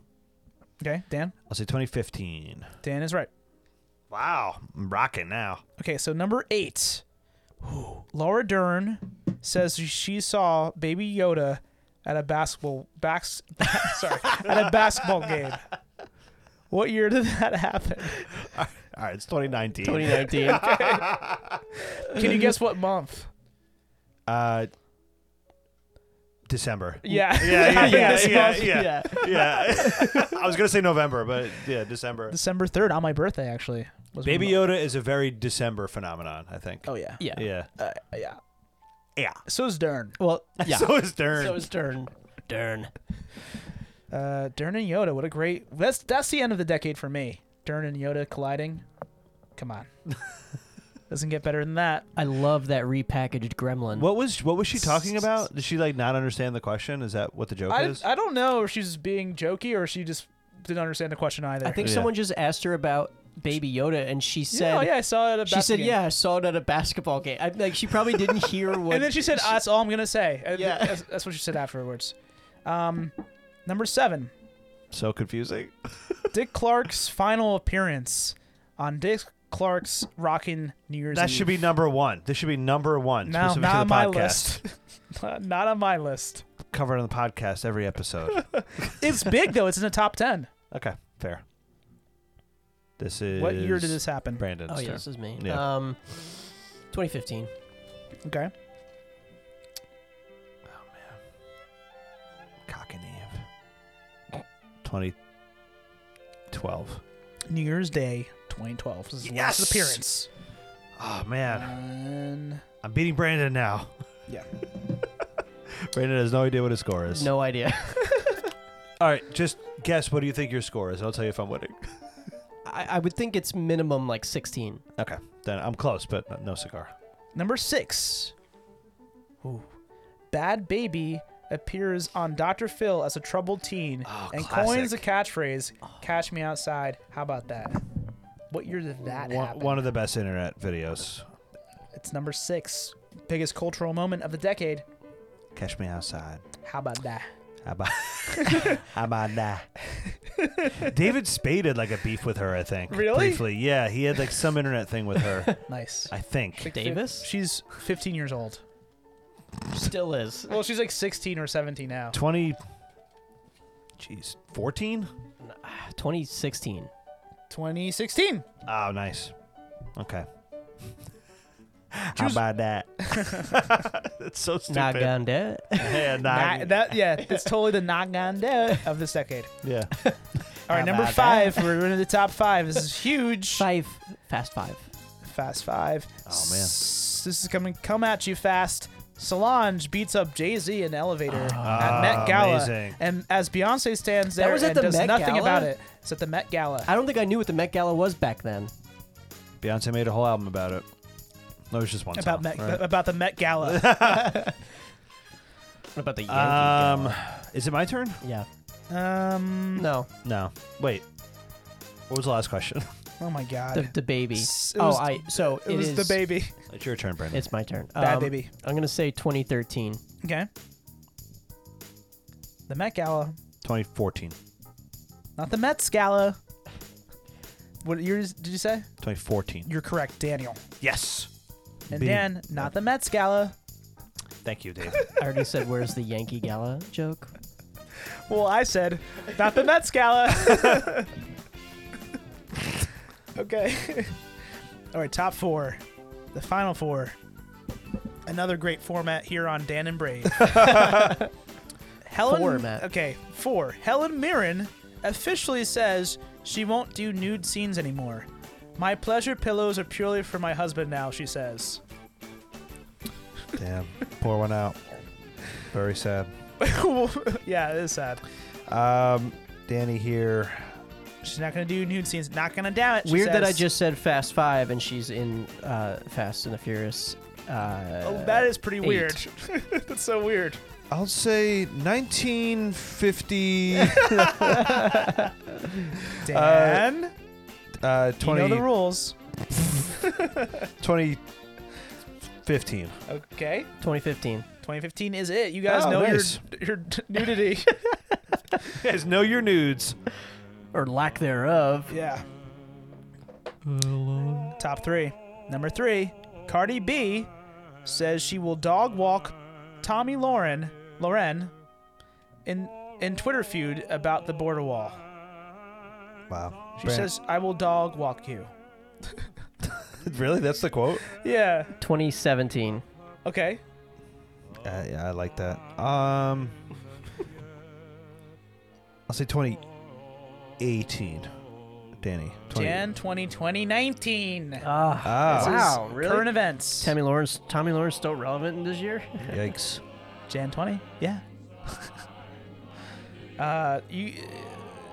[SPEAKER 1] Okay, Dan.
[SPEAKER 2] I'll say 2015.
[SPEAKER 1] Dan is right.
[SPEAKER 2] Wow, I'm rocking now. (laughs)
[SPEAKER 1] Okay, so number eight. Ooh, Laura Dern says she saw Baby Yoda at a basketball bas- (laughs) sorry at a basketball game. What year did that happen?
[SPEAKER 2] All right, it's 2019.
[SPEAKER 3] 2019.
[SPEAKER 1] Can you guess what month?
[SPEAKER 2] Uh, December.
[SPEAKER 1] Yeah,
[SPEAKER 2] (laughs) Yeah, yeah, yeah,
[SPEAKER 1] this
[SPEAKER 2] yeah,
[SPEAKER 1] month.
[SPEAKER 2] (laughs) yeah. (laughs) I was gonna say November, but yeah, December.
[SPEAKER 1] December third on my birthday actually. Was when
[SPEAKER 2] Baby
[SPEAKER 1] the-
[SPEAKER 2] Yoda is a very December phenomenon, I think.
[SPEAKER 1] Oh yeah.
[SPEAKER 3] yeah.
[SPEAKER 1] (laughs)
[SPEAKER 2] yeah,
[SPEAKER 1] Uh, yeah.
[SPEAKER 2] yeah.
[SPEAKER 1] So's Dern.
[SPEAKER 3] Well, yeah.
[SPEAKER 2] So is Dern.
[SPEAKER 3] So is Dern. Dern.
[SPEAKER 1] Uh, Dern and Yoda. What a great. That's that's the end of the decade for me. Dern and Yoda colliding. Come
[SPEAKER 3] (laughs)
[SPEAKER 1] on. Doesn't get better than that.
[SPEAKER 3] I love that repackaged Gremlin.
[SPEAKER 2] what was what was she talking about? Did she like not understand the question? Is that what the joke
[SPEAKER 1] I,
[SPEAKER 2] is?
[SPEAKER 1] I don't know if she's being jokey or she just didn't understand the question either.
[SPEAKER 3] I think
[SPEAKER 2] Yeah.
[SPEAKER 3] someone just asked her about Baby Yoda, and she
[SPEAKER 1] Yeah,
[SPEAKER 3] said,
[SPEAKER 1] oh, yeah, I saw it. At a
[SPEAKER 3] She
[SPEAKER 1] basket
[SPEAKER 3] said,
[SPEAKER 1] game.
[SPEAKER 3] "Yeah, I saw it at a basketball game." I, like she probably didn't hear what.
[SPEAKER 1] And then she said, "Ah, "That's all I'm gonna say." And
[SPEAKER 3] Yeah.
[SPEAKER 1] that's, that's what she said afterwards. Um, number seven,
[SPEAKER 2] so confusing.
[SPEAKER 1] Dick Clark's final appearance on Dick Clark's Rockin' New Year's.
[SPEAKER 2] That
[SPEAKER 1] Eve.
[SPEAKER 2] should be number one. This should be number one.
[SPEAKER 1] no,
[SPEAKER 2] specific
[SPEAKER 1] not
[SPEAKER 2] to the
[SPEAKER 1] on my
[SPEAKER 2] podcast.
[SPEAKER 1] list. (laughs) not on my list.
[SPEAKER 2] (laughs) Covered on the podcast every episode.
[SPEAKER 1] (laughs) It's big though. It's in the top ten.
[SPEAKER 2] okay, fair. This is
[SPEAKER 1] What year did this happen?
[SPEAKER 2] Brandon's
[SPEAKER 3] "Oh yeah,
[SPEAKER 2] turn.
[SPEAKER 3] this is me."
[SPEAKER 2] Yeah.
[SPEAKER 3] Um, 2015.
[SPEAKER 1] Okay.
[SPEAKER 2] Cock and Eve. 2012.
[SPEAKER 1] (laughs) New Year's Day, 2012. This is his
[SPEAKER 2] Yes!
[SPEAKER 1] last appearance.
[SPEAKER 2] Oh man,
[SPEAKER 1] And
[SPEAKER 2] I'm beating Brandon (laughs) now.
[SPEAKER 5] Yeah.
[SPEAKER 2] Brandon has no idea what his score is.
[SPEAKER 3] No idea. (laughs)
[SPEAKER 2] All right, just guess what do you think your score is? I'll tell you if I'm winning.
[SPEAKER 3] I, I would think it's minimum like 16.
[SPEAKER 2] Okay, then I'm close, but no- no cigar.
[SPEAKER 1] number six. Ooh. Bad Baby appears on Dr. Phil as a troubled teen
[SPEAKER 2] Oh,
[SPEAKER 1] and
[SPEAKER 2] classic.
[SPEAKER 1] coins the catchphrase, Cash Me Outside. How about that? What year did that
[SPEAKER 2] one,
[SPEAKER 1] happen?
[SPEAKER 2] one of the best internet videos.
[SPEAKER 1] It's number six. Biggest cultural moment of the decade.
[SPEAKER 2] Catch me outside.
[SPEAKER 1] How about that?
[SPEAKER 2] How
[SPEAKER 1] (laughs)
[SPEAKER 2] about, how about that? David Spade had like a beef with her, I think.
[SPEAKER 1] Really?
[SPEAKER 2] Briefly, yeah. He had like some internet thing with
[SPEAKER 1] (laughs)
[SPEAKER 2] her,
[SPEAKER 1] Nice.
[SPEAKER 2] I think.
[SPEAKER 3] Davis?
[SPEAKER 1] She's 15 years old.
[SPEAKER 3] Still is. (sighs)
[SPEAKER 1] Well, she's like 16 or 17 now.
[SPEAKER 2] 20, jeez, 14?
[SPEAKER 3] 2016.
[SPEAKER 1] 2016.
[SPEAKER 2] Oh, nice. (laughs) Okay. How
[SPEAKER 1] Choose-
[SPEAKER 2] about that? (laughs) That's so stupid.
[SPEAKER 3] Not gonna do it.
[SPEAKER 2] (laughs) Yeah,
[SPEAKER 1] Nah,
[SPEAKER 2] not-
[SPEAKER 1] that,
[SPEAKER 3] (laughs)
[SPEAKER 1] yeah, it's totally the not gonna do it of this decade.
[SPEAKER 2] (laughs) yeah.
[SPEAKER 1] All right,
[SPEAKER 2] How
[SPEAKER 1] number
[SPEAKER 2] about
[SPEAKER 1] five. We're in the top five. This is huge.
[SPEAKER 3] Five. Fast five.
[SPEAKER 1] Fast five.
[SPEAKER 2] Oh, man.
[SPEAKER 1] S- this is coming. Come at you fast. Solange beats up Jay Z in elevator at
[SPEAKER 2] Ah,
[SPEAKER 1] Met Gala,
[SPEAKER 2] amazing.
[SPEAKER 1] and as Beyonce stands there
[SPEAKER 3] Oh. was at
[SPEAKER 1] and
[SPEAKER 3] the
[SPEAKER 1] does
[SPEAKER 3] Met
[SPEAKER 1] nothing
[SPEAKER 3] Gala?
[SPEAKER 1] about it. It's at the Met Gala.
[SPEAKER 3] I don't think I knew what the Met Gala was back then.
[SPEAKER 2] Beyonce made a whole album about it. No, it was just one
[SPEAKER 1] about
[SPEAKER 2] song.
[SPEAKER 1] Met,
[SPEAKER 2] right?
[SPEAKER 1] about the Met Gala.
[SPEAKER 3] (laughs) What about the Yankee
[SPEAKER 2] Um, is it my turn?
[SPEAKER 3] Yeah.
[SPEAKER 1] um,
[SPEAKER 3] No.
[SPEAKER 2] No. Wait. What was the last question? (laughs)
[SPEAKER 1] Oh my
[SPEAKER 3] The,
[SPEAKER 1] God.
[SPEAKER 3] the baby.
[SPEAKER 1] S- it
[SPEAKER 3] Oh,
[SPEAKER 1] was-
[SPEAKER 3] I. So
[SPEAKER 1] it was the
[SPEAKER 3] is-
[SPEAKER 1] baby.
[SPEAKER 2] it's your turn, Brandon.
[SPEAKER 3] It's my turn.
[SPEAKER 1] Bad
[SPEAKER 3] Um,
[SPEAKER 1] baby.
[SPEAKER 3] I'm gonna say 2013.
[SPEAKER 1] Okay. The Met Gala,
[SPEAKER 2] 2014.
[SPEAKER 1] not the Mets Gala. What yours did you say?
[SPEAKER 2] 2014.
[SPEAKER 1] You're correct, Daniel.
[SPEAKER 2] Yes.
[SPEAKER 1] And
[SPEAKER 2] Being-
[SPEAKER 1] Dan, not the Mets Gala.
[SPEAKER 2] Thank you, (laughs) Dave.
[SPEAKER 3] I already said where's the Yankee Gala joke.
[SPEAKER 1] Well, I said, not the Mets Gala.
[SPEAKER 3] (laughs)
[SPEAKER 1] okay. All right, top four. The final four. Another great format here on Dan and
[SPEAKER 3] (laughs)
[SPEAKER 1] Brave. Helen,
[SPEAKER 3] Format.
[SPEAKER 1] Okay, four. Helen Mirren officially says she won't do nude scenes anymore. My pleasure pillows are purely for my husband now, she
[SPEAKER 3] (laughs)
[SPEAKER 1] says.
[SPEAKER 2] Damn. Pour one out. Very sad.
[SPEAKER 1] yeah, it is sad.
[SPEAKER 2] Um, Danny here.
[SPEAKER 1] She's not going to do nude scenes. Not going to damn it. (laughs) she
[SPEAKER 3] Weird that I
[SPEAKER 1] says.
[SPEAKER 3] just said Fast Five and she's in uh, Fast and the Furious. Uh,
[SPEAKER 1] Oh, that is pretty
[SPEAKER 3] eight.
[SPEAKER 1] weird. (laughs) That's so weird.
[SPEAKER 2] I'll say 1950.
[SPEAKER 1] Dan,
[SPEAKER 2] uh,
[SPEAKER 1] you
[SPEAKER 2] 20,
[SPEAKER 1] know the rules.
[SPEAKER 2] (laughs) 2015.
[SPEAKER 1] Okay,
[SPEAKER 3] 2015.
[SPEAKER 1] 2015 is it. You guys
[SPEAKER 2] Oh,
[SPEAKER 1] know
[SPEAKER 2] nice.
[SPEAKER 1] your your (laughs) nudity.
[SPEAKER 2] Guys, know your nudes.
[SPEAKER 3] Or lack thereof.
[SPEAKER 1] yeah. Top three. Number three, Cardi B says she will dog walk Tommy Lauren Loren in in Twitter feud about the border wall.
[SPEAKER 2] Wow.
[SPEAKER 1] She says, "I will dog walk you."
[SPEAKER 2] really? That's the quote?
[SPEAKER 1] Yeah.
[SPEAKER 3] 2017.
[SPEAKER 1] Okay.
[SPEAKER 2] Uh, yeah, I like that. Um, I'll say 2018. Danny. 20.
[SPEAKER 1] Jan 20, 2019.
[SPEAKER 3] Ah.
[SPEAKER 1] This
[SPEAKER 2] Ah,
[SPEAKER 1] is
[SPEAKER 3] Wow, really?
[SPEAKER 1] Current events.
[SPEAKER 3] Tommy Lawrence. Tommy Lawrence still relevant this year.
[SPEAKER 2] yikes.
[SPEAKER 1] Jan 20? Yeah. (laughs) uh, you.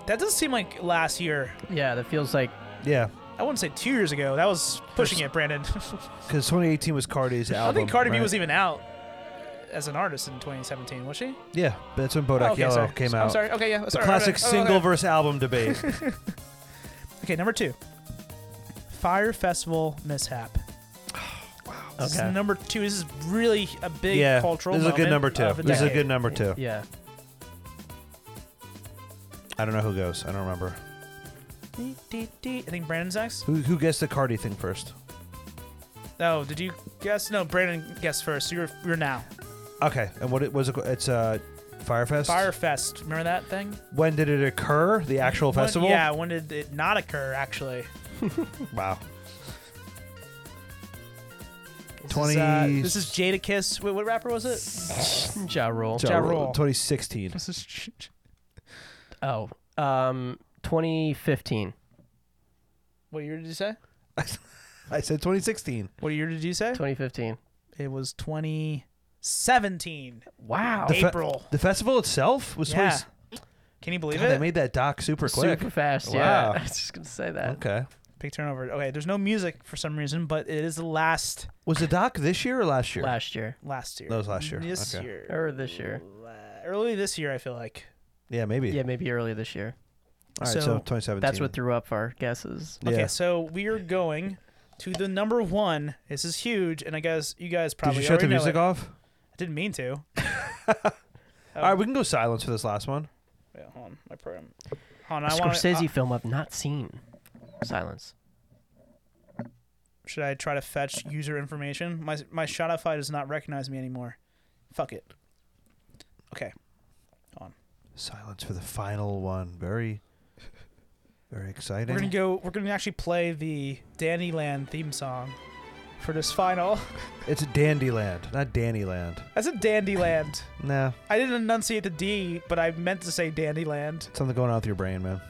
[SPEAKER 1] That doesn't seem like last year.
[SPEAKER 3] (laughs) Yeah, that feels like
[SPEAKER 2] Yeah,
[SPEAKER 1] I wouldn't say two years ago. That was pushing it, Brandon. (laughs)
[SPEAKER 2] because 2018 was Cardi's album.
[SPEAKER 1] I don't think Cardi B
[SPEAKER 2] right?
[SPEAKER 1] was even out as an artist in 2017, was she?
[SPEAKER 2] Yeah, but that's when Bodak
[SPEAKER 1] Oh, okay,
[SPEAKER 2] Yellow
[SPEAKER 1] sorry.
[SPEAKER 2] came
[SPEAKER 1] I'm
[SPEAKER 2] out.
[SPEAKER 1] sorry. Okay, yeah.
[SPEAKER 2] The
[SPEAKER 1] sorry.
[SPEAKER 2] classic
[SPEAKER 1] Okay, okay.
[SPEAKER 2] single versus album debate.
[SPEAKER 1] Okay, number two. Fire Festival
[SPEAKER 2] (sighs)
[SPEAKER 1] mishap. This is
[SPEAKER 3] Okay.
[SPEAKER 1] number two. This is really a big
[SPEAKER 2] yeah,
[SPEAKER 1] cultural.
[SPEAKER 2] this is a good
[SPEAKER 1] moment
[SPEAKER 2] number two.
[SPEAKER 1] of the
[SPEAKER 2] This is a
[SPEAKER 1] decade.
[SPEAKER 2] good number two.
[SPEAKER 3] yeah.
[SPEAKER 2] I don't know who goes. I don't remember.
[SPEAKER 1] Dee, dee, dee. I think Brandon's next.
[SPEAKER 2] Who who guessed the Cardi thing first?
[SPEAKER 1] Oh, did you guess? No, Brandon guessed first. So you're you're now.
[SPEAKER 2] Okay, and what it was? It, it's uh, Firefest.
[SPEAKER 1] Firefest. Remember that thing?
[SPEAKER 2] When did it occur? The actual
[SPEAKER 1] When-
[SPEAKER 2] festival?
[SPEAKER 1] yeah, when did it not occur, actually?
[SPEAKER 2] Wow.
[SPEAKER 1] This Is, uh,
[SPEAKER 2] 20
[SPEAKER 1] this is Jadakiss. Wait, what rapper was it?
[SPEAKER 3] Ja Rule.
[SPEAKER 1] Ja Rule.
[SPEAKER 2] 2016.
[SPEAKER 1] This is.
[SPEAKER 3] Oh. Um. 2015.
[SPEAKER 1] What year did you say?
[SPEAKER 2] I said 2016.
[SPEAKER 1] What year did you say?
[SPEAKER 3] 2015.
[SPEAKER 1] It was 2017.
[SPEAKER 3] Wow.
[SPEAKER 2] fe-
[SPEAKER 1] April.
[SPEAKER 2] The festival itself was
[SPEAKER 1] Yeah.
[SPEAKER 2] 20-
[SPEAKER 1] Can you believe
[SPEAKER 2] God, they
[SPEAKER 1] it?
[SPEAKER 2] made that doc super quick.
[SPEAKER 3] Super fast. Yeah.
[SPEAKER 2] Wow.
[SPEAKER 3] (laughs) I was just gonna say that.
[SPEAKER 2] Okay.
[SPEAKER 1] Big turnover. Okay, there's no music for some reason, but it is the last
[SPEAKER 2] Was the doc this year or last year?
[SPEAKER 3] Last year
[SPEAKER 1] last year.
[SPEAKER 2] That was last year.
[SPEAKER 1] This
[SPEAKER 2] Okay.
[SPEAKER 1] year.
[SPEAKER 3] or this year.
[SPEAKER 1] Early this year, I feel like.
[SPEAKER 2] Yeah, maybe.
[SPEAKER 3] Yeah, maybe earlier this year.
[SPEAKER 2] All right, so,
[SPEAKER 1] So,
[SPEAKER 2] 2017.
[SPEAKER 3] That's what threw up our guesses.
[SPEAKER 2] Yeah.
[SPEAKER 1] Okay, so we are going to the number one. This is huge, and I guess you guys probably
[SPEAKER 2] Did you shut the
[SPEAKER 1] already know
[SPEAKER 2] music
[SPEAKER 1] it.
[SPEAKER 2] off?
[SPEAKER 1] I didn't mean
[SPEAKER 2] (laughs)
[SPEAKER 1] to. Oh,
[SPEAKER 2] All right, we can go silence for this last one.
[SPEAKER 1] Wait, hold on, my program. Hold on,
[SPEAKER 3] A
[SPEAKER 1] I uh, want
[SPEAKER 3] Scorsese
[SPEAKER 2] uh,
[SPEAKER 1] to.
[SPEAKER 3] film I've not seen. Silence.
[SPEAKER 1] Should I try to fetch user information? My my Shopify does not recognize me anymore. Fuck it. Okay.
[SPEAKER 2] Silence for the final one. Very, very exciting.
[SPEAKER 1] We're gonna go. We're gonna actually play the Dandyland theme song for this final. (laughs)
[SPEAKER 2] It's Dandyland, not Dannyland.
[SPEAKER 1] That's a Dandyland.
[SPEAKER 2] Nah,
[SPEAKER 1] I didn't enunciate the D, but I meant to say Dandyland.
[SPEAKER 2] something going on with your brain, man.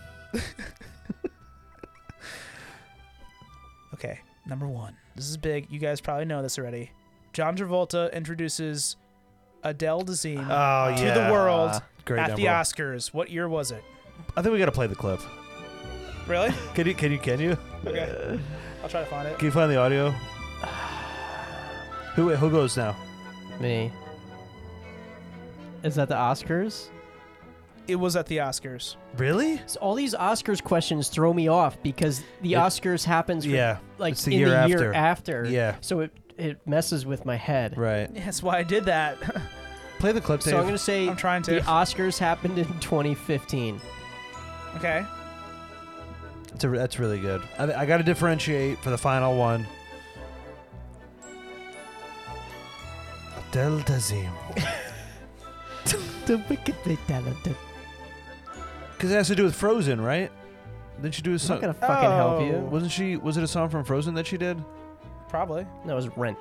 [SPEAKER 1] Okay, number one. This is big. You guys probably know this already. John Travolta introduces Adele Dazeem
[SPEAKER 2] Oh
[SPEAKER 1] to
[SPEAKER 2] yeah.
[SPEAKER 1] the world
[SPEAKER 3] Uh,
[SPEAKER 2] Great
[SPEAKER 1] at
[SPEAKER 2] number.
[SPEAKER 1] the Oscars. What year was it?
[SPEAKER 2] I think we gotta play the clip.
[SPEAKER 1] Really?
[SPEAKER 2] Can you? Can you? Can you?
[SPEAKER 1] Okay. I'll try to find it.
[SPEAKER 2] Can you find the audio? (sighs) Who? Who goes now?
[SPEAKER 3] Me. Is that the Oscars?
[SPEAKER 1] It was at the Oscars.
[SPEAKER 2] Really?
[SPEAKER 3] So all these Oscars questions throw me off because the
[SPEAKER 2] It-
[SPEAKER 3] Oscars happens for,
[SPEAKER 2] Yeah.
[SPEAKER 3] like
[SPEAKER 2] it's the
[SPEAKER 3] in
[SPEAKER 2] year
[SPEAKER 3] the
[SPEAKER 2] after.
[SPEAKER 3] year after.
[SPEAKER 2] Yeah.
[SPEAKER 3] So it it messes with my head.
[SPEAKER 2] Right.
[SPEAKER 1] That's why I did that.
[SPEAKER 2] Play the clip, Dave.
[SPEAKER 3] So I'm gonna say
[SPEAKER 1] (laughs) I'm trying
[SPEAKER 3] the
[SPEAKER 1] to.
[SPEAKER 3] Oscars happened in 2015.
[SPEAKER 1] Okay.
[SPEAKER 2] It's a- that's really good. I, I gotta differentiate for the final one. Adele Dazeem.
[SPEAKER 3] the wicked talented.
[SPEAKER 2] Because it has to do with Frozen, right? Didn't she do a
[SPEAKER 3] I'm not
[SPEAKER 2] song?
[SPEAKER 3] gonna fucking help
[SPEAKER 1] Oh.
[SPEAKER 3] you.
[SPEAKER 2] Wasn't she? Was it a song from Frozen that she did?
[SPEAKER 1] Probably.
[SPEAKER 3] That was Rent.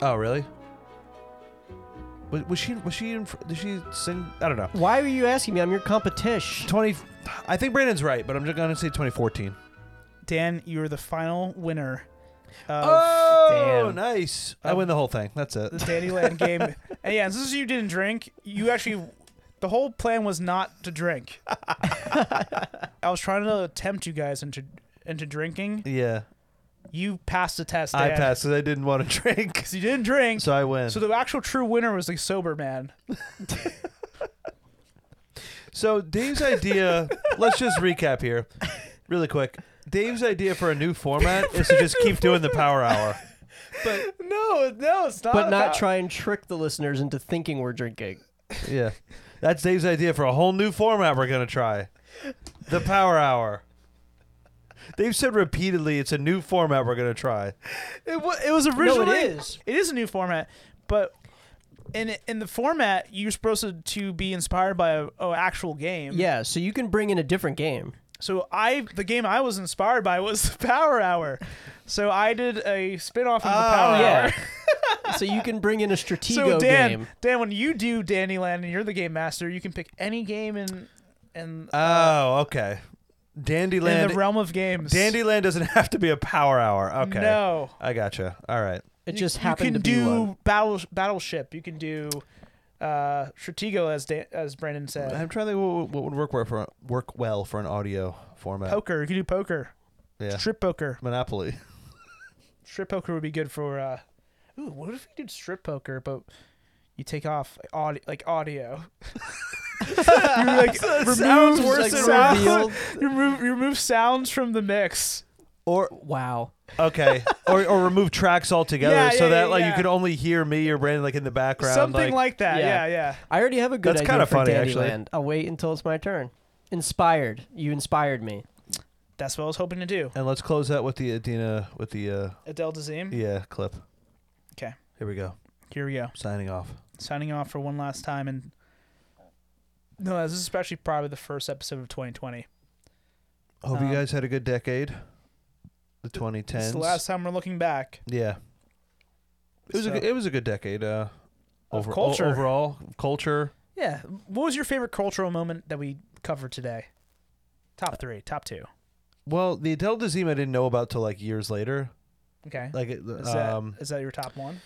[SPEAKER 2] Oh, really? Was, was she? Was she? In, Fr- did she sing? I don't know.
[SPEAKER 3] Why were you asking me? I'm your competition.
[SPEAKER 2] Twenty. I think Brandon's right, but I'm just gonna say 2014.
[SPEAKER 1] Dan, you're the final winner of
[SPEAKER 2] oh,
[SPEAKER 3] damn.
[SPEAKER 2] nice! I win the whole thing. That's it.
[SPEAKER 1] the (laughs) Dandyland game. And yeah, since you didn't drink, you actually. The whole plan was not to (laughs) drink. I was trying to tempt you guys into into drinking.
[SPEAKER 2] Yeah,
[SPEAKER 1] You passed the test.
[SPEAKER 2] I
[SPEAKER 1] Dan.
[SPEAKER 2] passed because I didn't want to (laughs) drink,
[SPEAKER 1] 'Cause you didn't drink. So,
[SPEAKER 2] so I win.
[SPEAKER 1] the actual true winner was the sober man.
[SPEAKER 2] So Dave's idea. let's just recap here, really quick. Dave's idea for a new format is to just keep doing the power hour.
[SPEAKER 1] But (laughs) no, no, it's not.
[SPEAKER 3] but not
[SPEAKER 1] about-
[SPEAKER 3] try and trick the listeners into thinking we're drinking.
[SPEAKER 2] Yeah, that's Dave's idea for a whole new format we're gonna try, the power hour. Dave said repeatedly, "It's a new format we're gonna try."
[SPEAKER 1] It, wa- it was
[SPEAKER 3] No,
[SPEAKER 1] originally.
[SPEAKER 3] it is.
[SPEAKER 1] It is a new format, but in in the format you're supposed to, to be inspired by a, a actual game.
[SPEAKER 3] Yeah, so you can bring in a different game.
[SPEAKER 1] So I the game I was inspired by was (laughs) the Power Hour. So I did a spin-off of the Power Hour.
[SPEAKER 3] (laughs) Ah, Yeah. so you can bring in a Stratego
[SPEAKER 1] So Dan,
[SPEAKER 3] game.
[SPEAKER 1] Dan, when you do Dandyland and you're the game master, you can pick any game in in,
[SPEAKER 3] Uh,
[SPEAKER 2] Oh, okay.
[SPEAKER 1] in
[SPEAKER 2] Dandyland.
[SPEAKER 1] the realm of games.
[SPEAKER 2] Dandyland doesn't (laughs) have to be a power hour. Okay.
[SPEAKER 1] No.
[SPEAKER 2] I gotcha. All right.
[SPEAKER 3] It just
[SPEAKER 1] You
[SPEAKER 3] happened
[SPEAKER 1] can
[SPEAKER 3] to be one.
[SPEAKER 1] do battle battleship. You can do uh Stratego as Dan, as Brandon said.
[SPEAKER 2] I'm trying to think what, what would work well for work well for an audio format.
[SPEAKER 1] Poker, you can do poker.
[SPEAKER 2] Yeah.
[SPEAKER 1] Strip poker. (laughs)
[SPEAKER 2] Monopoly.
[SPEAKER 1] Strip poker would be good for uh Ooh, what if we did strip poker but you take off audio, like audio. you
[SPEAKER 2] (laughs)
[SPEAKER 1] like remove
[SPEAKER 2] sounds worse
[SPEAKER 1] like,
[SPEAKER 2] than
[SPEAKER 1] sound-
[SPEAKER 3] revealed.
[SPEAKER 1] you remove you remove sounds from the mix.
[SPEAKER 2] Or
[SPEAKER 3] Wow.
[SPEAKER 2] okay, or or remove tracks altogether
[SPEAKER 1] Yeah,
[SPEAKER 2] so
[SPEAKER 1] yeah,
[SPEAKER 2] that
[SPEAKER 1] yeah,
[SPEAKER 2] like you
[SPEAKER 1] yeah.
[SPEAKER 2] could only hear me or Brandon like in the background.
[SPEAKER 1] Something like,
[SPEAKER 2] like,
[SPEAKER 1] that.
[SPEAKER 3] Yeah.
[SPEAKER 1] Yeah, yeah.
[SPEAKER 3] I already have a good
[SPEAKER 2] That's
[SPEAKER 3] idea
[SPEAKER 2] kinda
[SPEAKER 3] for
[SPEAKER 2] funny, actually.
[SPEAKER 3] Dandyland. I'll wait until it's my turn. Inspired. You inspired me.
[SPEAKER 1] That's what I was hoping to do.
[SPEAKER 2] And let's close out with the Adina with the uh
[SPEAKER 1] Adele Dazeem.
[SPEAKER 2] yeah clip.
[SPEAKER 1] Okay.
[SPEAKER 2] Here we go.
[SPEAKER 1] Here we go.
[SPEAKER 2] Signing off.
[SPEAKER 1] Signing off for one last time and no, this is actually probably the first episode of 2020.
[SPEAKER 2] Hope
[SPEAKER 1] Um,
[SPEAKER 2] you guys had a good decade. The 2010s.
[SPEAKER 1] It's the last time we're looking back.
[SPEAKER 2] Yeah. It was a
[SPEAKER 1] So-
[SPEAKER 2] good, it was a good decade. Uh,
[SPEAKER 1] Of
[SPEAKER 2] over, o-
[SPEAKER 1] culture.
[SPEAKER 2] overall culture.
[SPEAKER 1] Yeah. What was your favorite cultural moment that we covered today? Top three, top two.
[SPEAKER 2] Well, the Adele Dazeem I didn't know about till like years later.
[SPEAKER 1] Okay.
[SPEAKER 2] Like, it-
[SPEAKER 1] is, that,
[SPEAKER 2] um,
[SPEAKER 1] is that your top one?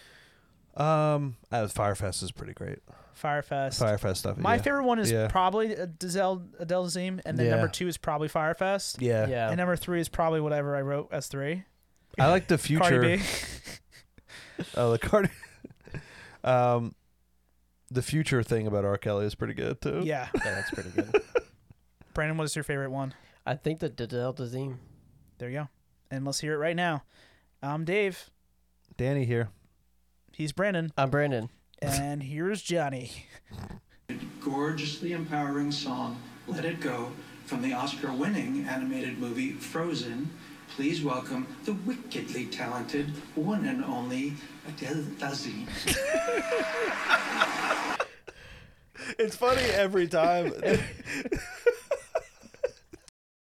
[SPEAKER 2] um, uh, Firefest is pretty great.
[SPEAKER 1] Firefest.
[SPEAKER 2] Firefest stuff.
[SPEAKER 1] My
[SPEAKER 2] yeah.
[SPEAKER 1] favorite one is
[SPEAKER 2] Yeah.
[SPEAKER 1] probably uh, Dizelle Adele Zim, and then
[SPEAKER 2] Yeah.
[SPEAKER 1] number two is probably Firefest,
[SPEAKER 2] Yeah.
[SPEAKER 3] yeah.
[SPEAKER 1] and number three is probably whatever I wrote as three.
[SPEAKER 2] I like the
[SPEAKER 1] Cardi
[SPEAKER 2] future.
[SPEAKER 1] B.
[SPEAKER 2] Oh, the Cardi. (laughs) um, the future thing about R. Kelly is pretty good (laughs) too.
[SPEAKER 1] yeah.
[SPEAKER 3] yeah, that's pretty good.
[SPEAKER 1] Brandon, what is your favorite one?
[SPEAKER 3] I think the Didel Dazim.
[SPEAKER 1] There you go. And let's hear it right now. I'm Dave.
[SPEAKER 2] Danny here.
[SPEAKER 1] He's
[SPEAKER 2] (laughs)
[SPEAKER 1] Brandon,
[SPEAKER 3] I'm Brandon.
[SPEAKER 1] and here's Johnny.
[SPEAKER 5] gorgeously empowering song Let It Go from the Oscar winning animated movie Frozen. Please welcome the wickedly talented one and only Adele Dazeem.
[SPEAKER 2] It's funny every time.